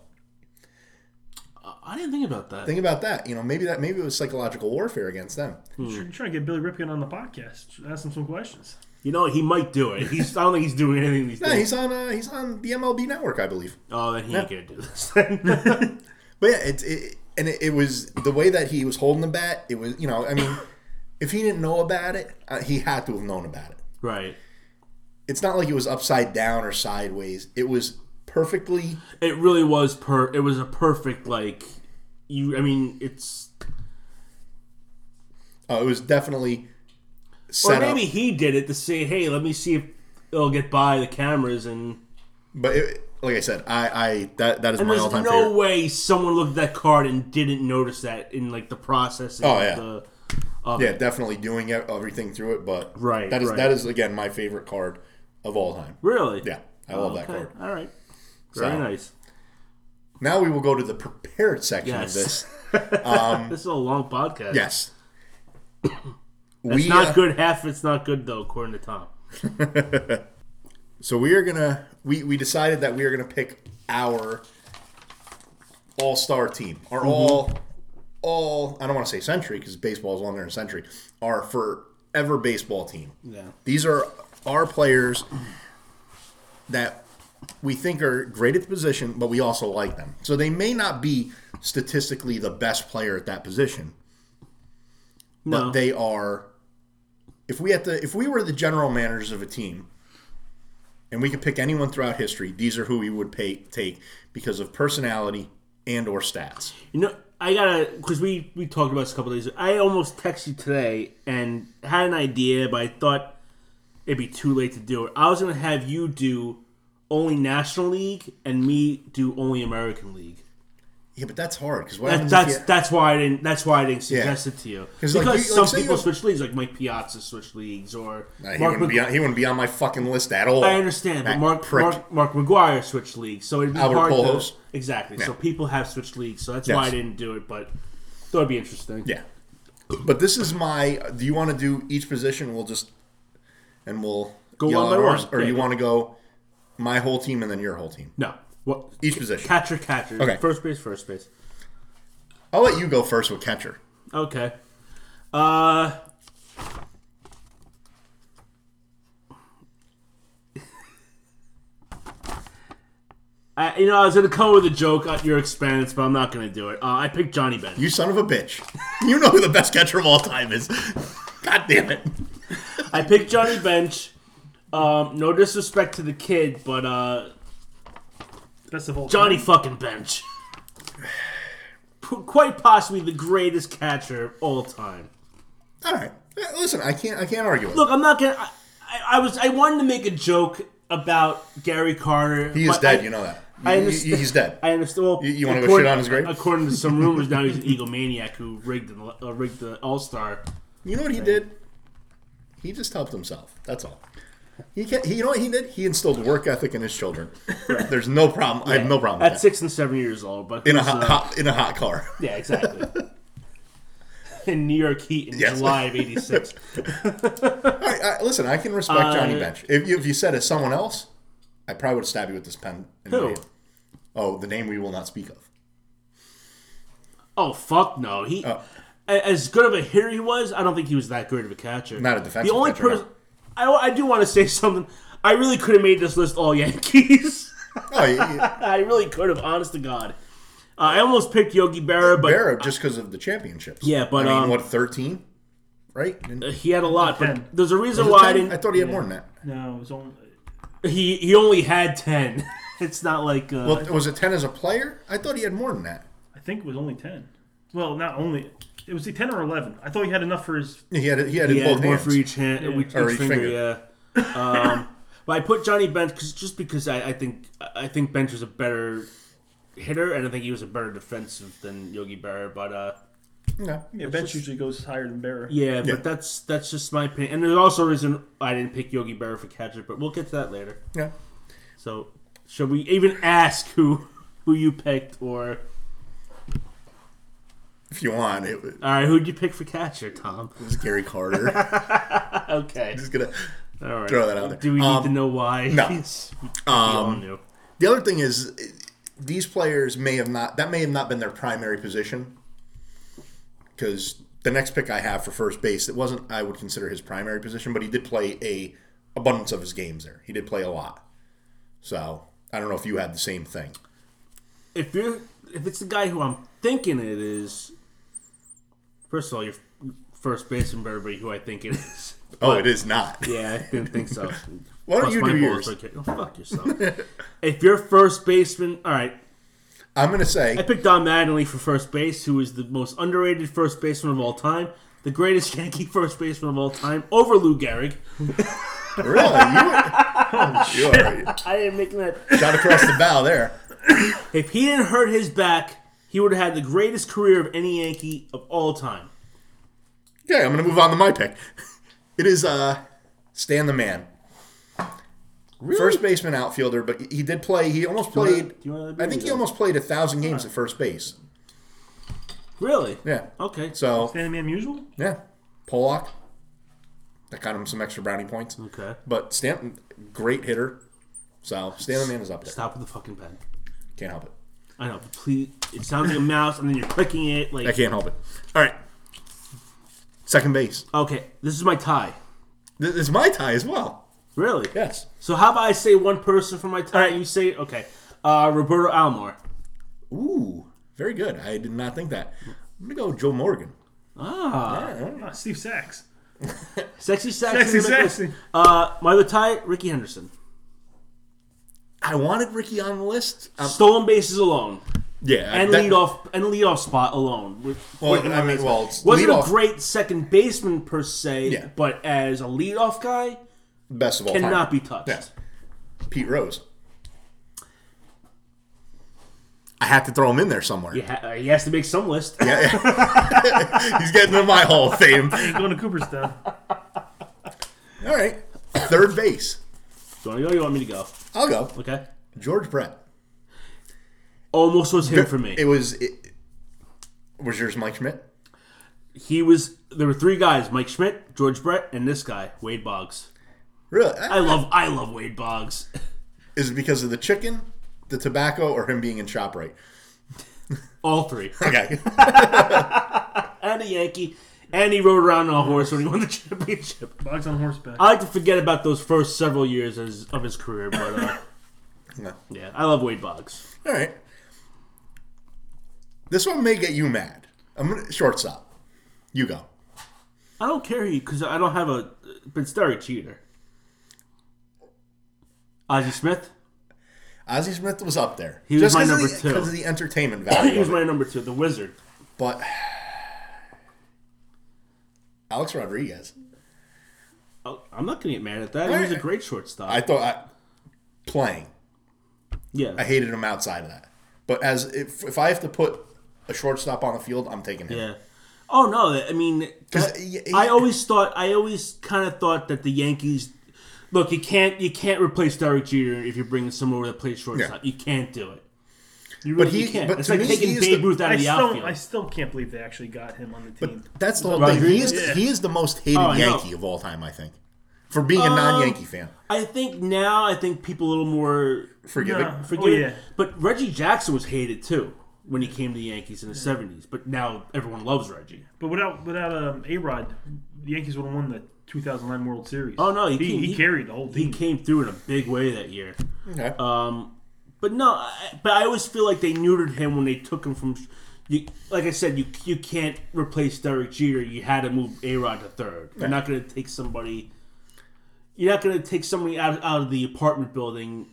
Speaker 1: I didn't think about that.
Speaker 2: Think about that. You know, maybe that maybe it was psychological warfare against them.
Speaker 3: You're trying to get Billy Ripken on the podcast. Ask him some questions.
Speaker 1: You know, he might do it. He's, I don't think he's doing anything these
Speaker 2: No,
Speaker 1: days.
Speaker 2: he's on. Uh, he's on the MLB Network, I believe.
Speaker 1: Oh, then he ain't gonna do this. then.
Speaker 2: But yeah, it's it, and it, it was the way that he was holding the bat. It was you know, I mean, if he didn't know about it, uh, he had to have known about it.
Speaker 1: right.
Speaker 2: It's not like it was upside down or sideways. It was perfectly
Speaker 1: It really was per. It was a perfect like. You. I mean, it's.
Speaker 2: Oh, it was definitely
Speaker 1: Or
Speaker 2: set
Speaker 1: maybe
Speaker 2: up.
Speaker 1: he did it to say, "Hey, let me see if it'll get by the cameras." And
Speaker 2: But it, like I said, I, I that that is
Speaker 1: And
Speaker 2: my
Speaker 1: there's
Speaker 2: all time
Speaker 1: no
Speaker 2: favorite.
Speaker 1: way someone looked at that card and didn't notice that in like the processing.
Speaker 2: Oh,
Speaker 1: of
Speaker 2: yeah.
Speaker 1: the-
Speaker 2: Yeah, definitely doing ev- everything through it, but
Speaker 1: Right,
Speaker 2: that is
Speaker 1: right.
Speaker 2: that is again my favorite card of all time.
Speaker 1: really?
Speaker 2: Yeah, I
Speaker 1: Oh,
Speaker 2: love that
Speaker 1: okay.
Speaker 2: card.
Speaker 1: All right. Very
Speaker 2: So-
Speaker 1: nice.
Speaker 2: Now we will go to the prepared section
Speaker 1: Yes.
Speaker 2: of this.
Speaker 1: This is a long podcast.
Speaker 2: Yes,
Speaker 1: It's
Speaker 2: we
Speaker 1: not
Speaker 2: uh,
Speaker 1: good. Half it's not good though, according to Tom.
Speaker 2: So we are gonna we we decided that we are gonna pick our all star team, our
Speaker 1: Mm-hmm.
Speaker 2: all all I don't want to say century because baseball is longer than a century. Our forever baseball team.
Speaker 1: Yeah.
Speaker 2: These are our players that we think are great at the position, but we also like them. So they may not be statistically the best player at that position,
Speaker 1: No.
Speaker 2: but they are if we had to if we were the general managers of a team and we could pick anyone throughout history these are who we would pay, take because of personality and or stats
Speaker 1: You know, I gotta because we we talked about this a couple days. I almost texted you today and had an idea, but I thought it'd be too late to do it. I was gonna have you do only National League and me do only American League.
Speaker 2: yeah but that's hard because what
Speaker 1: That,
Speaker 2: happens
Speaker 1: that's
Speaker 2: if you,
Speaker 1: that's why I didn't. That's why I didn't suggest it to you because
Speaker 2: 'Cause, like, you- like,
Speaker 1: some
Speaker 2: say
Speaker 1: people
Speaker 2: you-
Speaker 1: switch leagues, like Mike Piazza switched leagues, or
Speaker 2: Nah, he,
Speaker 1: Mark
Speaker 2: wouldn't be on, he wouldn't be on my fucking list at all
Speaker 1: I understand, but
Speaker 2: That
Speaker 1: Mark,
Speaker 2: prick.
Speaker 1: Mark Mark McGuire switched leagues, so it'd be
Speaker 2: Albert
Speaker 1: hard
Speaker 2: Pujols.
Speaker 1: to exactly. So
Speaker 2: Yeah.
Speaker 1: people have switched leagues, so that's
Speaker 2: Yes.
Speaker 1: why I didn't do it. But thought it'd be interesting.
Speaker 2: yeah but this is my do you want to do each position we'll just and we'll
Speaker 1: Go
Speaker 2: yell
Speaker 1: one
Speaker 2: out
Speaker 1: by
Speaker 2: ours,
Speaker 1: one.
Speaker 2: or
Speaker 1: Yeah.
Speaker 2: you want to go my whole team and then your whole team
Speaker 1: No, what
Speaker 2: each position
Speaker 1: catcher? Catcher.
Speaker 2: Okay.
Speaker 1: First base. First base.
Speaker 2: i'll let you go first with catcher
Speaker 1: Okay. Uh. I, you know, I was gonna come with a joke at your expense, but I'm not gonna do it. Uh, I picked Johnny Bench.
Speaker 2: You son of a bitch. You know who the best catcher of all time is. God damn it.
Speaker 1: I picked Johnny Bench. Um, no disrespect to the kid, but uh,
Speaker 3: That's the whole
Speaker 1: Johnny fucking Bench. P- Quite possibly the greatest catcher of all time.
Speaker 2: All right. Eh, Listen, I can't I can't argue with it.
Speaker 1: Look, I'm not gonna. I, I, I was. I wanted to make a joke about Gary Carter.
Speaker 2: He is
Speaker 1: but
Speaker 2: dead,
Speaker 1: I,
Speaker 2: you know that.
Speaker 1: I
Speaker 2: He-
Speaker 1: understand-
Speaker 2: he's dead.
Speaker 1: I understand. Well,
Speaker 2: You- you wanna go
Speaker 1: according-
Speaker 2: shit on his grave?
Speaker 1: According to some rumors, now he's an egomaniac who rigged the, uh, rigged the All Star.
Speaker 2: You know what he did? He just helped himself. That's all. He, can, he you know what he did? He instilled work ethic in his children. There's no problem. I have no problem
Speaker 1: At
Speaker 2: with that.
Speaker 1: six and seven years old, but
Speaker 2: In a
Speaker 1: who's,
Speaker 2: hot,
Speaker 1: uh,
Speaker 2: hot in a hot car.
Speaker 1: Yeah, exactly. in New York Heat in
Speaker 2: Yes.
Speaker 1: July of '86.
Speaker 2: All right, I, listen, I can respect
Speaker 1: Uh,
Speaker 2: Johnny Bench. If you, if you said it's someone else, I probably would stab you with this pen. in the
Speaker 1: Who?
Speaker 2: hand. Oh, the name we will not speak of.
Speaker 1: Oh fuck no! He
Speaker 2: Oh.
Speaker 1: a- as good of a hitter he was. I don't think he was that great of a catcher.
Speaker 2: Not a defensive
Speaker 1: The only
Speaker 2: catcher, no.
Speaker 1: person I, I do want to say something. I really could have made this list all Yankees.
Speaker 2: Oh, you, you,
Speaker 1: I really could have. Honest to God, uh, I almost picked Yogi Berra, but
Speaker 2: Barrow just because of the championships.
Speaker 1: Yeah, but,
Speaker 2: I mean,
Speaker 1: um,
Speaker 2: what thirteen, right? Didn't-
Speaker 1: he had a lot.
Speaker 3: Ten.
Speaker 1: But there's a reason
Speaker 2: was it
Speaker 1: why
Speaker 2: 10?
Speaker 1: I didn't.
Speaker 2: I thought he had more than that.
Speaker 3: No, it was only.
Speaker 1: he he only had ten. it's not like uh,
Speaker 2: Well, was it ten as a player? I thought he had more than that.
Speaker 3: I think it was only ten. Well, not only. It was ten or eleven. I thought he had enough for his.
Speaker 2: He had it- he had it
Speaker 1: he
Speaker 2: in
Speaker 1: had
Speaker 2: both
Speaker 1: more
Speaker 2: hands.
Speaker 1: for each hand, each,
Speaker 2: Or
Speaker 1: each
Speaker 2: each
Speaker 1: finger,
Speaker 2: finger.
Speaker 1: Yeah. Um, but I put Johnny Bench 'cause- just because I, I think I think Bench was a better hitter, and I think he was a better defensive than Yogi Berra. But uh,
Speaker 2: No.
Speaker 3: Yeah, bench usually goes higher than Barra.
Speaker 1: yeah,
Speaker 2: Yeah.
Speaker 1: but that's that's just my opinion. And there's also a reason I didn't pick Yogi Berra for catcher, but we'll get to that later.
Speaker 2: Yeah.
Speaker 1: So should we even ask who who you picked or
Speaker 2: If you want, it was
Speaker 1: all right? Who'd you pick for catcher, Tom?
Speaker 2: it was Gary Carter.
Speaker 1: Okay,
Speaker 2: Just gonna.
Speaker 1: all right.
Speaker 2: throw that out there.
Speaker 1: Do we need
Speaker 2: Um,
Speaker 1: to know why?
Speaker 2: no.
Speaker 1: we all knew.
Speaker 2: um, The other thing is, these players may have not. That may have not been their primary position. Because the next pick I have for first base, it wasn't. I would consider his primary position, but he did play a abundance of his games there. He did play a lot. So I don't know if you had the same thing.
Speaker 1: if you're if it's the guy who I'm thinking it is, first of all, your first baseman better be who I think it is.
Speaker 2: Oh, it is not.
Speaker 1: Yeah, I didn't think so.
Speaker 2: Why don't
Speaker 1: Plus
Speaker 2: you
Speaker 1: my
Speaker 2: do
Speaker 1: balls
Speaker 2: yours?
Speaker 1: are kick- Oh, fuck yourself. if your first baseman, all right,
Speaker 2: I'm gonna
Speaker 1: I
Speaker 2: say
Speaker 1: picked Don Mattingly for first base, who is the most underrated first baseman of all time, the greatest Yankee first baseman of all time, over Lou Gehrig.
Speaker 2: Really? You,
Speaker 1: Oh,
Speaker 2: you are
Speaker 1: I am making that.
Speaker 2: shot across the bow there.
Speaker 1: If he didn't hurt his back, he would have had the greatest career of any Yankee of all time.
Speaker 2: Okay, I'm going to move on to my pick. It is uh, Stan the Man. First baseman, outfielder, but he did play. He almost
Speaker 1: wanna-
Speaker 2: played.
Speaker 1: do you wanna do
Speaker 2: I think he
Speaker 1: that?
Speaker 2: almost played a thousand games at first base.
Speaker 1: Really?
Speaker 2: Yeah.
Speaker 1: Okay.
Speaker 2: So
Speaker 3: Danny Man Musial?
Speaker 2: yeah, Pollock. That got him some extra brownie points.
Speaker 1: Okay.
Speaker 2: But Stanton, great hitter. So Stan the Man is up there.
Speaker 1: Stop with the fucking pen.
Speaker 2: Can't help it.
Speaker 1: I know. But please, it sounds like a mouse, and then you're clicking it.
Speaker 2: I
Speaker 1: Like
Speaker 2: can't help it. All right. Second base.
Speaker 1: okay, this is my tie.
Speaker 2: Th- It's my tie as well.
Speaker 1: Really?
Speaker 2: Yes.
Speaker 1: So how about I say one person for my tie, and you say okay, uh, Roberto Alomar.
Speaker 2: Ooh, very good. I did not think that. I'm gonna go Joe Morgan.
Speaker 1: Ah,
Speaker 3: Ah, Steve Sachs.
Speaker 1: sexy, sexy,
Speaker 3: Sexy,
Speaker 1: Nicholas.
Speaker 3: sexy.
Speaker 1: Uh, my other tie, Ricky Henderson.
Speaker 2: I wanted Ricky on the list. Um,
Speaker 1: Stolen bases alone,
Speaker 2: yeah,
Speaker 1: and
Speaker 2: that-
Speaker 1: lead off, and lead off spot alone. With,
Speaker 2: Well, I mean, well, it's
Speaker 1: wasn't
Speaker 2: leadoff-
Speaker 1: a great second baseman per se,
Speaker 2: Yeah.
Speaker 1: but as a leadoff guy,
Speaker 2: best of all time.
Speaker 1: cannot be touched.
Speaker 2: Yeah. Pete Rose. I had to throw him in there somewhere.
Speaker 1: He, ha- he has to make some list.
Speaker 2: He's getting in my Hall of Fame.
Speaker 3: Ain't going to Cooperstown.
Speaker 2: All right, third base.
Speaker 1: Do you want to go? You want me to go?
Speaker 2: I'll go.
Speaker 1: Okay.
Speaker 2: George Brett.
Speaker 1: Almost was him for me.
Speaker 2: It was. It, was yours Mike Schmidt?
Speaker 1: He was. There were three guys: Mike Schmidt, George Brett, and this guy, Wade Boggs.
Speaker 2: Really?
Speaker 1: I love. I love Wade Boggs.
Speaker 2: Is it because of the chicken, the tobacco, or him being in Shoprite?
Speaker 1: All three.
Speaker 2: Okay.
Speaker 1: And a Yankee. And he rode around on a horse when he won the championship.
Speaker 3: Boggs on horseback.
Speaker 1: I like to forget about those first several years as, of his career, but uh,
Speaker 2: No.
Speaker 1: yeah, I love Wade Boggs.
Speaker 2: All right. This one may get you mad. I'm gonna shortstop. You go.
Speaker 1: I don't care because I don't have a Pinsteri cheater. Ozzie Smith.
Speaker 2: Ozzie Smith was up there.
Speaker 1: He was my
Speaker 2: 'cause
Speaker 1: number
Speaker 2: of the,
Speaker 1: two.
Speaker 2: because of the entertainment
Speaker 1: He
Speaker 2: value.
Speaker 1: was
Speaker 2: of it.
Speaker 1: my number two, the Wizard.
Speaker 2: but Alex Rodriguez,
Speaker 1: Oh, I'm not gonna get mad at that. He was a great shortstop.
Speaker 2: I thought I, playing,
Speaker 1: yeah,
Speaker 2: I hated him outside of that. But as if, if I have to put a shortstop on the field, I'm taking him.
Speaker 1: Yeah. Oh no! that- I mean,
Speaker 2: 'Cause
Speaker 1: that-
Speaker 2: y-
Speaker 1: I
Speaker 2: y-
Speaker 1: always thought, I always kind of thought that the Yankees, look, you can't, you can't replace Derek Jeter if you're bringing someone that plays shortstop. You can't do it. You
Speaker 2: But
Speaker 1: really
Speaker 2: he-
Speaker 1: can't.
Speaker 2: but
Speaker 1: it's
Speaker 2: to
Speaker 1: like
Speaker 2: me, he
Speaker 1: taking
Speaker 2: is
Speaker 1: Babe
Speaker 2: the-
Speaker 1: Ruth out
Speaker 3: I
Speaker 1: of the
Speaker 3: still, I
Speaker 1: outfield.
Speaker 3: still can't believe they actually got him on the team.
Speaker 2: But that's the whole thing. He is,
Speaker 3: Rodriguez?
Speaker 2: he is the most hated
Speaker 1: Oh, I know. Uh,
Speaker 2: Yankee of all time, I think, for being a non-Yankee fan.
Speaker 1: I think now, I think people a little more
Speaker 2: Forgiving.
Speaker 3: Nah.
Speaker 1: forgive.
Speaker 3: Oh, yeah.
Speaker 1: But Reggie Jackson was hated too when he came to the Yankees in the '70s. But now everyone loves Reggie.
Speaker 3: But without without um, A Rod, the Yankees would have won the 2009 World Series.
Speaker 1: Oh no, he,
Speaker 3: he,
Speaker 1: came,
Speaker 3: he carried the whole
Speaker 1: He
Speaker 2: Mm.
Speaker 3: team.
Speaker 1: came through in a big way that year.
Speaker 2: Okay.
Speaker 1: Uh, But no, I, but I always feel like they neutered him when they took him from. You, like I said, you you can't replace Derek Jeter. You had to move A Rod to third. You're not going to take somebody. You're not going to take somebody out out of the apartment building.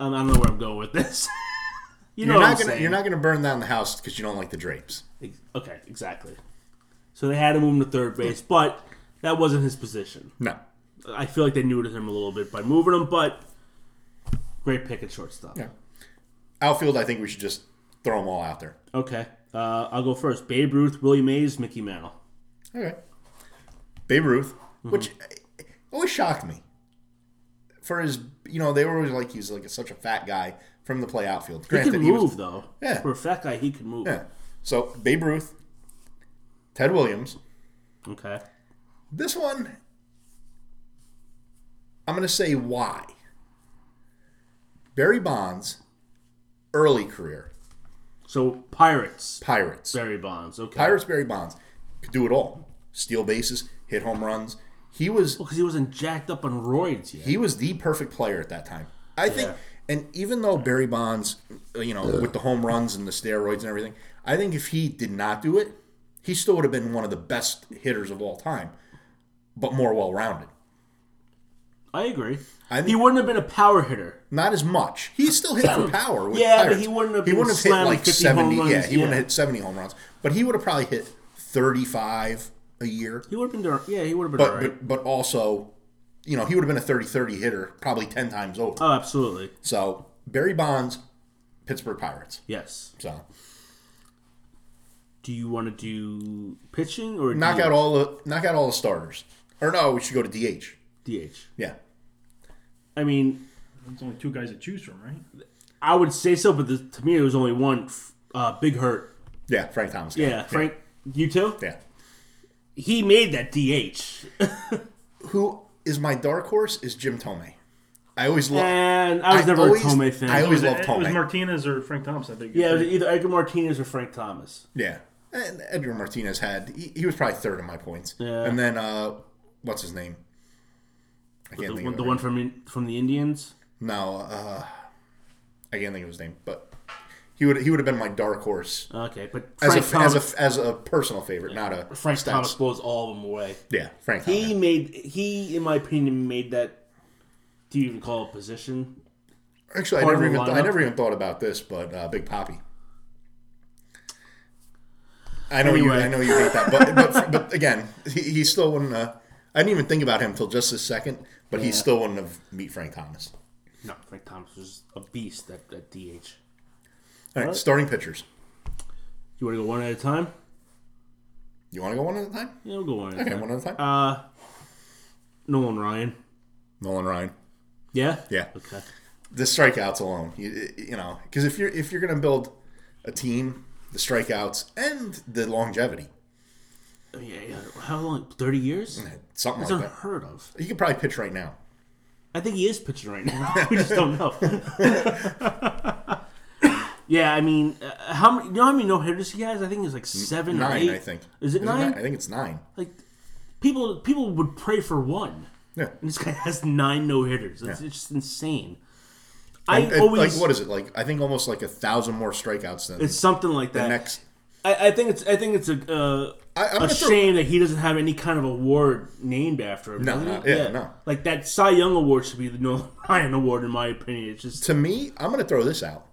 Speaker 1: I don't know where I'm going with this. you know what
Speaker 2: you're not
Speaker 1: I'm
Speaker 2: gonna
Speaker 1: saying?
Speaker 2: you're not gonna burn down the house because you don't like the drapes.
Speaker 1: Ex- Okay, exactly. So they had to move him to third base, but that wasn't his position.
Speaker 2: No.
Speaker 1: I feel like they neutered him a little bit by moving him, but great pick at shortstop.
Speaker 2: Outfield, I think we should just throw them all out there.
Speaker 1: Okay. Uh, I'll go first. Babe Ruth, Willie Mays, Mickey Mantle.
Speaker 2: Okay. Babe Ruth, which eh, always shocked me. For his, you know, they were always like he was like such a fat guy from the play outfield.
Speaker 1: He
Speaker 2: Granted,
Speaker 1: can
Speaker 2: he was-
Speaker 1: move, though.
Speaker 2: Yeah.
Speaker 1: For a fat guy, he can move.
Speaker 2: yeah. So Babe Ruth, Ted Williams.
Speaker 1: Okay.
Speaker 2: This one, I'm gonna say why. Barry Bonds, early career
Speaker 1: So, Pirates.
Speaker 2: Pirates.
Speaker 1: Barry Bonds. Okay.
Speaker 2: Pirates Barry Bonds could do it all. Steal bases, hit home runs. He was
Speaker 1: Because Oh, he wasn't jacked up on roids yet.
Speaker 2: he was the perfect player at that time. I think and even though Barry Bonds, you know, with the home runs and the steroids and everything, I think if he did not do it, he still would have been one of the best hitters of all time, but more well-rounded.
Speaker 1: I agree.
Speaker 2: I think-
Speaker 1: he wouldn't have been a power hitter.
Speaker 2: Not as much. He still hit for power. With
Speaker 1: Yeah, but
Speaker 2: Pirates.
Speaker 1: he wouldn't have
Speaker 2: He
Speaker 1: been
Speaker 2: wouldn't have hit
Speaker 1: slamming
Speaker 2: like
Speaker 1: 50 home
Speaker 2: seventy.
Speaker 1: runs,
Speaker 2: yeah, he wouldn't
Speaker 1: yeah.
Speaker 2: have hit seventy home runs, but he would have probably hit thirty-five a year.
Speaker 1: He would have been. dur- Yeah, he would have been
Speaker 2: but
Speaker 1: all right.
Speaker 2: but, but also you know, he would have been a 30 30 hitter probably 10 times over.
Speaker 1: Oh, absolutely.
Speaker 2: So Barry Bonds, Pittsburgh Pirates.
Speaker 1: Yes.
Speaker 2: So
Speaker 1: Do you want to do pitching or do
Speaker 2: knock
Speaker 1: you-
Speaker 2: out all the knock out all the starters. Or no, we should go to DH.
Speaker 1: DH?
Speaker 2: Yeah.
Speaker 1: I mean,
Speaker 3: There's only two guys to choose from, right?
Speaker 1: I would say so, but the, to me, it was only one. f- Uh, Big Hurt.
Speaker 2: Yeah, Frank Thomas.
Speaker 1: Yeah, Frank. You too.
Speaker 2: Yeah.
Speaker 1: He made that DH,
Speaker 2: Who is my dark horse is Jim Tomei. I always love
Speaker 1: and Eh, I was
Speaker 2: I
Speaker 1: never a
Speaker 2: always-
Speaker 1: Tomei fan.
Speaker 2: I always
Speaker 1: It was-
Speaker 2: loved
Speaker 3: It was
Speaker 2: Tomei.
Speaker 3: Martinez or Frank Thomas, I think.
Speaker 1: yeah, it was either Edgar Martinez or Frank Thomas.
Speaker 2: yeah. And Edgar Martinez had he, he was probably third in my points.
Speaker 1: Yeah.
Speaker 2: And then uh what's his name? I can't
Speaker 1: The,
Speaker 2: think
Speaker 1: one,
Speaker 2: of
Speaker 1: the
Speaker 2: it.
Speaker 1: one from in, from the Indians.
Speaker 2: No, uh I can't think of his name, but he would he would have been my dark horse
Speaker 1: Okay, but
Speaker 2: as
Speaker 1: Frank
Speaker 2: a,
Speaker 1: Thomas,
Speaker 2: as a as a personal favorite, not a
Speaker 1: Frank
Speaker 2: stats.
Speaker 1: Thomas blows all of them away.
Speaker 2: Yeah, Frank.
Speaker 1: He
Speaker 2: Thomas.
Speaker 1: made he, in my opinion, made that. Do you even call it position?
Speaker 2: Actually, I
Speaker 1: part of
Speaker 2: never
Speaker 1: the
Speaker 2: even I
Speaker 1: lineup.
Speaker 2: never even thought about this, but uh, Big Poppy. I know you.
Speaker 1: Anyway.
Speaker 2: I know you hate that, but but, but again, he, he still wouldn't. Uh, I didn't even think about him till just this second, but he still wouldn't have meet Frank Thomas.
Speaker 1: No, Frank Thomas was a beast at, at DH.
Speaker 2: All right, starting pitchers.
Speaker 1: You want to go one at a time?
Speaker 2: You want to go one at a time?
Speaker 1: Yeah, we'll go one at a
Speaker 2: Okay,
Speaker 1: time.
Speaker 2: one at a time.
Speaker 1: Uh, Nolan Ryan.
Speaker 2: Nolan Ryan.
Speaker 1: Yeah.
Speaker 2: Yeah,
Speaker 1: Okay.
Speaker 2: the strikeouts alone. You, you know, because if you're if you're gonna build a team, the strikeouts and the longevity,
Speaker 1: Oh, Yeah, yeah. How long? Thirty years?
Speaker 2: something
Speaker 1: That's
Speaker 2: like that.
Speaker 1: unheard of.
Speaker 2: He could probably pitch right now.
Speaker 1: I think he is pitching right now. we just don't know. yeah, I mean, uh, how many? You know how many no hitters he has? I think it's like seven or
Speaker 2: Nine,
Speaker 1: eight.
Speaker 2: I think.
Speaker 1: Is it nine?
Speaker 2: I think it's nine.
Speaker 1: Like people, people would pray for one.
Speaker 2: Yeah.
Speaker 1: And this guy has nine no hitters. It's, it's just insane. I
Speaker 2: And- and,
Speaker 1: always
Speaker 2: like what is it like? I think almost like a thousand more strikeouts than
Speaker 1: it's something like
Speaker 2: the
Speaker 1: that.
Speaker 2: next.
Speaker 1: I, I think it's I think it's a uh,
Speaker 2: I- I'm
Speaker 1: a
Speaker 2: gonna throw-
Speaker 1: shame that he doesn't have any kind of award named after him.
Speaker 2: No,
Speaker 1: doesn't
Speaker 2: no,
Speaker 1: he?
Speaker 2: yeah, no.
Speaker 1: Like that Cy Young Award should be the Nolan Ryan Award in my opinion. It's just
Speaker 2: To me, I'm going to throw this out.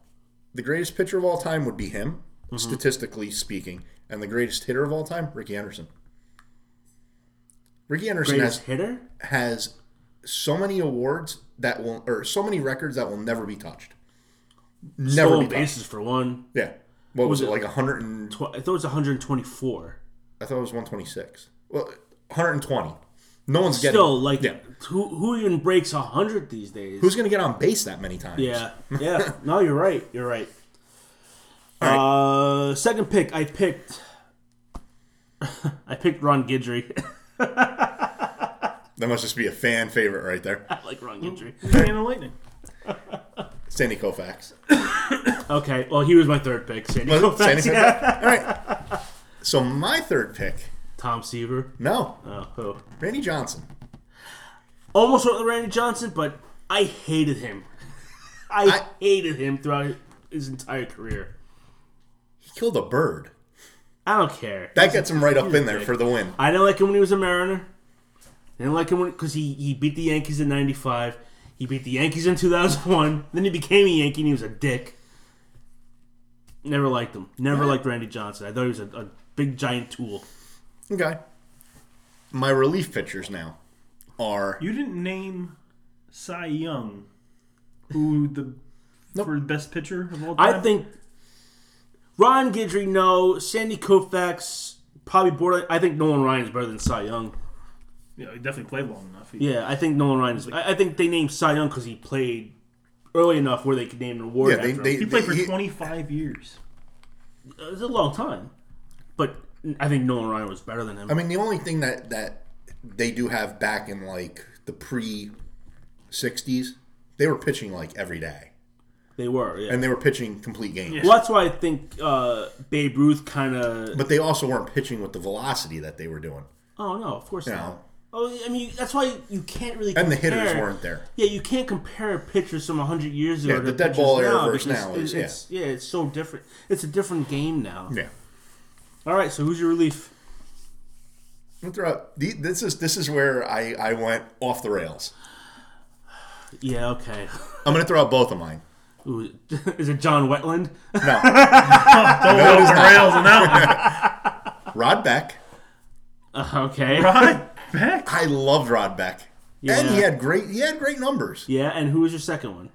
Speaker 2: The greatest pitcher of all time would be him,
Speaker 1: Mm-hmm.
Speaker 2: statistically speaking, and the greatest hitter of all time, Ricky Anderson. Ricky Anderson
Speaker 1: greatest
Speaker 2: has,
Speaker 1: hitter.
Speaker 2: has so many awards that will, or so many records that will never be touched. Never
Speaker 1: Stolen
Speaker 2: be touched.
Speaker 1: bases for one.
Speaker 2: Yeah. What was,
Speaker 1: was
Speaker 2: it
Speaker 1: it?
Speaker 2: like? 100 and
Speaker 1: Tw- I thought it was 124.
Speaker 2: I thought it was 126. Well, 120. No one's getting.
Speaker 1: Still, like
Speaker 2: yeah.
Speaker 1: who who even breaks 100 these days?
Speaker 2: Who's going to get on base that many times?
Speaker 1: Yeah, yeah. No, you're right. You're right. Uh, second pick, I picked. I picked Ron Guidry.
Speaker 2: That must just be a fan favorite right there.
Speaker 1: I like Ron Guidry.
Speaker 3: Man the Lightning.
Speaker 2: Sandy Koufax. Mm.
Speaker 1: Okay, well, he was my third pick. Sandy
Speaker 2: Was it
Speaker 1: Koufax,
Speaker 2: Sandy
Speaker 1: yeah.
Speaker 2: Koufax? All right. So my third pick,
Speaker 1: Tom Seaver.
Speaker 2: no,
Speaker 1: Oh, who?
Speaker 2: Randy Johnson.
Speaker 1: Almost went with Randy Johnson, but I hated him. I,
Speaker 2: I-
Speaker 1: hated him throughout his entire career.
Speaker 2: He killed a bird.
Speaker 1: I don't care.
Speaker 2: That gets him right up in there for the win.
Speaker 1: I didn't like him when he was a Mariner. I didn't like him because he, he beat the Yankees in 95. He beat the Yankees in 2001. Then he became a Yankee and he was a dick. Never liked him. Never liked Randy Johnson. I thought he was a, a big, giant tool.
Speaker 2: Okay. My relief pitchers now are
Speaker 3: You didn't name Cy Young, who the for best pitcher of all time.
Speaker 1: I think Ron Guidry, no. Sandy Koufax, probably borderline. I think Nolan Ryan is better than Cy Young.
Speaker 3: yeah, he definitely played long enough. He-
Speaker 1: Yeah, I think Nolan Ryan is. I, I think they named Cy Young because he played early enough where they could name an award.
Speaker 2: yeah. They,
Speaker 1: after
Speaker 2: they,
Speaker 1: him.
Speaker 3: He played for
Speaker 2: he-
Speaker 3: 25 years.
Speaker 1: It was a long time, but I think Nolan Ryan was better than him.
Speaker 2: I mean, the only thing that that they do have back in like the pre '60s, they were pitching like every day,
Speaker 1: they were. Yeah.
Speaker 2: and they were pitching complete games.
Speaker 1: well, that's why I think uh, Babe Ruth kind of.
Speaker 2: But they also weren't pitching with the velocity that they were doing.
Speaker 1: Oh no, of course
Speaker 2: You
Speaker 1: not.
Speaker 2: know,
Speaker 1: Oh, I mean, that's why you can't really.
Speaker 2: and the hitters
Speaker 1: compare-
Speaker 2: weren't there.
Speaker 1: Yeah, you can't compare pitchers from hundred years ago.
Speaker 2: Yeah,
Speaker 1: to
Speaker 2: the dead
Speaker 1: pitchers
Speaker 2: ball era
Speaker 1: now
Speaker 2: versus
Speaker 1: because
Speaker 2: now
Speaker 1: it-
Speaker 2: is,
Speaker 1: it's, yeah. it's so different. It's a different game now.
Speaker 2: Yeah.
Speaker 1: All right, so who's your relief?
Speaker 2: I'm gonna throw out- the- This is this is where I, I went off the rails.
Speaker 1: Yeah, okay.
Speaker 2: I'm gonna throw out both of mine.
Speaker 1: Ooh, is it John Wetland?
Speaker 2: No, no it is
Speaker 3: The
Speaker 2: not.
Speaker 3: rails and out.
Speaker 2: Rod Beck.
Speaker 1: okay.
Speaker 3: Rod Beck.
Speaker 2: I loved Rod Beck.
Speaker 1: Yeah.
Speaker 2: And he had great he had great numbers.
Speaker 1: yeah, and who was your second one?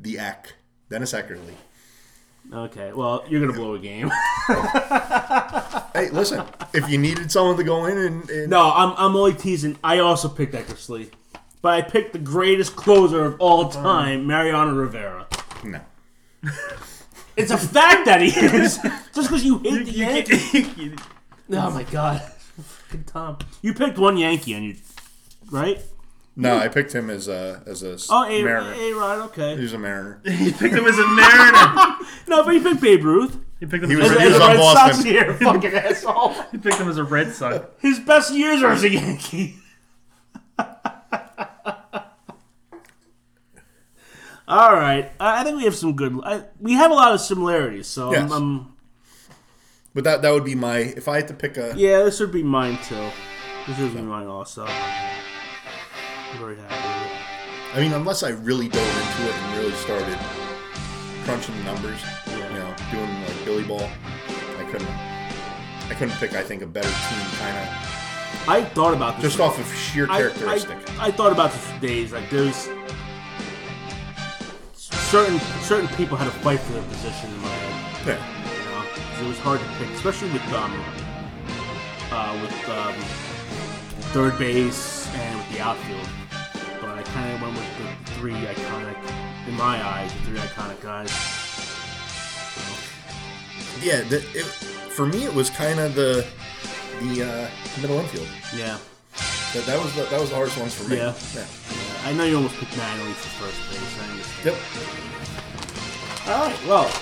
Speaker 2: The Eck, Dennis Eckerly.
Speaker 1: Okay, well, you're going to blow a game.
Speaker 2: Hey, listen, if you needed someone to go in and, and
Speaker 1: no, I'm, I'm only teasing. I also picked Eckersley. But I picked the greatest closer of all time, Mariano Rivera.
Speaker 2: no.
Speaker 1: It's a fact that he is. Just because you hate the
Speaker 3: You
Speaker 1: Yankees.
Speaker 3: can't- you-
Speaker 1: Oh my god, Fucking Tom! You picked one Yankee and you, right?
Speaker 2: No, I picked him as a as a s-
Speaker 1: Oh, a
Speaker 2: Mariner.
Speaker 1: a Rod, okay.
Speaker 2: He's a Mariner.
Speaker 3: you picked him as a Mariner.
Speaker 1: No, but you picked Babe Ruth.
Speaker 3: You picked him,
Speaker 2: He
Speaker 3: as,
Speaker 2: was-
Speaker 3: a,
Speaker 1: As a
Speaker 2: on
Speaker 1: Red
Speaker 2: Boston.
Speaker 1: Sox here, fucking asshole.
Speaker 3: you picked him as a Red Sox.
Speaker 1: His best years are as a Yankee. All right, I I think we have some good. I, we have a lot of similarities, so
Speaker 2: Yes.
Speaker 1: I'm, I'm-
Speaker 2: But that that would be my if I had to pick a
Speaker 1: yeah, this would be mine too. This would be mine also. I'm very happy. With it.
Speaker 2: I mean, unless I really dove into it and really started crunching the numbers,
Speaker 1: Yeah.
Speaker 2: you know, doing like Billy Ball, I couldn't. I couldn't pick. I think a better team, kind of,
Speaker 1: I thought about this
Speaker 2: just off of sheer
Speaker 1: I-
Speaker 2: characteristic.
Speaker 1: I, I thought about this for days. Like there's certain certain people had to fight for their position in my head.
Speaker 2: yeah.
Speaker 1: You know, 'Cause it was hard to pick, especially with um, uh, with um, third base and with the outfield. But I kind of went with the three iconic, in my eyes, the three iconic guys.
Speaker 2: Yeah, the, it, for me, it was kind of the the uh, middle infield.
Speaker 1: Yeah,
Speaker 2: That, that was the, that was the hardest ones for me.
Speaker 1: Yeah. I know you almost picked Manley for first base. I understand.
Speaker 2: Yep.
Speaker 1: All right,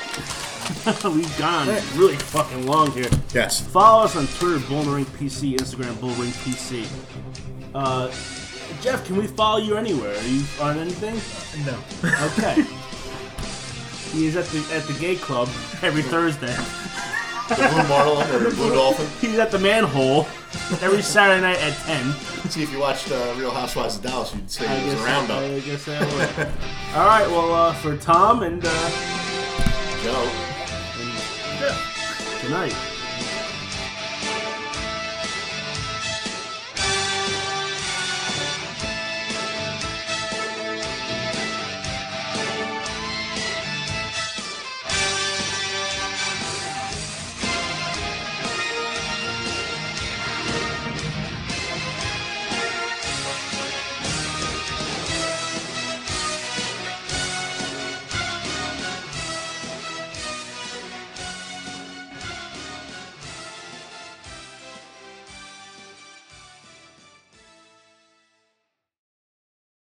Speaker 1: well, we've gone really fucking long here.
Speaker 2: Yes.
Speaker 1: Follow us on Twitter, Bullring PC, Instagram, Bullring PC. Uh, Jeff, can we follow you anywhere? Are you on anything?
Speaker 3: No.
Speaker 1: Okay. he is at the at the gay club every Thursday.
Speaker 2: The blue marlin or the blue dolphin.
Speaker 1: He's at the manhole every Saturday night at ten.
Speaker 2: See if you watched uh, Real Housewives of Dallas, you'd say
Speaker 1: I guess I, I guess I would. All right. Well, uh, for Tom and uh,
Speaker 2: Joe.
Speaker 1: good night.